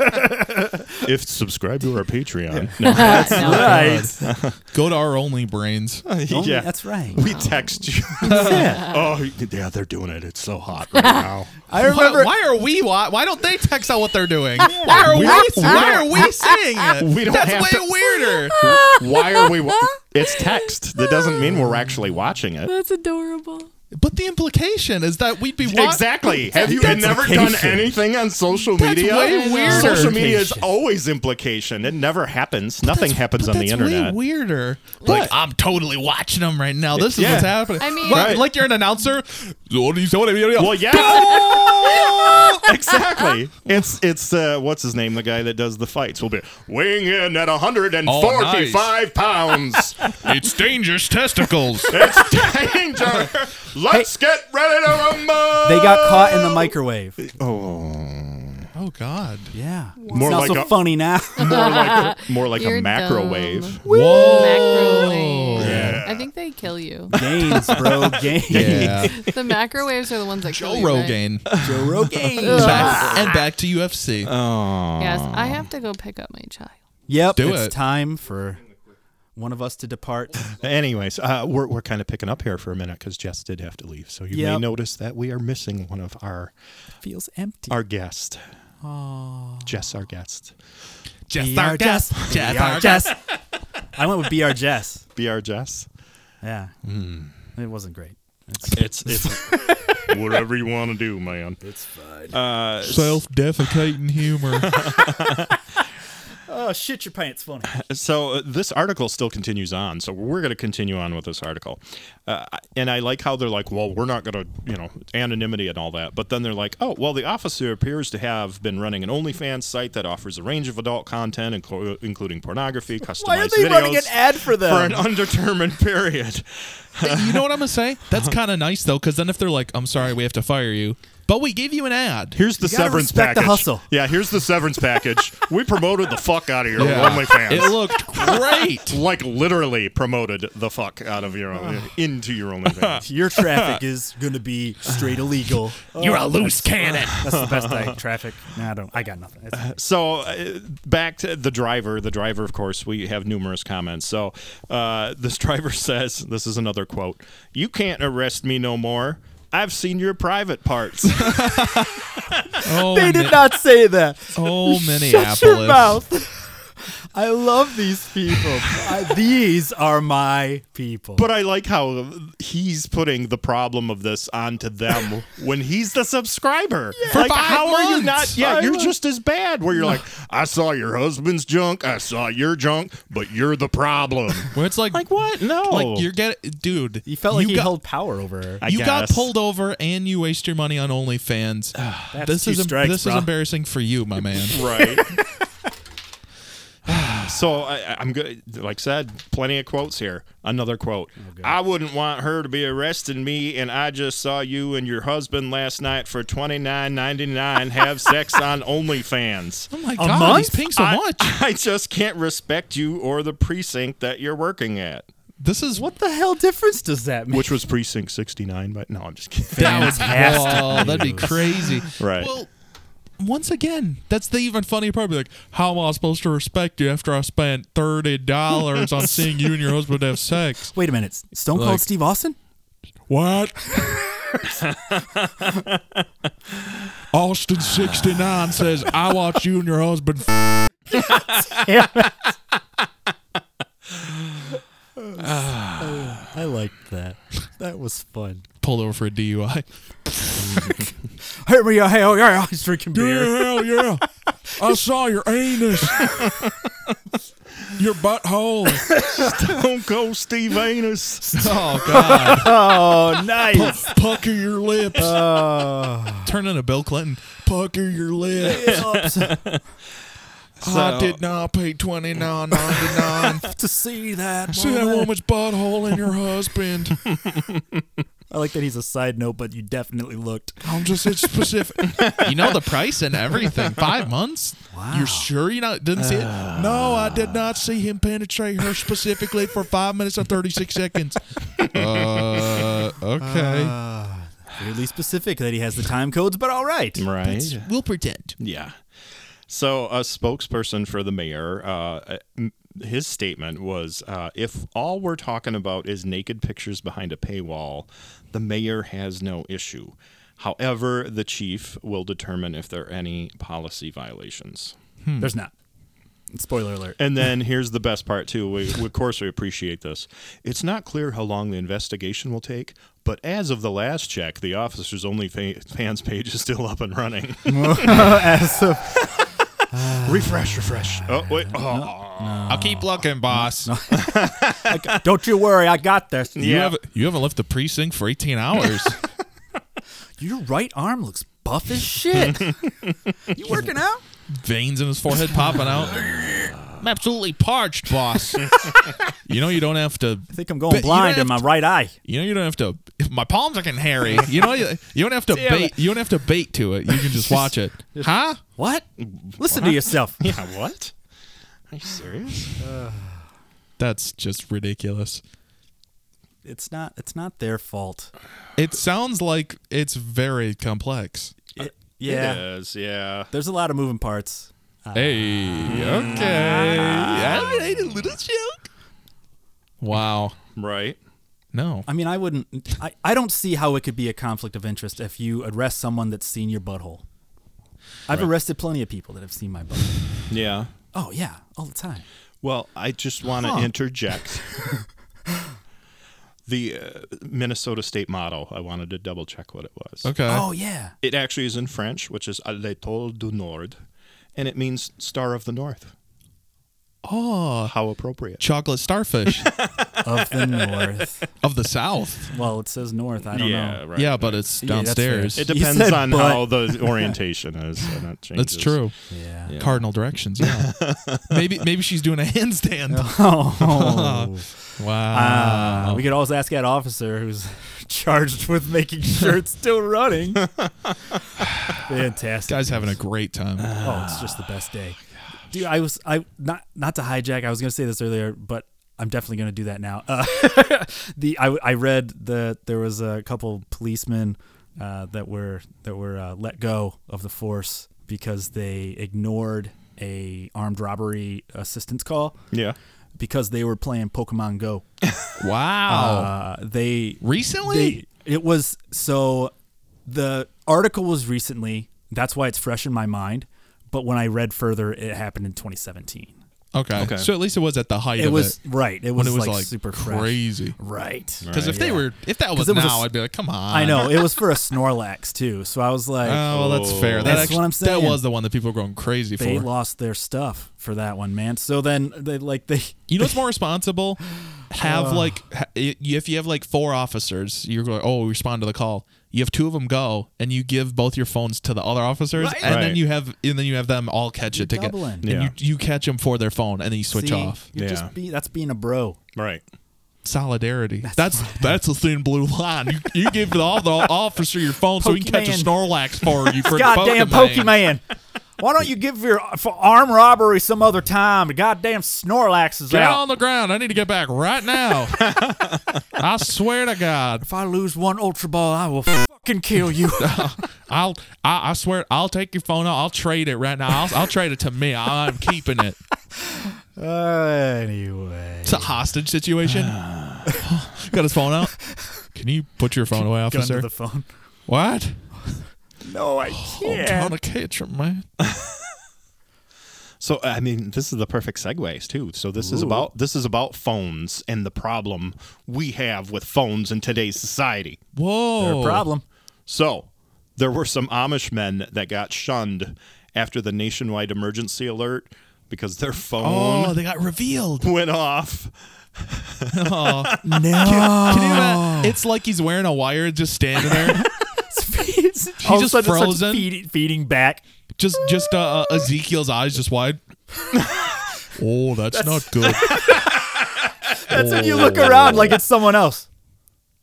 Speaker 1: If subscribe to our Patreon,
Speaker 2: right.
Speaker 3: Go to our only brains.
Speaker 1: No.
Speaker 2: Only-
Speaker 1: yeah,
Speaker 2: That's right.
Speaker 1: We text you. oh, yeah, they're doing it. It's so hot right now.
Speaker 2: I
Speaker 3: Why,
Speaker 2: remember.
Speaker 3: why are we? Why, why don't they text out what they're doing? Why are we? Why are we seeing it?
Speaker 1: We don't
Speaker 3: That's
Speaker 1: have
Speaker 3: way
Speaker 1: to-
Speaker 3: weirder.
Speaker 1: Why are we? Wa- it's text. That doesn't mean we're actually watching it.
Speaker 4: That's adorable.
Speaker 3: But the implication is that we'd be wa-
Speaker 1: Exactly. Have you never done anything on social media?
Speaker 3: way weirder.
Speaker 1: Social media is
Speaker 2: Implication.
Speaker 1: always implication. It never happens. Nothing happens
Speaker 3: But
Speaker 1: on the
Speaker 3: that's way
Speaker 1: internet.
Speaker 3: weirder. Like I'm totally watching them right now. This is
Speaker 1: Yeah.
Speaker 3: what's happening.
Speaker 4: I mean-
Speaker 3: like,
Speaker 1: Right.
Speaker 3: like you're an announcer. What do you what do you-
Speaker 1: Well, yeah. exactly. It's it's uh, what's his name? The guy that does the fights will be weighing in
Speaker 3: Oh,
Speaker 1: at 145 pounds.
Speaker 3: It's dangerous testicles.
Speaker 1: it's danger. Let's get ready to rumble.
Speaker 2: They got caught in the microwave.
Speaker 3: oh God.
Speaker 2: Yeah.
Speaker 1: More
Speaker 2: it's not
Speaker 1: like
Speaker 2: so
Speaker 1: a-
Speaker 2: funny now.
Speaker 1: more like more like a
Speaker 4: You're
Speaker 1: macrowave.
Speaker 4: dumb.
Speaker 3: Whoa.
Speaker 4: Macrowave. I think they kill you.
Speaker 2: games, bro. Games.
Speaker 3: Yeah.
Speaker 4: The macrowaves are the ones that kill
Speaker 3: Joe
Speaker 4: you. right?
Speaker 3: Rogan.
Speaker 2: Joe Rogan.
Speaker 3: Back- and back to UFC.
Speaker 2: Uh,
Speaker 4: Yes, I have to go pick up my child.
Speaker 2: Yep.
Speaker 3: Do
Speaker 2: it's
Speaker 3: it.
Speaker 2: time for one of us to depart.
Speaker 1: Anyways, uh, we're, we're kind of picking up here for a minute because Jess did have to leave. So you may
Speaker 2: Yep.
Speaker 1: notice that we are missing one of our
Speaker 2: Feels empty.
Speaker 1: our guest. Jess, our guest.
Speaker 3: Just
Speaker 2: BR Jess. BR Jess. I went with BR Jess.
Speaker 1: Be our Jess.
Speaker 2: Yeah.
Speaker 1: Hmm.
Speaker 2: It wasn't great.
Speaker 1: It's it's whatever you want to do, man.
Speaker 3: Self-defecating humor.
Speaker 2: Oh shit! Your pants funny.
Speaker 1: So uh, this article still continues on. So we're going to continue on with this article, uh, and I like how they're like, "Well, we're not going to, you know, anonymity and all that." But then they're like, "Oh, well, the officer appears to have been running an OnlyFans site that offers a range of adult content, inclu- including pornography, customized
Speaker 2: Why are they
Speaker 1: videos
Speaker 2: running an ad for them?
Speaker 1: for an undetermined period."
Speaker 3: you know what I'm gonna say? That's kind of nice though, because then if they're like, "I'm sorry, we have to fire you," But we gave you an ad.
Speaker 1: Here's the
Speaker 2: gotta
Speaker 1: severance
Speaker 2: respect the
Speaker 1: package.
Speaker 2: hustle.
Speaker 1: Yeah, here's the severance package. we promoted the fuck out of your OnlyFans.
Speaker 3: It looked great.
Speaker 1: like literally promoted the fuck out of your own into your OnlyFans.
Speaker 2: Your traffic is going to be straight illegal.
Speaker 5: You're a loose cannon.
Speaker 2: That's the best I traffic. Nah, I don't. I got nothing. It's-
Speaker 1: so uh, back to the driver. The driver, of course, we have numerous comments. So uh, this driver says, "This is another quote. You can't arrest me no more." I've seen your private parts.
Speaker 3: Oh,
Speaker 2: they
Speaker 3: ma-
Speaker 2: did not say that.
Speaker 3: Oh, Minneapolis.
Speaker 2: Shut your mouth. I love these people. I, these are my people.
Speaker 1: but I like how he's putting the problem of this onto them when he's the subscriber.
Speaker 3: For
Speaker 1: Like,
Speaker 3: five
Speaker 1: how are you not?
Speaker 3: months.
Speaker 1: Yeah,
Speaker 3: Five
Speaker 1: you're
Speaker 3: months.
Speaker 1: just as bad. Where you're like, I saw your husband's junk, I saw your junk, but you're the problem.
Speaker 3: Where it's like,
Speaker 1: Like what? No.
Speaker 3: like you're getting, dude.
Speaker 2: he felt like
Speaker 3: you
Speaker 2: he
Speaker 3: got,
Speaker 2: held power over her.
Speaker 1: I
Speaker 3: you got
Speaker 1: guess.
Speaker 3: pulled over and you waste your money on OnlyFans. this
Speaker 2: Ah, two
Speaker 3: is em-
Speaker 2: strikes,
Speaker 3: this
Speaker 2: bro.
Speaker 3: is embarrassing for you, my man.
Speaker 1: right. so I, I- I'm good. Like I said, plenty of quotes here. Another quote. I wouldn't want her to be arresting me, and I just saw you and your husband last night for twenty nine ninety nine have sex on OnlyFans.
Speaker 3: Oh my
Speaker 2: A
Speaker 3: god,
Speaker 2: month?
Speaker 3: he's paying so
Speaker 1: I-
Speaker 3: much.
Speaker 1: I just can't respect you or the precinct that you're working at.
Speaker 3: This is what
Speaker 2: What the hell difference does that make?
Speaker 1: Which was precinct 69, but no, I'm just kidding.
Speaker 3: that was.
Speaker 2: Fantastic
Speaker 3: Oh, that'd be
Speaker 2: news.
Speaker 3: crazy.
Speaker 1: Right.
Speaker 3: Well, once again, that's the even funnier part. Be like, how am I supposed to respect you after I spent thirty dollars on seeing you and your husband have sex?
Speaker 2: Wait a minute. Stone Cold
Speaker 3: Like-
Speaker 2: Steve Austin?
Speaker 3: What? Austin sixty nine says, "I watch you and your husband." F-
Speaker 2: I liked that. That was fun.
Speaker 3: pulled over for a DUI.
Speaker 2: Hey, me, hey, oh, yeah, he's drinking beer.
Speaker 3: hell yeah! I saw your anus, your butthole.
Speaker 1: Don't go, Steve Anus.
Speaker 3: Oh God!
Speaker 2: Oh, nice.
Speaker 3: Pucker your lips. Turn into Bill Clinton. Pucker your lips. I did not pay twenty nine ninety nine.
Speaker 2: to see that.
Speaker 3: See that
Speaker 2: woman.
Speaker 3: woman's butthole in your husband.
Speaker 2: I like that he's a side note, but you definitely looked.
Speaker 3: I'm just it's specific. You know the price and everything. Five months. Wow. Uh. You're sure you not didn't see it? No, I did not see him penetrate her specifically for five minutes and thirty six seconds. Uh, okay.
Speaker 2: Weirdly specific that he has the time codes, but all right.
Speaker 1: Right.
Speaker 3: we'll pretend.
Speaker 1: Yeah. So a spokesperson for the mayor, uh, m- his statement was, uh, "If all we're talking about is naked pictures behind a paywall, the mayor has no issue. However, the chief will determine if there are any policy violations."
Speaker 2: There's not. Spoiler alert.
Speaker 1: And then here's the best part too. We, we- of course, we appreciate this. It's not clear how long the investigation will take, but as of the last check, the officer's only fa- fans page is still up and running.
Speaker 2: As of-
Speaker 1: refresh, refresh. Oh wait. Oh.
Speaker 3: I'll keep looking, boss.
Speaker 2: don't you worry, I got this.
Speaker 3: You haven't you haven't left the precinct for eighteen hours.
Speaker 2: Your right arm looks buff as shit. you working out?
Speaker 3: Veins in his forehead popping out. I'm absolutely parched, boss. you know you don't have to
Speaker 2: I think I'm going
Speaker 3: But you
Speaker 2: blind
Speaker 3: don't
Speaker 2: in my
Speaker 3: have
Speaker 2: right eye.
Speaker 3: You know, you don't have to. If my palms are getting hairy. You know, you, you don't have to bait. You don't have to bait to it. You can just watch it. Huh?
Speaker 2: What? Listen to yourself.
Speaker 1: Yeah. Oh, What? Are you serious?
Speaker 3: That's just ridiculous.
Speaker 2: It's not. It's not their fault.
Speaker 3: It sounds like it's very complex.
Speaker 2: It- yeah.
Speaker 1: It is. Yeah.
Speaker 2: There's a lot of moving parts.
Speaker 3: Hey, okay. I made a little joke. Wow.
Speaker 1: Right.
Speaker 3: No.
Speaker 2: I mean, I wouldn't. I, I don't see how it could be a conflict of interest if you arrest someone that's seen your butthole. I've arrested plenty of people that have seen my butthole.
Speaker 1: Yeah.
Speaker 2: Oh yeah, all the time.
Speaker 1: Well, I just want to interject. The uh, Minnesota state motto. I wanted to double check what it was.
Speaker 3: Okay.
Speaker 2: Oh yeah.
Speaker 1: It actually is in French, which is L'Étoile du Nord, and it means Star of the North.
Speaker 3: Oh,
Speaker 1: How appropriate.
Speaker 3: chocolate starfish
Speaker 2: of the north.
Speaker 3: of the South.
Speaker 2: Well, it says north. I don't
Speaker 1: yeah,
Speaker 2: know.
Speaker 1: right.
Speaker 3: yeah, but it's
Speaker 2: Yeah, that's fair.
Speaker 3: downstairs.
Speaker 1: It
Speaker 2: You
Speaker 1: depends
Speaker 2: said
Speaker 1: on
Speaker 2: but.
Speaker 1: how the orientation is. And that changes.
Speaker 3: That's true.
Speaker 2: Yeah.
Speaker 1: Yeah.
Speaker 3: Cardinal directions. Yeah. maybe maybe she's doing a handstand.
Speaker 2: Oh.
Speaker 3: Wow.
Speaker 2: Uh, we could always ask that officer who's charged with making sure it's still running. Fantastic.
Speaker 3: Guys having a great time.
Speaker 2: oh, it's just the best day. Dude, I was I not not to hijack. I was gonna say this earlier, but I'm definitely gonna do that now. Uh, the I, I read that there was a couple policemen uh, that were that were uh, let go of the force because they ignored a armed robbery assistance call
Speaker 1: Yeah.
Speaker 2: because they were playing Pokemon Go.
Speaker 3: Wow.
Speaker 2: Uh, they
Speaker 3: Oh. Recently?
Speaker 2: they, it was so the article was recently. That's why it's fresh in my mind. But when I read further, it happened in 2017.
Speaker 3: okay.
Speaker 1: Okay.
Speaker 3: So at least it was at the height
Speaker 2: uh, It
Speaker 3: of
Speaker 2: was
Speaker 3: it.
Speaker 2: right. It was,
Speaker 3: When it was
Speaker 2: like,
Speaker 3: like,
Speaker 2: super fresh.
Speaker 3: crazy.
Speaker 2: Right.
Speaker 3: Because if they
Speaker 2: Yeah.
Speaker 3: were, if that was
Speaker 2: 'Cause it was a
Speaker 3: now, i
Speaker 2: s-
Speaker 3: I'd be like, come on.
Speaker 2: I know it was for a Snorlax too. So I was like,
Speaker 3: Oh, well, that's fair. That
Speaker 2: That's
Speaker 3: actually,
Speaker 2: what I'm saying.
Speaker 3: That was the one that people were going crazy
Speaker 2: they
Speaker 3: for.
Speaker 2: lost their stuff for that one, man. So then they like they
Speaker 3: You know what's more responsible? Have like ha- i- if you have like four officers, you're going, oh, respond to the call. You have two of them go, and you give both your phones to the other officers, and then
Speaker 1: Right.
Speaker 3: you have and then you have them all catch it together,
Speaker 2: doubling.
Speaker 3: and
Speaker 1: Yeah.
Speaker 3: you, you catch them for their phone, and then you switch
Speaker 2: see,
Speaker 3: off.
Speaker 2: You're
Speaker 1: Yeah.
Speaker 2: just be, that's being a bro.
Speaker 1: Right.
Speaker 3: Solidarity. That's that's a thin blue line. You, you give the, all the officer your phone so he can catch a Snorlax for you for
Speaker 2: Goddamn
Speaker 3: Pokemon.
Speaker 2: Pokemon. Why don't you give your for arm robbery some other time? The goddamn Snorlax is
Speaker 3: Get
Speaker 2: out.
Speaker 3: on the ground. I need to get back right now. I swear to God.
Speaker 2: If I lose one Ultra Ball, I will fucking kill you.
Speaker 3: I'll I, I swear I'll take your phone out. I'll trade it right now. I'll, I'll trade it to me. I'm keeping it.
Speaker 2: anyway.
Speaker 3: It's a hostage situation. Got his phone out. Can you put your phone away,
Speaker 2: Gun to
Speaker 3: officer?
Speaker 2: the phone.
Speaker 3: what?
Speaker 2: No, I
Speaker 3: I'm
Speaker 2: can't.
Speaker 3: trying to catch him, man.
Speaker 1: So I mean, this is the perfect segues too. So this is about this is about phones and the problem we have with phones in today's society.
Speaker 3: Whoa.
Speaker 2: Problem.
Speaker 1: So there were some Amish men that got shunned after the nationwide emergency alert because their
Speaker 3: Oh,
Speaker 1: phone
Speaker 3: they got revealed.
Speaker 1: went off.
Speaker 2: No.
Speaker 3: Can you ima- It's like he's wearing a wire, just standing there,
Speaker 2: He's
Speaker 3: just frozen?
Speaker 2: feeding, feeding back.
Speaker 3: just just uh, uh, Ezekiel's eyes just wide. Oh, that's, not good.
Speaker 2: That's
Speaker 3: Oh.
Speaker 2: when you look around like it's someone else.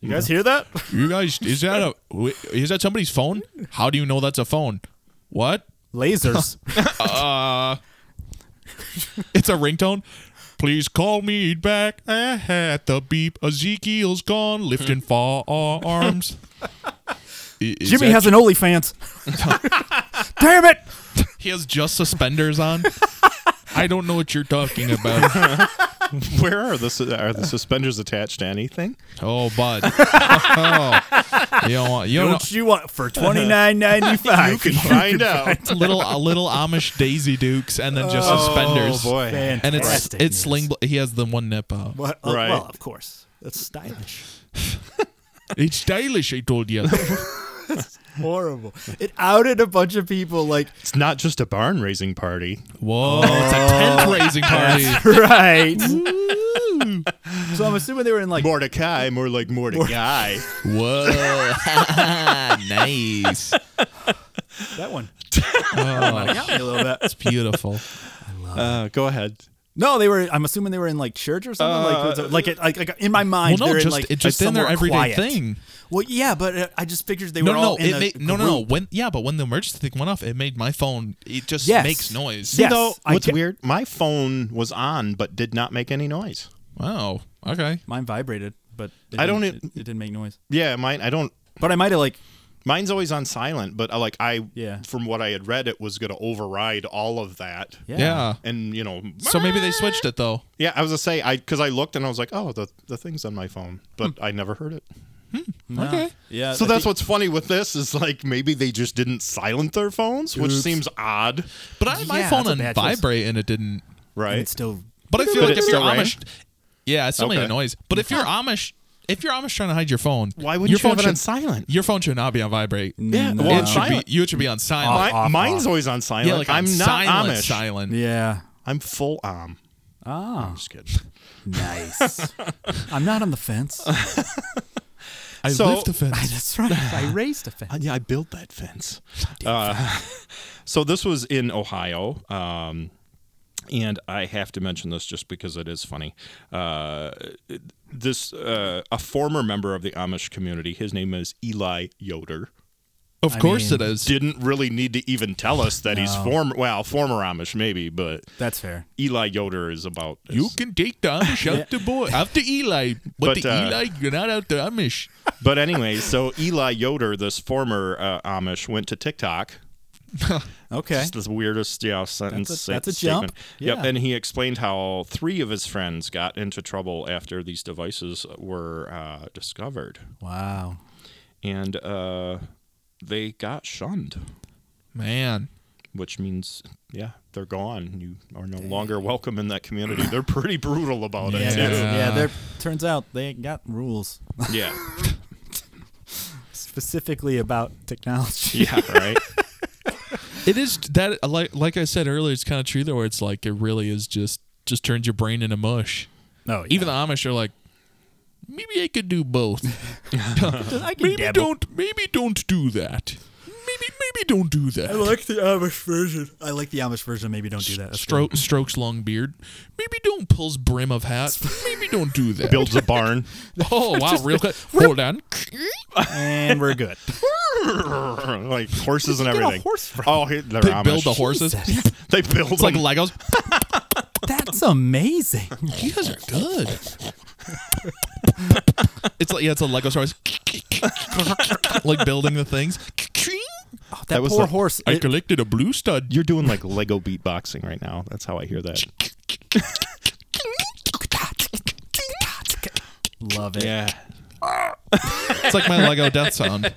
Speaker 2: You guys hear that?
Speaker 3: You guys, is that a wi- is that somebody's phone? How do you know that's a phone? What?
Speaker 2: Lasers.
Speaker 3: It's a ringtone. Please call me back at the beep. Ezekiel's gone, lifting
Speaker 1: Hmm.
Speaker 3: firearms. I- is
Speaker 2: Jimmy
Speaker 3: that-
Speaker 2: has an OnlyFans. Damn it!
Speaker 3: he has just suspenders on. I don't know what you're talking about.
Speaker 1: Where are the su- are the suspenders attached to anything?
Speaker 3: Oh, bud. Oh. you don't want you don't
Speaker 2: Don't you want for twenty nine ninety five?
Speaker 1: You can find out.
Speaker 3: know, little a little Amish Daisy Dukes and then just suspenders.
Speaker 1: Oh boy.
Speaker 3: And it's it's sling. bl- He has the one nip out.
Speaker 2: What? oh,
Speaker 1: Right.
Speaker 2: Well, of course. That's stylish.
Speaker 3: It's stylish. I told you.
Speaker 2: Horrible. It outed a bunch of people. Like
Speaker 1: It's not just a barn raising party.
Speaker 3: Whoa! It's a
Speaker 1: Oh.
Speaker 3: tent raising party.
Speaker 2: right. so I'm assuming they were in like
Speaker 1: Mordecai, more like Mordecai.
Speaker 3: Whoa! nice.
Speaker 2: Oh,
Speaker 3: Oh,
Speaker 2: that one. Kinda got me a little bit.
Speaker 3: Beautiful.
Speaker 1: Uh, go ahead.
Speaker 2: No, they were. I'm assuming they were in like church or something. Like, was it- like, it, like, like in my mind,
Speaker 3: well, no,
Speaker 2: they're
Speaker 3: just
Speaker 2: in like
Speaker 3: it's just in their
Speaker 2: somewhere
Speaker 3: everyday
Speaker 2: quiet.
Speaker 3: thing.
Speaker 2: Well, yeah, but uh, I just figured they
Speaker 3: No,
Speaker 2: were
Speaker 3: no,
Speaker 2: all
Speaker 3: no,
Speaker 2: in
Speaker 3: it
Speaker 2: a
Speaker 3: made, no, no, no.
Speaker 2: group.
Speaker 3: When yeah, but when the emergency thing went off, it made my phone. It just
Speaker 2: Yes.
Speaker 3: makes noise.
Speaker 2: Yes.
Speaker 1: Though
Speaker 2: I
Speaker 1: what's
Speaker 2: get-
Speaker 1: weird, my phone was on but did not make any noise.
Speaker 3: Wow. Okay.
Speaker 2: Mine vibrated, but it
Speaker 1: I don't
Speaker 2: didn't-
Speaker 1: e-
Speaker 2: It, it didn't make noise.
Speaker 1: Yeah, mine. I don't.
Speaker 2: But I might have like
Speaker 1: Mine's always on silent, but uh, like I,
Speaker 2: Yeah.
Speaker 1: from what I had read, it was going to override all of that.
Speaker 2: yeah.
Speaker 3: Yeah.
Speaker 1: And you know,
Speaker 3: So maybe they switched it though.
Speaker 1: yeah, I was gonna say I because I looked and I was like, oh, the the thing's on my phone, but I never heard it.
Speaker 3: Okay.
Speaker 2: yeah.
Speaker 1: So that's what's funny with this is like maybe they just didn't silent their phones, which seems odd,
Speaker 3: But I had my
Speaker 2: Yeah,
Speaker 3: phone
Speaker 2: that's a
Speaker 3: on
Speaker 2: bad choice.
Speaker 3: vibrate and it didn't.
Speaker 2: and
Speaker 1: right?
Speaker 2: it's still
Speaker 3: But I feel
Speaker 1: But
Speaker 3: like
Speaker 1: it
Speaker 3: if you're
Speaker 1: still rang?
Speaker 3: Amish, yeah, it's still made a
Speaker 1: Okay.
Speaker 3: noise. But if you're Amish, if you're Amish trying to hide your phone,
Speaker 1: Why wouldn't you
Speaker 3: your phone
Speaker 1: have it
Speaker 3: should,
Speaker 1: on silent?
Speaker 3: Your phone should not be on vibrate.
Speaker 1: Yeah,
Speaker 2: No.
Speaker 1: well,
Speaker 3: It should
Speaker 1: silent.
Speaker 3: be. You should be on silent.
Speaker 1: Mi-
Speaker 2: off,
Speaker 1: mine's
Speaker 2: off.
Speaker 1: always on silent.
Speaker 3: yeah, like on
Speaker 1: I'm not
Speaker 3: silent,
Speaker 1: Amish.
Speaker 3: silent.
Speaker 2: yeah.
Speaker 1: I'm full Am. Oh. I'm just kidding.
Speaker 2: Nice. I'm not on the fence.
Speaker 3: I
Speaker 1: So-
Speaker 3: lift the fence.
Speaker 2: That's right. I raised a
Speaker 1: Uh,
Speaker 2: fence.
Speaker 1: yeah, I built that fence. Uh, so this was in Ohio. Um, and I have to mention this just because it is funny. Uh, this uh, a former member of the Amish community. His name is Eli Yoder.
Speaker 3: Of
Speaker 2: I
Speaker 3: course
Speaker 2: mean-
Speaker 3: it is.
Speaker 1: Didn't really need to even tell us that he's former. Well, former Amish maybe, but
Speaker 2: That's fair.
Speaker 1: Eli Yoder is about as-
Speaker 3: You can take the Amish out the boy after Eli, but,
Speaker 1: But,
Speaker 3: the
Speaker 1: uh,
Speaker 3: Eli, you're not out the Amish.
Speaker 1: But anyway, so Eli Yoder, this former uh, Amish, went to TikTok.
Speaker 2: Okay.
Speaker 1: Just the weirdest, yeah, sentence.
Speaker 2: That's a- that's a
Speaker 1: statement.
Speaker 2: jump.
Speaker 1: Yep.
Speaker 2: Yeah.
Speaker 1: And he explained how three of his friends got into trouble after these devices were uh, discovered,
Speaker 2: Wow.
Speaker 1: and uh, they got shunned,
Speaker 3: Man,
Speaker 1: which means, yeah, they're gone. You are no longer welcome in that community. They're pretty brutal about
Speaker 2: Yeah.
Speaker 1: it.
Speaker 2: that's-
Speaker 1: Too.
Speaker 2: Yeah. There turns out they ain't got rules
Speaker 1: Yeah.
Speaker 2: specifically about technology.
Speaker 1: Yeah. Right.
Speaker 3: it is that like like I said earlier. It's kind of true though, where it's like it really is just just turns your brain into mush.
Speaker 2: No. yeah.
Speaker 3: Even the Amish are like, maybe I could do both.
Speaker 2: I can
Speaker 3: maybe
Speaker 2: dabble.
Speaker 3: don't maybe don't do that. Maybe maybe don't do that.
Speaker 2: I like the Amish version. I like the Amish version. Maybe don't do that. That's
Speaker 3: Stro- strokes long beard. Maybe don't pulls brim of hat. Maybe don't do that.
Speaker 1: Builds a barn.
Speaker 3: oh wow, real quick. Hold on.
Speaker 2: good. and we're good.
Speaker 1: like horses and
Speaker 2: Get a
Speaker 1: everything.
Speaker 2: horse from-
Speaker 1: oh, he- they're
Speaker 3: They
Speaker 1: Amish.
Speaker 3: build the horses. It's
Speaker 1: They build
Speaker 3: like
Speaker 1: them.
Speaker 3: Legos.
Speaker 2: That's amazing.
Speaker 3: You guys are good. it's like yeah, it's a Lego Star Wars. like building the things.
Speaker 2: That,
Speaker 1: was
Speaker 2: poor
Speaker 1: the-
Speaker 2: horse.
Speaker 3: I
Speaker 2: it-
Speaker 3: collected a blue stud.
Speaker 1: You're doing like Lego beatboxing right now. That's how I hear that.
Speaker 2: love it.
Speaker 1: Yeah.
Speaker 3: It's like my Lego death sound.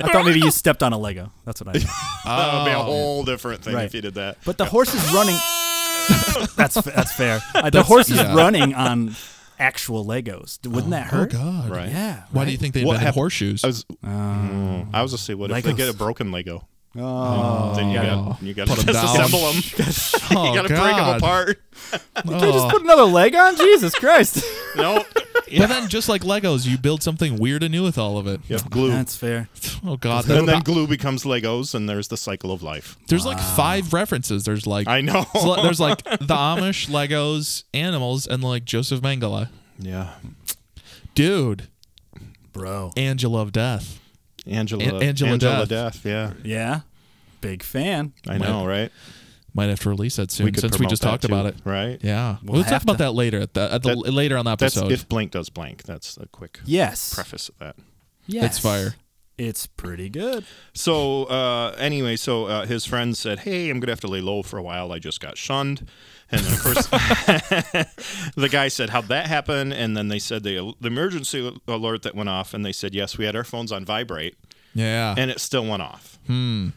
Speaker 2: I thought maybe you stepped on a Lego. That's what I thought.
Speaker 1: That would be
Speaker 3: Oh.
Speaker 1: a whole different thing
Speaker 2: Right.
Speaker 1: if you did that.
Speaker 2: But the horse is running. that's fa- that's fair. Uh, the horse is
Speaker 3: yeah.
Speaker 2: running on actual Legos. Wouldn't that
Speaker 3: Oh
Speaker 2: hurt?
Speaker 3: God.
Speaker 1: Right.
Speaker 2: Yeah. Oh.
Speaker 3: Why do you think they
Speaker 1: What
Speaker 3: invented
Speaker 1: hap-
Speaker 3: horseshoes?
Speaker 1: I was Mm, I was just say what if they
Speaker 2: Legos.
Speaker 1: get a broken Lego?
Speaker 2: Oh,
Speaker 1: Then you
Speaker 3: Oh.
Speaker 1: got you got to
Speaker 3: Put 'em down.
Speaker 1: disassemble them.
Speaker 3: oh,
Speaker 1: you got to break them apart.
Speaker 2: They just put another leg on? Jesus Christ.
Speaker 1: No.
Speaker 3: But then, just like Legos, you build something weird anew with all of it.
Speaker 1: You have glue.
Speaker 2: That's fair.
Speaker 3: Oh God!
Speaker 1: and
Speaker 3: that-
Speaker 1: then glue becomes Legos and there's the cycle of life.
Speaker 3: there's like five references. There's like
Speaker 1: I know.
Speaker 3: It's like- There's like the Amish, Legos, animals, and like Joseph Mengele.
Speaker 1: Yeah.
Speaker 3: Dude,
Speaker 2: Bro.
Speaker 3: Angela of Death.
Speaker 1: Angela
Speaker 3: An- Angela
Speaker 1: Angela,
Speaker 3: Duff.
Speaker 1: Duff, yeah.
Speaker 2: Yeah. Big fan.
Speaker 1: I know, right?
Speaker 3: Might have to release that soon since we
Speaker 1: promote
Speaker 3: just
Speaker 1: that
Speaker 3: talked
Speaker 1: too,
Speaker 3: about it.
Speaker 1: Right?
Speaker 3: Yeah, we'll,
Speaker 2: have
Speaker 3: talk about
Speaker 2: to.
Speaker 3: that later at the, at the
Speaker 1: That-
Speaker 3: later on the
Speaker 1: That's
Speaker 3: episode.
Speaker 1: if blank does blank. That's a quick
Speaker 2: Yes.
Speaker 1: preface of that.
Speaker 2: yes.
Speaker 3: It's fire.
Speaker 2: It's pretty good.
Speaker 1: So uh, anyway, so uh, his friend said, "Hey, I'm gonna have to lay low for a while. I just got shunned." And then of course, the guy said, "How'd that happen?" And then they said the, the emergency alert that went off, and they said, "Yes, we had our phones on vibrate,
Speaker 3: yeah,
Speaker 1: and it still went off."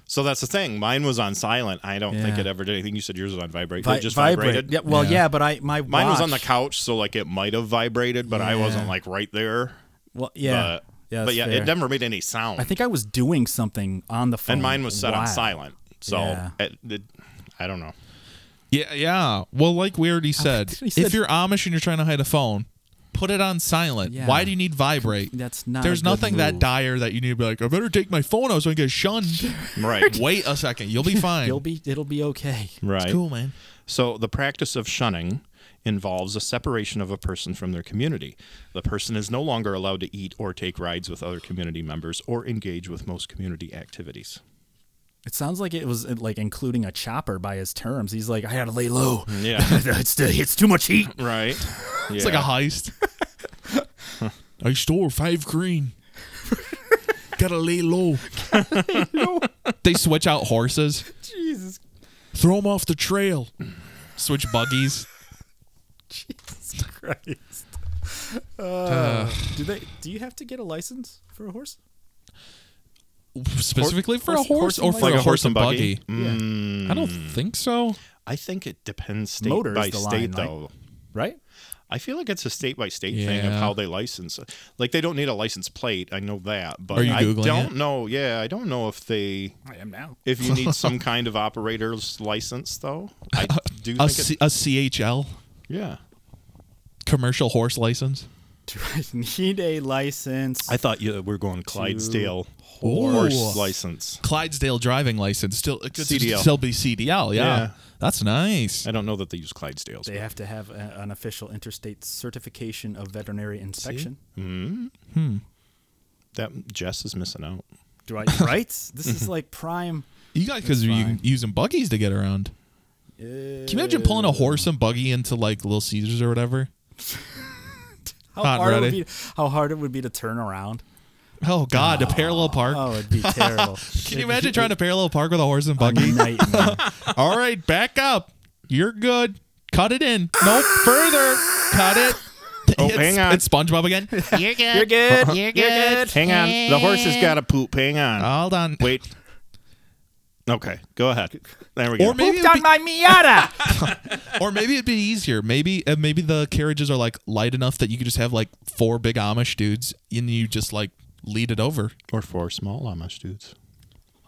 Speaker 1: So that's the thing. Mine was on silent. I don't think
Speaker 2: Hmm. Yeah.
Speaker 1: it ever did anything. You said yours was on vibrate.
Speaker 2: Vi-
Speaker 1: it just
Speaker 2: vibrate.
Speaker 1: vibrated.
Speaker 2: Yeah, well,
Speaker 3: Yeah.
Speaker 2: yeah. but I my
Speaker 1: Mine was
Speaker 2: watch-
Speaker 1: on the couch, so like it might have vibrated, but I wasn't like right there.
Speaker 2: Well, yeah.
Speaker 1: But
Speaker 2: yeah,
Speaker 1: but
Speaker 2: that's
Speaker 1: yeah,
Speaker 2: fair.
Speaker 1: it never made any sound.
Speaker 2: I think I was doing something on the phone.
Speaker 1: and mine was set on
Speaker 2: while-
Speaker 1: silent. So
Speaker 2: Yeah.
Speaker 1: it, it, I don't know.
Speaker 3: yeah, yeah. Well, like we already said,
Speaker 2: Oh, he said-
Speaker 3: if you're Amish and you're trying to hide a phone, put it on silent.
Speaker 2: Yeah.
Speaker 3: Why do you need vibrate?
Speaker 2: That's not a
Speaker 3: There's
Speaker 2: good
Speaker 3: nothing that
Speaker 2: move.
Speaker 3: dire that you need to be like. I better take my phone out so I can get shunned.
Speaker 1: Right.
Speaker 3: Wait a second, you'll be fine.
Speaker 2: You'll be it'll be okay.
Speaker 1: Right.
Speaker 3: It's cool, man.
Speaker 1: So the practice of shunning involves a separation of a person from their community. The person is no longer allowed to eat or take rides with other community members or engage with most community activities.
Speaker 2: It sounds like it was like including a chopper by his terms. He's like, I gotta lay low.
Speaker 1: Mm, Yeah.
Speaker 2: it's it's too much heat.
Speaker 1: right. Yeah.
Speaker 3: It's like a heist. I stole five green. Gotta lay low. they switch out horses. Jesus. Throw them off the trail. Switch buggies.
Speaker 2: Jesus Christ. Uh, do they? Do you have to get a license for a horse?
Speaker 3: Specifically for a
Speaker 2: Horse-
Speaker 3: horse,
Speaker 2: horse
Speaker 3: or
Speaker 2: and
Speaker 3: for
Speaker 2: buggy.
Speaker 3: a horse and buggy?
Speaker 1: Mm,
Speaker 3: I don't think so.
Speaker 1: I think it depends state
Speaker 2: Motor is
Speaker 1: by
Speaker 2: the
Speaker 1: state,
Speaker 2: line, right?
Speaker 1: though.
Speaker 2: Right.
Speaker 1: I feel like it's a state by state thing of
Speaker 3: Yeah.
Speaker 1: how they license. it. Like they don't need a license plate. I know that, but
Speaker 3: Are you
Speaker 1: I
Speaker 3: Googling
Speaker 1: don't
Speaker 3: it?
Speaker 1: know. Yeah, I don't know if they
Speaker 2: I am now.
Speaker 1: if you need some kind of operator's license though. I do
Speaker 3: A,
Speaker 1: think it,
Speaker 3: C- a CHL.
Speaker 1: Yeah.
Speaker 3: Commercial horse license.
Speaker 2: Do I need a license?
Speaker 1: I thought you were going Clydesdale
Speaker 3: horse.
Speaker 1: horse license.
Speaker 3: Clydesdale driving license. Still, it could
Speaker 1: CDL.
Speaker 3: still be CDL. Yeah.
Speaker 1: Yeah.
Speaker 3: That's nice.
Speaker 1: I don't know that they use Clydesdales.
Speaker 2: they have to have a, an official interstate certification of veterinary inspection.
Speaker 1: That Jess is missing out.
Speaker 2: Do I right? This is like prime.
Speaker 3: You guys, because you
Speaker 2: fine.
Speaker 3: using buggies to get around. Can you imagine pulling a horse and buggy into like Little Caesars or whatever?
Speaker 2: How
Speaker 3: Hot and
Speaker 2: hard it would
Speaker 3: ready.
Speaker 2: be, how hard it would be to turn around.
Speaker 3: Oh God, to parallel park.
Speaker 2: Oh, it'd be terrible.
Speaker 3: Can you imagine trying to parallel park with a horse and buggy?
Speaker 2: Nightmare.
Speaker 3: All right, back up. You're good. Cut it in. Nope, further. Cut it.
Speaker 1: Oh,
Speaker 3: It's-
Speaker 1: hang on.
Speaker 3: It's SpongeBob again.
Speaker 5: You're good.
Speaker 2: You're good.
Speaker 5: You're good.
Speaker 1: Hang on. The horse has got to poop. Hang on.
Speaker 3: Hold on.
Speaker 1: Wait. Okay. Go ahead. There we go.
Speaker 3: Or maybe, it'd
Speaker 2: Down
Speaker 3: be,
Speaker 2: my Miata.
Speaker 3: or maybe it'd be easier. Maybe uh, maybe the carriages are like light enough that you could just have like four big Amish dudes and you just like lead it over.
Speaker 1: or four small Amish dudes.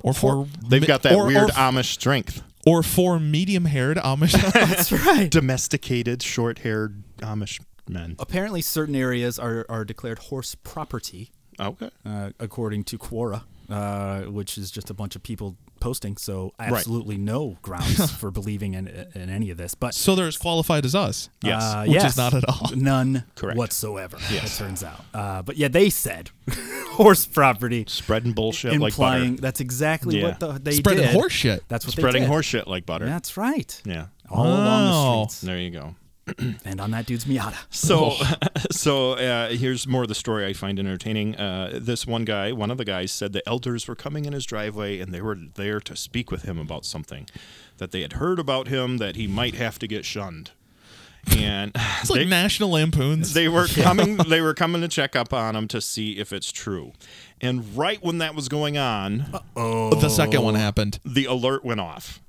Speaker 3: Or four.
Speaker 1: They've
Speaker 3: mi-
Speaker 1: got that
Speaker 3: or- or
Speaker 1: weird
Speaker 3: f-
Speaker 1: Amish strength.
Speaker 3: Or four medium haired Amish.
Speaker 2: That's right.
Speaker 1: Domesticated, short haired Amish men.
Speaker 2: Apparently, certain areas are, are declared horse property,
Speaker 1: Okay.
Speaker 2: uh, according to Quora, uh, which is just a bunch of people posting. So, absolutely no grounds for believing in, in any of this. But
Speaker 3: so they're as qualified as us.
Speaker 1: Yes.
Speaker 2: Uh,
Speaker 3: Which is
Speaker 2: yes.
Speaker 3: not at all.
Speaker 2: None
Speaker 1: Correct.
Speaker 2: whatsoever, it turns out. Uh, but yeah, they said horse property,
Speaker 1: Spreading bullshit like
Speaker 2: implying
Speaker 1: butter.
Speaker 2: that's exactly
Speaker 1: Yeah.
Speaker 2: what the, they
Speaker 3: Spreading
Speaker 2: did.
Speaker 3: horse shit.
Speaker 2: That's what
Speaker 1: Spreading
Speaker 2: they did.
Speaker 1: horse shit like butter.
Speaker 2: That's right.
Speaker 1: Yeah.
Speaker 2: All along
Speaker 3: Wow.
Speaker 2: the streets.
Speaker 1: There you go.
Speaker 2: And on that dude's Miata.
Speaker 1: So, so uh, here's more of the story I find entertaining. Uh, this one guy, one of the guys, said the elders were coming in his driveway and they were there to speak with him about something that they had heard about him that he might have to get shunned. And
Speaker 3: It's like
Speaker 1: they-
Speaker 3: National Lampoons.
Speaker 1: they were coming they were coming to check up on him to see if it's true and right when that was going on
Speaker 3: The second one happened.
Speaker 1: the alert went off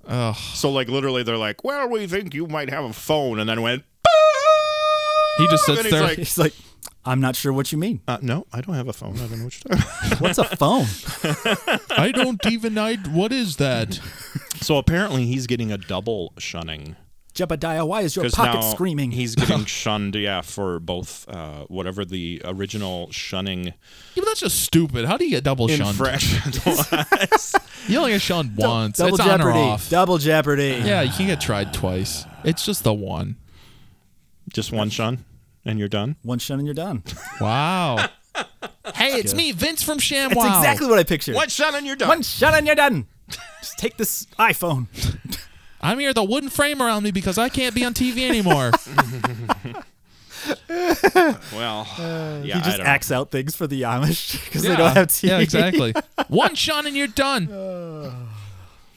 Speaker 1: so like literally they're like well we think you might have a phone and then went
Speaker 3: He just
Speaker 1: And
Speaker 3: sits
Speaker 1: he's
Speaker 3: there.
Speaker 1: like-
Speaker 2: He's like, I'm not sure what you mean.
Speaker 1: uh, no i don't have a phone i don't know what you're talking about
Speaker 2: What's a phone?
Speaker 3: I don't even. I. What is that?
Speaker 1: so apparently he's getting a double shunning
Speaker 2: Jebediah, why is your
Speaker 1: because now
Speaker 2: pocket screaming?
Speaker 1: he's getting shunned yeah for both uh, whatever the original shunning
Speaker 3: Yeah, but that's just stupid. How do you get double shunned?
Speaker 1: infraction
Speaker 3: you only get shunned once.
Speaker 2: Double
Speaker 3: it's
Speaker 2: jeopardy.
Speaker 3: on or off.
Speaker 2: Double jeopardy.
Speaker 3: yeah, you can get tried twice. It's just the one.
Speaker 1: just one shun and you're done
Speaker 2: One shun and you're done.
Speaker 3: Wow. hey, it's me, Vince from ShamWow.
Speaker 2: That's exactly what I pictured.
Speaker 1: one shun and you're done
Speaker 2: One shun and you're done. Just take this iPhone.
Speaker 3: I'm here with a wooden frame around me because I can't be on TV anymore.
Speaker 1: well yeah
Speaker 2: he
Speaker 1: I
Speaker 2: just
Speaker 1: don't know.
Speaker 2: acts out things for the Amish because
Speaker 3: yeah.
Speaker 2: they don't have Uh, TV.
Speaker 3: Yeah, exactly. One shot and you're done.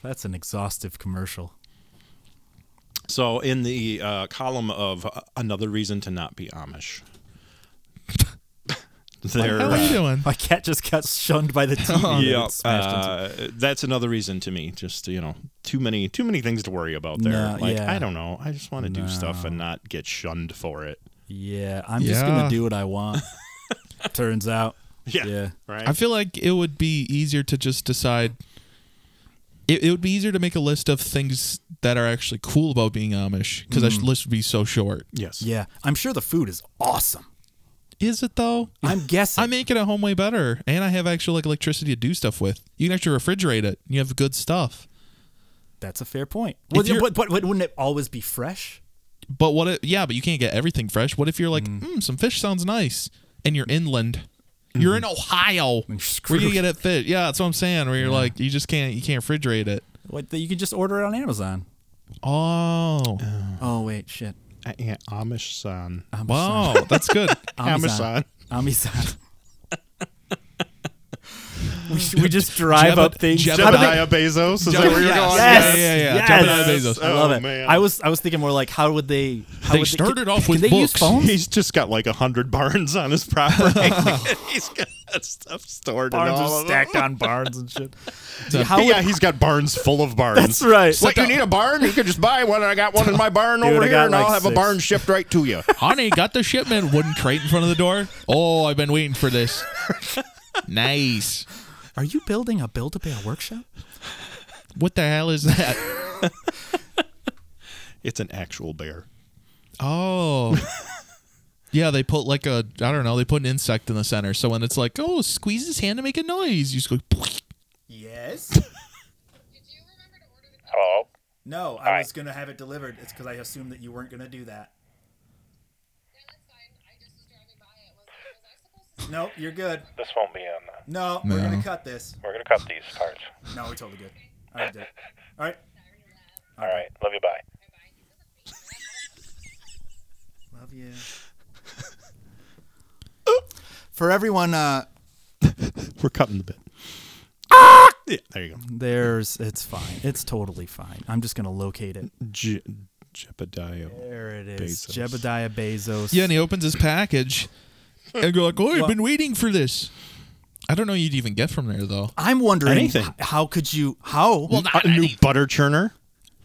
Speaker 2: That's an exhaustive commercial.
Speaker 1: So, in the uh, column of uh, another reason to not be Amish, there.
Speaker 3: How are you
Speaker 1: uh,
Speaker 3: doing?
Speaker 2: My cat just got shunned by the TV. that
Speaker 1: Oh, yeah,
Speaker 2: it smashed into.
Speaker 1: uh, that's another reason to me. Just you know, too many too many things to worry about there.
Speaker 2: No,
Speaker 1: like
Speaker 2: yeah.
Speaker 1: I don't know, I just want to do stuff and not get shunned for it.
Speaker 2: Yeah, I'm just
Speaker 3: Yeah.
Speaker 2: gonna do what I want. Turns out.
Speaker 1: Yeah,
Speaker 2: Yeah.
Speaker 1: right.
Speaker 3: I feel like it would be easier to just decide. It, it would be easier to make a list of things that are actually cool about being Amish because
Speaker 2: Mm.
Speaker 3: that list would be so short.
Speaker 1: yes.
Speaker 2: Yeah, I'm sure the food is awesome.
Speaker 3: Is it though?
Speaker 2: I'm guessing.
Speaker 3: I make it at home way better, and I have actual like electricity to do stuff with. You can actually refrigerate it. You have good stuff.
Speaker 2: that's a fair point. Well,
Speaker 3: you're-
Speaker 2: but, but, but wouldn't it always be fresh?
Speaker 3: But what? If, yeah, but you can't get everything fresh. What if you're like, hmm, some fish sounds nice, and you're inland. You're in Ohio. Where you
Speaker 2: screwed.
Speaker 3: get Mm-hmm. it fit? Yeah, that's what I'm saying. Where you're like, you just can't, you can't refrigerate it.
Speaker 2: What you could just order it on Amazon.
Speaker 3: Oh,
Speaker 2: Oh wait, shit.
Speaker 1: Uh, yeah, Amish son.
Speaker 2: Uh-huh.
Speaker 3: wow, that's good.
Speaker 1: Amazon.
Speaker 2: Amazon. we, sh- we just drive
Speaker 3: Jebed-
Speaker 2: up things.
Speaker 3: Jebediah
Speaker 2: How do they-
Speaker 1: Jebediah Bezos. Is that where you're
Speaker 3: Yes.
Speaker 1: going?
Speaker 2: Yes.
Speaker 3: Yeah, yeah, yeah.
Speaker 2: Yes.
Speaker 3: Jebediah Bezos.
Speaker 2: I love
Speaker 1: Oh,
Speaker 2: it.
Speaker 1: man.
Speaker 2: I was I was thinking more like how would they? How
Speaker 3: They
Speaker 2: would
Speaker 3: started
Speaker 2: can-
Speaker 3: off
Speaker 2: can
Speaker 3: with
Speaker 2: they use
Speaker 3: books.
Speaker 2: phones?
Speaker 1: He's just got like a hundred barns on his property. He's got stuff stored in
Speaker 2: barns
Speaker 1: all
Speaker 2: are
Speaker 1: of them.
Speaker 2: stacked on barns and shit.
Speaker 3: a-
Speaker 2: how
Speaker 1: yeah,
Speaker 2: would,
Speaker 1: he's got barns full of barns.
Speaker 2: That's right.
Speaker 1: What, you need a barn? You can just buy one. I got one in my barn over
Speaker 2: I
Speaker 1: here,
Speaker 2: got
Speaker 1: and I'll
Speaker 2: like
Speaker 1: have a
Speaker 2: six.
Speaker 1: barn shipped right to you.
Speaker 3: Honey, got the shipment wooden crate in front of the door. Oh, I've been waiting for this. Nice.
Speaker 2: Are you building a build a bear workshop?
Speaker 3: What the hell is that?
Speaker 1: It's an actual bear.
Speaker 3: Oh. yeah, they put like a I don't know, they put an insect in the center. So when it's like, oh, squeeze his hand to make a noise, you just go.
Speaker 2: Yes.
Speaker 6: Hello?
Speaker 2: No, I was gonna have it delivered. It's because I assumed that you weren't gonna do that. Nope, you're good.
Speaker 6: This won't be on that.
Speaker 2: No, we're
Speaker 3: No.
Speaker 2: gonna cut this.
Speaker 6: We're going to cut these parts.
Speaker 2: No, we're totally good. All right, Dick. All right.
Speaker 6: All right. Love you. Bye.
Speaker 2: Love you.
Speaker 7: For everyone, uh,
Speaker 1: We're cutting the bit.
Speaker 2: Ah!
Speaker 1: Yeah, there you go.
Speaker 2: There's. It's fine. It's totally fine. I'm just gonna locate it.
Speaker 1: Je- Jebediah.
Speaker 2: There it is.
Speaker 1: Bezos. e-
Speaker 2: Jebediah Bezos.
Speaker 3: Yeah, and he opens his package, and you're like, oh, I've
Speaker 2: Well-
Speaker 3: been waiting for this. I don't know you'd even get from there though.
Speaker 2: I'm wondering
Speaker 1: Anything.
Speaker 2: h- how could you how well
Speaker 1: A new butter churner,
Speaker 2: Oh.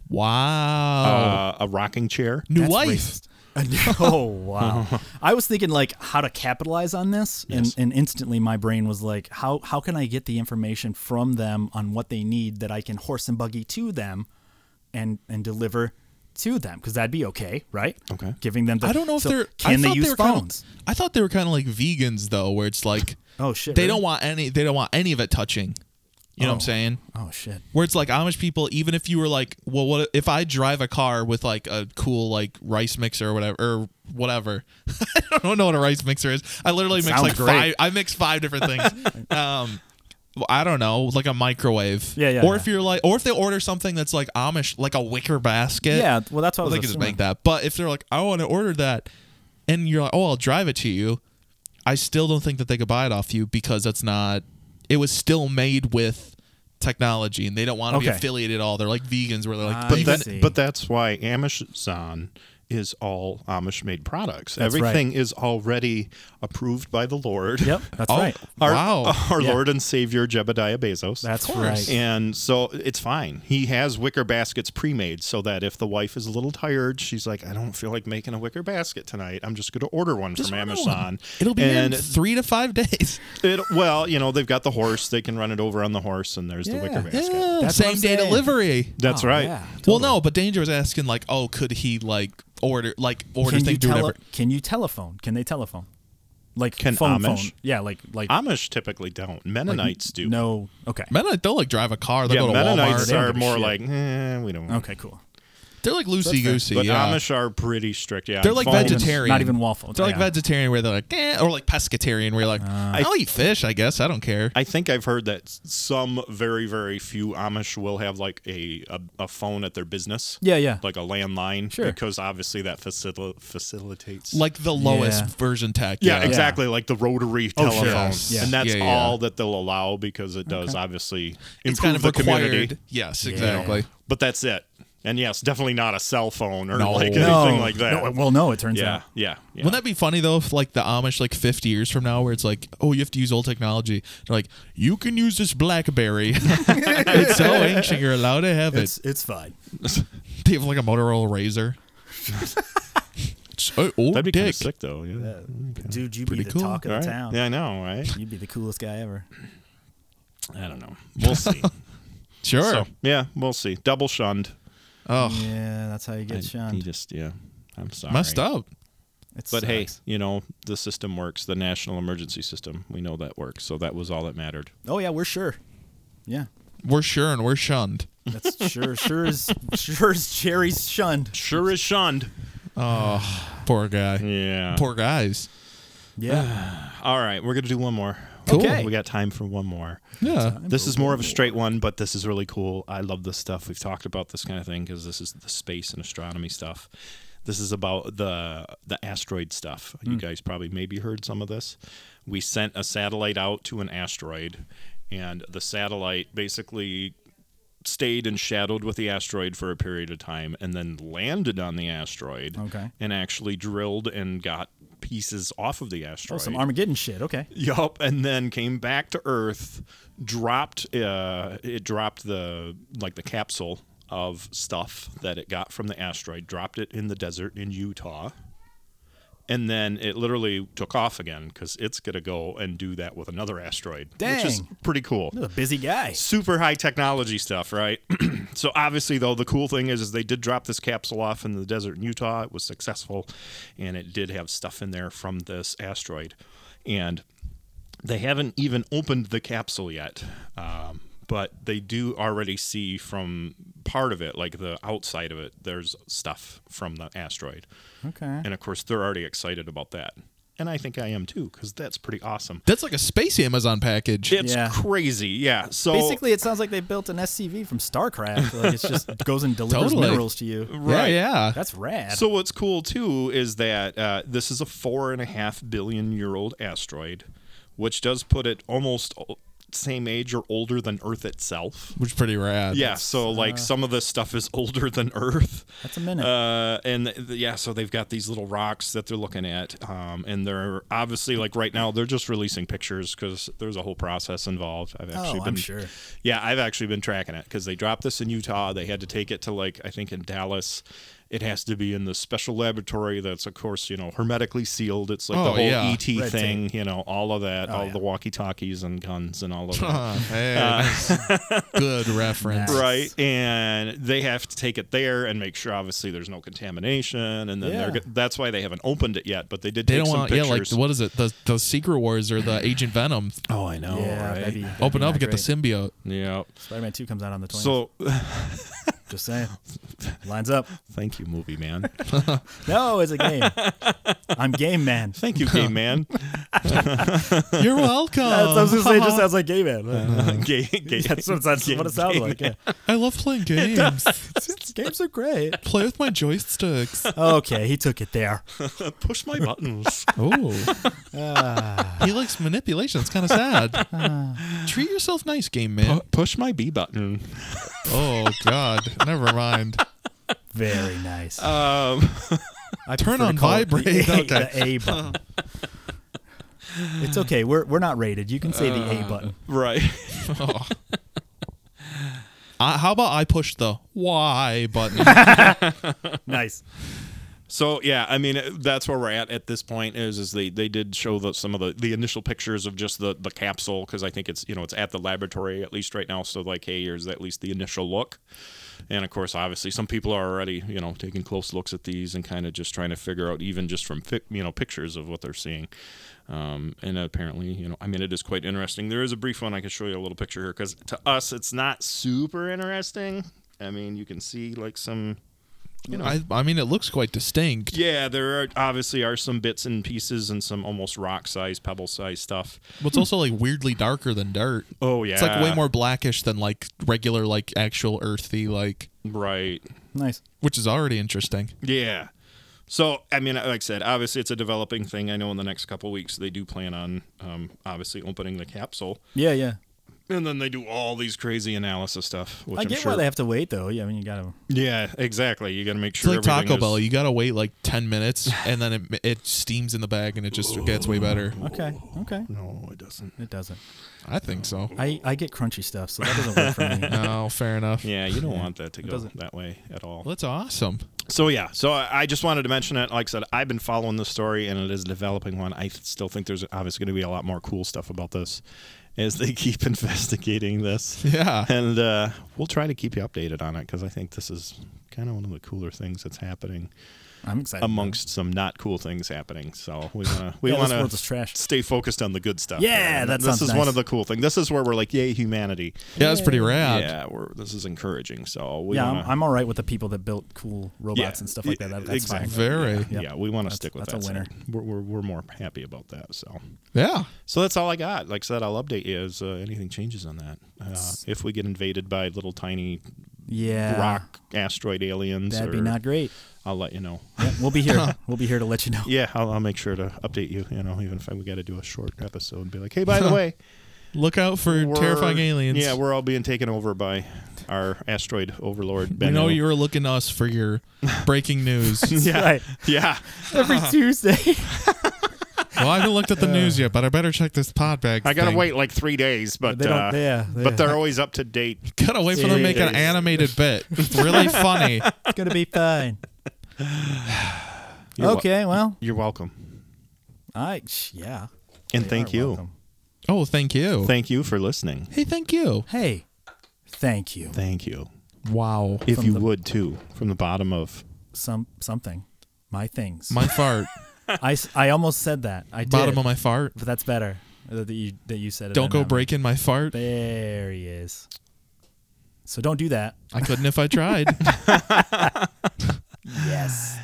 Speaker 3: Wow.
Speaker 1: uh, a rocking chair.
Speaker 3: New wife.
Speaker 2: racist. oh wow. I was thinking like how to capitalize on this
Speaker 1: Yes.
Speaker 2: and, and instantly my brain was like how how can I get the information from them on what they need that I can horse and buggy to them and and deliver to them cuz that'd be okay, right?
Speaker 1: Okay.
Speaker 2: Giving them the,
Speaker 3: I don't know if
Speaker 2: so
Speaker 3: they're. I
Speaker 2: can
Speaker 3: thought
Speaker 2: they use
Speaker 3: were kinda-
Speaker 2: phones?
Speaker 3: I thought they were kind of like vegans though, where it's like
Speaker 2: Oh shit.
Speaker 3: they
Speaker 2: really?
Speaker 3: don't want any. They don't want any of it touching. You know what I'm
Speaker 2: Oh.
Speaker 3: saying?
Speaker 2: Oh shit.
Speaker 3: Where it's like Amish people, even if you were like, well, what if I drive a car with like a cool like rice mixer or whatever or whatever? I don't know what a rice mixer is. I literally mix
Speaker 2: sounds
Speaker 3: like
Speaker 2: great.
Speaker 3: five. I mix five different things. um, well, I don't know, like a microwave.
Speaker 2: Yeah, yeah,
Speaker 3: Or
Speaker 2: yeah.
Speaker 3: if you're like, or if they order something that's like Amish, like a wicker basket.
Speaker 2: Yeah, well that's what I
Speaker 3: Well, they
Speaker 2: was
Speaker 3: can just
Speaker 2: assuming.
Speaker 3: make that. But if they're like, I want to order that, and you're like, oh, I'll drive it to you, I still don't think that they could buy it off you because that's not. It was still made with technology, and they don't want to be
Speaker 2: Okay.
Speaker 3: affiliated at all. They're like vegans, where they're like,
Speaker 2: Ah,
Speaker 3: but
Speaker 1: But
Speaker 2: I
Speaker 3: even,
Speaker 2: see.
Speaker 1: that, but that's why Amazon is all Amish made products.
Speaker 2: That's right.
Speaker 1: Everything is already approved by the Lord.
Speaker 2: Yep, that's
Speaker 3: oh,
Speaker 2: right.
Speaker 1: Our,
Speaker 3: wow,
Speaker 1: our
Speaker 2: Yeah.
Speaker 1: Lord and Savior Jebediah Bezos.
Speaker 2: That's
Speaker 3: course.
Speaker 2: right.
Speaker 1: And so it's fine. He has wicker baskets pre made so that if the wife is a little tired, she's like, I don't feel like making a wicker basket tonight. I'm just going to order one from
Speaker 3: order
Speaker 1: Amazon.
Speaker 3: it'll be
Speaker 1: and
Speaker 3: in three to five days.
Speaker 1: it, well, you know, they've got the horse. They can run it over on the horse, and there's the
Speaker 2: Yeah.
Speaker 1: wicker basket.
Speaker 2: That's what I'm
Speaker 3: same day
Speaker 2: saying.
Speaker 3: delivery.
Speaker 1: That's
Speaker 2: Oh,
Speaker 1: right.
Speaker 2: yeah.
Speaker 3: Well, no, but Danger was asking like, oh, could he like order like order
Speaker 2: can you
Speaker 3: things do
Speaker 2: tele-
Speaker 3: whatever?
Speaker 2: can you telephone? Can they telephone? Like
Speaker 1: Can
Speaker 2: phone
Speaker 1: Amish?
Speaker 2: phone. Yeah, like like
Speaker 1: Amish typically don't. Mennonites do.
Speaker 2: no. Okay.
Speaker 3: Mennonites don't like drive a car. They
Speaker 1: Yeah,
Speaker 3: go to
Speaker 1: Mennonites
Speaker 3: Walmart.
Speaker 2: don't
Speaker 1: are
Speaker 2: give a
Speaker 1: more
Speaker 2: shit.
Speaker 1: like, eh, we don't. want
Speaker 2: Okay, cool.
Speaker 3: They're like loosey
Speaker 1: it."
Speaker 3: goosey.
Speaker 1: But
Speaker 3: yeah.
Speaker 1: Amish are pretty strict. Yeah,
Speaker 3: They're
Speaker 1: and
Speaker 3: like
Speaker 1: phones-
Speaker 3: vegetarian.
Speaker 2: Not even waffle.
Speaker 3: They're like
Speaker 2: Yeah.
Speaker 3: vegetarian where they're like, eh, or like pescatarian where you're like, I'll eat fish, I guess. I don't care.
Speaker 1: I think I've heard that s- some very, very few Amish will have like a, a, a phone at their business.
Speaker 2: Yeah, yeah.
Speaker 1: Like a landline.
Speaker 2: Sure.
Speaker 1: Because obviously that facil- facilitates.
Speaker 3: like the lowest
Speaker 2: Yeah.
Speaker 3: version tech.
Speaker 1: yeah, exactly. Like the rotary telephone.
Speaker 3: Oh, Yes.
Speaker 2: Yeah.
Speaker 1: And that's
Speaker 3: Yeah, yeah.
Speaker 1: all that they'll allow because it does obviously
Speaker 3: It's
Speaker 1: improve
Speaker 3: kind of
Speaker 1: the
Speaker 3: required.
Speaker 1: community.
Speaker 3: Yes, exactly.
Speaker 1: But that's it. And yes, definitely not a cell phone or
Speaker 3: No.
Speaker 1: like anything
Speaker 2: no.
Speaker 1: like that.
Speaker 2: No, well, no. It turns
Speaker 1: yeah,
Speaker 2: out.
Speaker 1: yeah, yeah.
Speaker 3: Wouldn't that be funny though if like the Amish like 50 years from now where it's like, oh, you have to use old technology. They're like, you can use this BlackBerry. it's so ancient, you're allowed to have it.
Speaker 2: It's it's fine.
Speaker 3: They have like a Motorola Razor. so, oh,
Speaker 1: That'd be kind
Speaker 3: dick.
Speaker 1: of sick though. Yeah.
Speaker 2: Dude, you'd
Speaker 3: Pretty
Speaker 2: be the
Speaker 3: cool.
Speaker 2: talk of
Speaker 1: Right?
Speaker 2: the town.
Speaker 1: Yeah, I know, right?
Speaker 2: You'd be the coolest guy ever.
Speaker 1: I don't know. We'll see.
Speaker 3: Sure.
Speaker 1: So, yeah, we'll see. Double shunned.
Speaker 3: oh,
Speaker 2: Yeah, that's how you get
Speaker 1: He
Speaker 2: shunned.
Speaker 1: just, yeah. I'm sorry.
Speaker 3: messed up.
Speaker 2: It
Speaker 1: But hey,
Speaker 2: sucks.
Speaker 1: you know, the system works, the national emergency system. We know that works. So that was all that mattered.
Speaker 2: Oh yeah, we're sure. Yeah,
Speaker 3: We're sure and we're shunned.
Speaker 2: that's sure. Sure is sure is Jerry's shunned.
Speaker 1: Sure is shunned.
Speaker 3: Poor guy.
Speaker 1: Yeah.
Speaker 3: Poor guys.
Speaker 2: Yeah.
Speaker 1: All right, we're going to do one more.
Speaker 3: Cool.
Speaker 2: Okay.
Speaker 1: We got time for one more.
Speaker 3: Yeah.
Speaker 1: This is more of a straight one, but this is really cool. I love this stuff. We've talked about this kind of thing because this is the space and astronomy stuff. This is about the the asteroid stuff. You guys probably maybe heard some of this. We sent a satellite out to an asteroid, and the satellite basically stayed and shadowed with the asteroid for a period of time and then landed on the asteroid
Speaker 2: Okay.
Speaker 1: and actually drilled and got pieces off of the asteroid.
Speaker 2: Oh, some Armageddon shit. Okay.
Speaker 1: Yup, and then came back to Earth, dropped uh, it dropped the like the capsule of stuff that it got from the asteroid, dropped it in the desert in Utah, and then it literally took off again because it's going to go and do that with another asteroid, which is
Speaker 2: Dang.
Speaker 1: pretty cool.
Speaker 2: A busy guy.
Speaker 1: Super high technology stuff, right? so obviously, though, the cool thing is, is they did drop this capsule off in the desert in Utah. It was successful, and it did have stuff in there from this asteroid, and they haven't even opened the capsule yet. Um, but they do already see from part of it, like the outside of it, there's stuff from the asteroid.
Speaker 7: Okay.
Speaker 1: And of course, they're already excited about that. And I think I am too, because that's pretty awesome.
Speaker 3: That's like a space Amazon package.
Speaker 1: It's
Speaker 2: Yeah.
Speaker 1: crazy. Yeah. So
Speaker 2: Basically, it sounds like they built an SCV from StarCraft. Like it just goes and delivers
Speaker 3: Totally.
Speaker 2: minerals to you.
Speaker 3: right. Yeah.
Speaker 2: That's rad.
Speaker 1: So what's cool too is that uh, this is a four and a half billion year old asteroid, which does put it almost o- same age or older than Earth itself.
Speaker 3: Which is pretty rad.
Speaker 1: Yeah, so like some of this stuff is older than Earth.
Speaker 2: That's a minute.
Speaker 1: Uh, and th- th- yeah, so they've got these little rocks that they're looking at, um, and they're obviously like right now they're just releasing pictures because there's a whole process involved. I've actually
Speaker 2: Oh, I'm
Speaker 1: been
Speaker 2: sure.
Speaker 1: yeah, I've actually been tracking it because they dropped this in Utah. They had to take it to like I think in Dallas. It has to be in the special laboratory that's of course you know hermetically sealed. It's like the
Speaker 3: Oh,
Speaker 1: whole
Speaker 3: yeah.
Speaker 1: ET
Speaker 2: Red Oh,
Speaker 1: thing, you know, all of that, all
Speaker 2: yeah.
Speaker 1: the walkie talkies and guns and all of that.
Speaker 3: Huh, hey, nice. good reference.
Speaker 2: Nice.
Speaker 1: Right, and they have to take it there and make sure, obviously, there's no contamination, and then
Speaker 2: Yeah.
Speaker 1: they're go- that's why they haven't opened it yet. But they did
Speaker 3: They
Speaker 1: take
Speaker 3: don't
Speaker 1: some
Speaker 3: want, yeah, like
Speaker 1: pictures.
Speaker 3: what is it? The the Secret Wars or the Agent Venom.
Speaker 1: oh, I know.
Speaker 2: yeah, that'd be, that'd be
Speaker 3: Open up,
Speaker 2: not
Speaker 3: and get the
Speaker 2: great.
Speaker 3: symbiote.
Speaker 1: yeah.
Speaker 2: Spider-Man Two comes out on the 20th.
Speaker 1: So
Speaker 2: just saying, lines up.
Speaker 1: thank you, movie man.
Speaker 2: No, it's a game. I'm game man.
Speaker 1: Thank you, game man.
Speaker 3: You're welcome.
Speaker 2: That's, I was gonna say, it just sounds like game man.
Speaker 1: Gay- gay-
Speaker 2: That's what, that's what it sounds like. Yeah.
Speaker 3: I love playing games.
Speaker 2: Games are great.
Speaker 3: Play with my joysticks.
Speaker 2: Okay, he took it there.
Speaker 1: Push my buttons.
Speaker 3: Oh.
Speaker 2: Ah.
Speaker 3: he likes manipulation. It's kind of sad. Treat yourself nice, game man.
Speaker 1: push my B button.
Speaker 3: Oh God, never mind.
Speaker 2: Very nice.
Speaker 1: Um,
Speaker 2: I prefer
Speaker 3: turn
Speaker 2: to
Speaker 3: on
Speaker 2: call it
Speaker 3: vibrate.
Speaker 2: The A,
Speaker 3: Okay.
Speaker 2: the A button. it's okay. We're we're not rated. You can say the A button.
Speaker 1: right.
Speaker 3: Uh, how about I push the Y button?
Speaker 2: Nice.
Speaker 1: So yeah, I mean that's where we're at at this point. Is is they they did show the, some of the the initial pictures of just the the capsule because I think it's you know it's at the laboratory at least right now. So like hey, here's at least the initial look. And of course, obviously, some people are already you know taking close looks at these and kind of just trying to figure out even just from fi- you know pictures of what they're seeing. Um, and apparently, you know, I mean, it is quite interesting. There is a brief one I can show you a little picture here because to us, it's not super interesting. I mean, you can see like some
Speaker 3: I, I mean, it looks quite distinct.
Speaker 1: yeah, there are obviously are some bits and pieces and some almost rock size, pebble size stuff.
Speaker 3: But it's also like weirdly darker than dirt.
Speaker 1: Oh yeah,
Speaker 3: It's like way more blackish than like regular, like actual earthy, like
Speaker 1: right.
Speaker 2: Nice.
Speaker 3: which is already interesting.
Speaker 1: Yeah. So I mean, like I said, obviously it's a developing thing. I know in the next couple weeks they do plan on um, obviously opening the capsule,
Speaker 2: Yeah, yeah.
Speaker 1: and then they do all these crazy analysis stuff. Which
Speaker 2: I
Speaker 1: am
Speaker 2: get
Speaker 1: sure,
Speaker 2: why they have to wait though. Yeah, I mean you gotta.
Speaker 1: Yeah, exactly. You got to make
Speaker 3: It's
Speaker 1: sure.
Speaker 3: like Taco
Speaker 1: everything
Speaker 3: Bell.
Speaker 1: is-
Speaker 3: You gotta wait like ten minutes, and then it it steams in the bag, and it just gets way better.
Speaker 2: Okay, okay.
Speaker 1: No, it doesn't.
Speaker 2: It doesn't.
Speaker 3: I think so.
Speaker 2: I I get crunchy stuff, so that doesn't work for me.
Speaker 3: Oh, fair enough.
Speaker 1: Yeah, you don't want that to go
Speaker 2: doesn't.
Speaker 1: that way at all.
Speaker 3: Well, that's awesome.
Speaker 1: So yeah, so I, I just wanted to mention it. Like I said, I've been following this story, and it is a developing one. I still think there's obviously going to be a lot more cool stuff about this as they keep investigating this.
Speaker 3: Yeah.
Speaker 1: And uh, we'll try to keep you updated on it because I think this is kind of one of the cooler things that's happening
Speaker 2: I'm excited.
Speaker 1: amongst some not cool things happening. So we want to we
Speaker 2: Yeah, this
Speaker 1: want
Speaker 2: world
Speaker 1: to
Speaker 2: is trash.
Speaker 1: stay focused on the good stuff.
Speaker 2: Yeah,
Speaker 1: And
Speaker 2: that
Speaker 1: this
Speaker 2: sounds
Speaker 1: is
Speaker 2: nice.
Speaker 1: one of the cool things. This is where we're like, yay, humanity.
Speaker 3: Yeah, that's pretty rad.
Speaker 1: yeah, we're, this is encouraging. So we
Speaker 2: Yeah,
Speaker 1: wanna-
Speaker 2: I'm, I'm all right with the people that built cool robots and stuff like that. that that's
Speaker 1: exactly.
Speaker 2: fine.
Speaker 3: Very.
Speaker 1: Yeah,
Speaker 2: Yep.
Speaker 1: yeah, we want to
Speaker 2: That's-
Speaker 1: stick with
Speaker 2: that's a
Speaker 1: that.
Speaker 2: winner.
Speaker 1: side. We're, we're, we're more happy about that. So
Speaker 3: Yeah.
Speaker 1: so that's all I got. Like I said, I'll update you as uh, anything changes on that. Uh, if we get invaded by little tiny
Speaker 2: Yeah.
Speaker 1: rock asteroid aliens,
Speaker 2: Ah. That'd be
Speaker 1: or-
Speaker 2: not great.
Speaker 1: I'll let you know.
Speaker 2: Yeah, we'll be here. we'll be here to let you know.
Speaker 1: Yeah, I'll, I'll make sure to update you. You know, even if I, we got to do a short episode and be like, hey, by the way,
Speaker 3: Look out for
Speaker 1: we're-
Speaker 3: terrifying aliens.
Speaker 1: Yeah, we're all being taken over by our asteroid overlord.
Speaker 3: we
Speaker 1: Ben.
Speaker 3: know you were looking to us for your breaking news.
Speaker 2: Yeah. Right.
Speaker 1: Yeah,
Speaker 2: Every Tuesday.
Speaker 3: well, I haven't looked at the news yet, but I better check this pod bag.
Speaker 1: I gotta
Speaker 3: thing.
Speaker 1: wait like three days, but
Speaker 2: They don't-
Speaker 1: uh,
Speaker 2: yeah, they-
Speaker 1: but they're always up to date.
Speaker 3: Gotta wait for them to make an
Speaker 1: Seriously.
Speaker 3: animated bit. It's really funny.
Speaker 2: It's gonna be fine.
Speaker 1: You're wel-
Speaker 2: okay, well,
Speaker 1: You're welcome.
Speaker 2: I yeah.
Speaker 1: And
Speaker 2: They
Speaker 1: thank
Speaker 2: are
Speaker 1: you.
Speaker 2: welcome.
Speaker 3: Oh, thank you.
Speaker 1: Thank you for listening.
Speaker 3: hey, thank you.
Speaker 2: Hey, thank you.
Speaker 1: Thank you.
Speaker 3: Wow.
Speaker 1: If you would too, from the bottom of
Speaker 2: Some something, my things.
Speaker 3: My fart.
Speaker 2: I, s- I almost said that. I did.
Speaker 3: Bottom of my fart.
Speaker 2: But that's better that you that you said it.
Speaker 3: Don't
Speaker 2: and
Speaker 3: go
Speaker 2: not me.
Speaker 3: breaking my fart.
Speaker 2: There he is. So don't do that.
Speaker 3: I couldn't if I tried.
Speaker 2: Yes.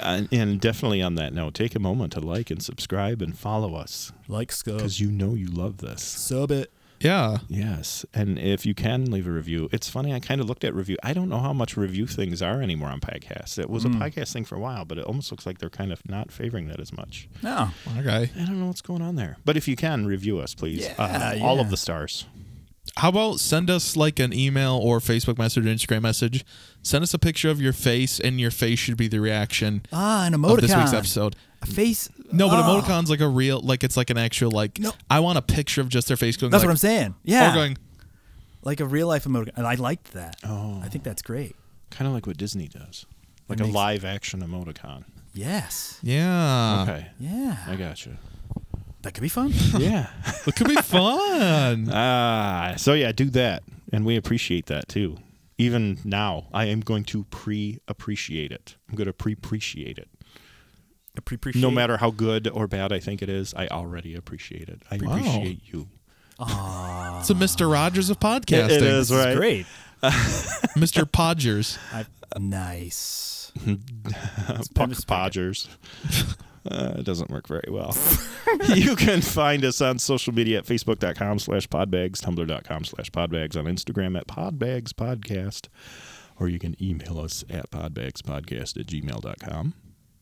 Speaker 1: and, and definitely on that note, take a moment to like and subscribe and follow us
Speaker 2: Like scope.
Speaker 1: because you know you love this.
Speaker 2: Sub it.
Speaker 3: yeah.
Speaker 1: Yes, and if you can leave a review, it's funny. I kind of looked at review. I don't know how much review things are anymore on podcasts. It was a podcast thing for a while, but it almost looks like they're kind of not favoring that as much.
Speaker 2: No.
Speaker 3: Okay.
Speaker 1: I don't know what's going on there, but if you can review us, please, uh, all of the stars.
Speaker 3: How about send us like an email or Facebook message or Instagram message? Send us a picture of your face, and your face should be the reaction
Speaker 2: Ah, an emoticon.
Speaker 3: of this week's episode.
Speaker 2: A face.
Speaker 3: No, but
Speaker 2: Ah,
Speaker 3: emoticon's like a real, like it's like an actual, like
Speaker 2: No.
Speaker 3: I want a picture of just their face going.
Speaker 2: That's
Speaker 3: like,
Speaker 2: what I'm saying. Yeah.
Speaker 3: Or going.
Speaker 2: like a real life emoticon. And I liked that. Oh. I think that's great.
Speaker 1: Kind of like what Disney does, like a
Speaker 2: makes-
Speaker 1: live action emoticon.
Speaker 2: Yes.
Speaker 3: Yeah.
Speaker 1: Okay, I
Speaker 2: Yeah.
Speaker 1: gotcha.
Speaker 2: That could be fun.
Speaker 1: Yeah.
Speaker 3: It could be fun.
Speaker 1: Ah, so yeah, do that, and we appreciate that too. Even now, I am going to pre-appreciate it. I'm going to pre-appreciate it.
Speaker 2: Appreciate.
Speaker 1: No matter how good or bad I think it is, I already appreciate it. I
Speaker 3: Wow.
Speaker 1: appreciate you.
Speaker 3: It's a Mr. Rogers of podcasting.
Speaker 2: This Ah. is great.
Speaker 3: Mr. Podgers.
Speaker 2: I, nice.
Speaker 1: Puck Podgers. Uh, it doesn't work very well. you can find us on social media at facebook.com slash podbags, tumblr.com slash podbags, on Instagram at podbagspodcast, or you can email us at podbagspodcast at gmail.com.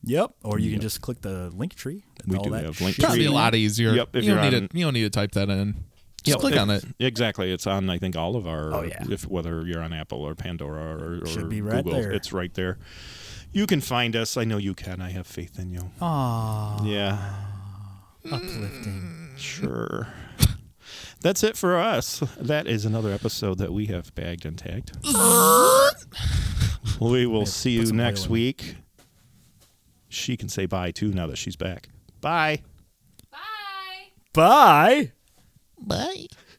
Speaker 2: Yep. Or you can just click the link tree. and
Speaker 1: We
Speaker 2: all
Speaker 1: do
Speaker 2: that
Speaker 1: have link tree.
Speaker 2: shit.
Speaker 3: Probably a lot easier.
Speaker 1: Yep, if
Speaker 3: you don't
Speaker 1: you're
Speaker 3: need
Speaker 1: on-
Speaker 3: to, you don't need to type that in. Just
Speaker 1: Yeah,
Speaker 3: click on it.
Speaker 1: Exactly. It's on, I think, all of our,
Speaker 2: Oh, yeah.
Speaker 1: if whether you're on Apple or Pandora or, or
Speaker 2: Should be right
Speaker 1: Google,
Speaker 2: there.
Speaker 1: it's right there. You can find us. I know you can. I have faith in you.
Speaker 2: Aw,
Speaker 1: Yeah.
Speaker 2: uplifting.
Speaker 1: Sure. That's it for us. That is another episode that we have bagged and tagged. we will see
Speaker 2: put
Speaker 1: you
Speaker 2: some oil
Speaker 1: next
Speaker 2: in.
Speaker 1: week. She can say bye too now that she's back. Bye.
Speaker 4: Bye.
Speaker 2: Bye.
Speaker 5: Bye.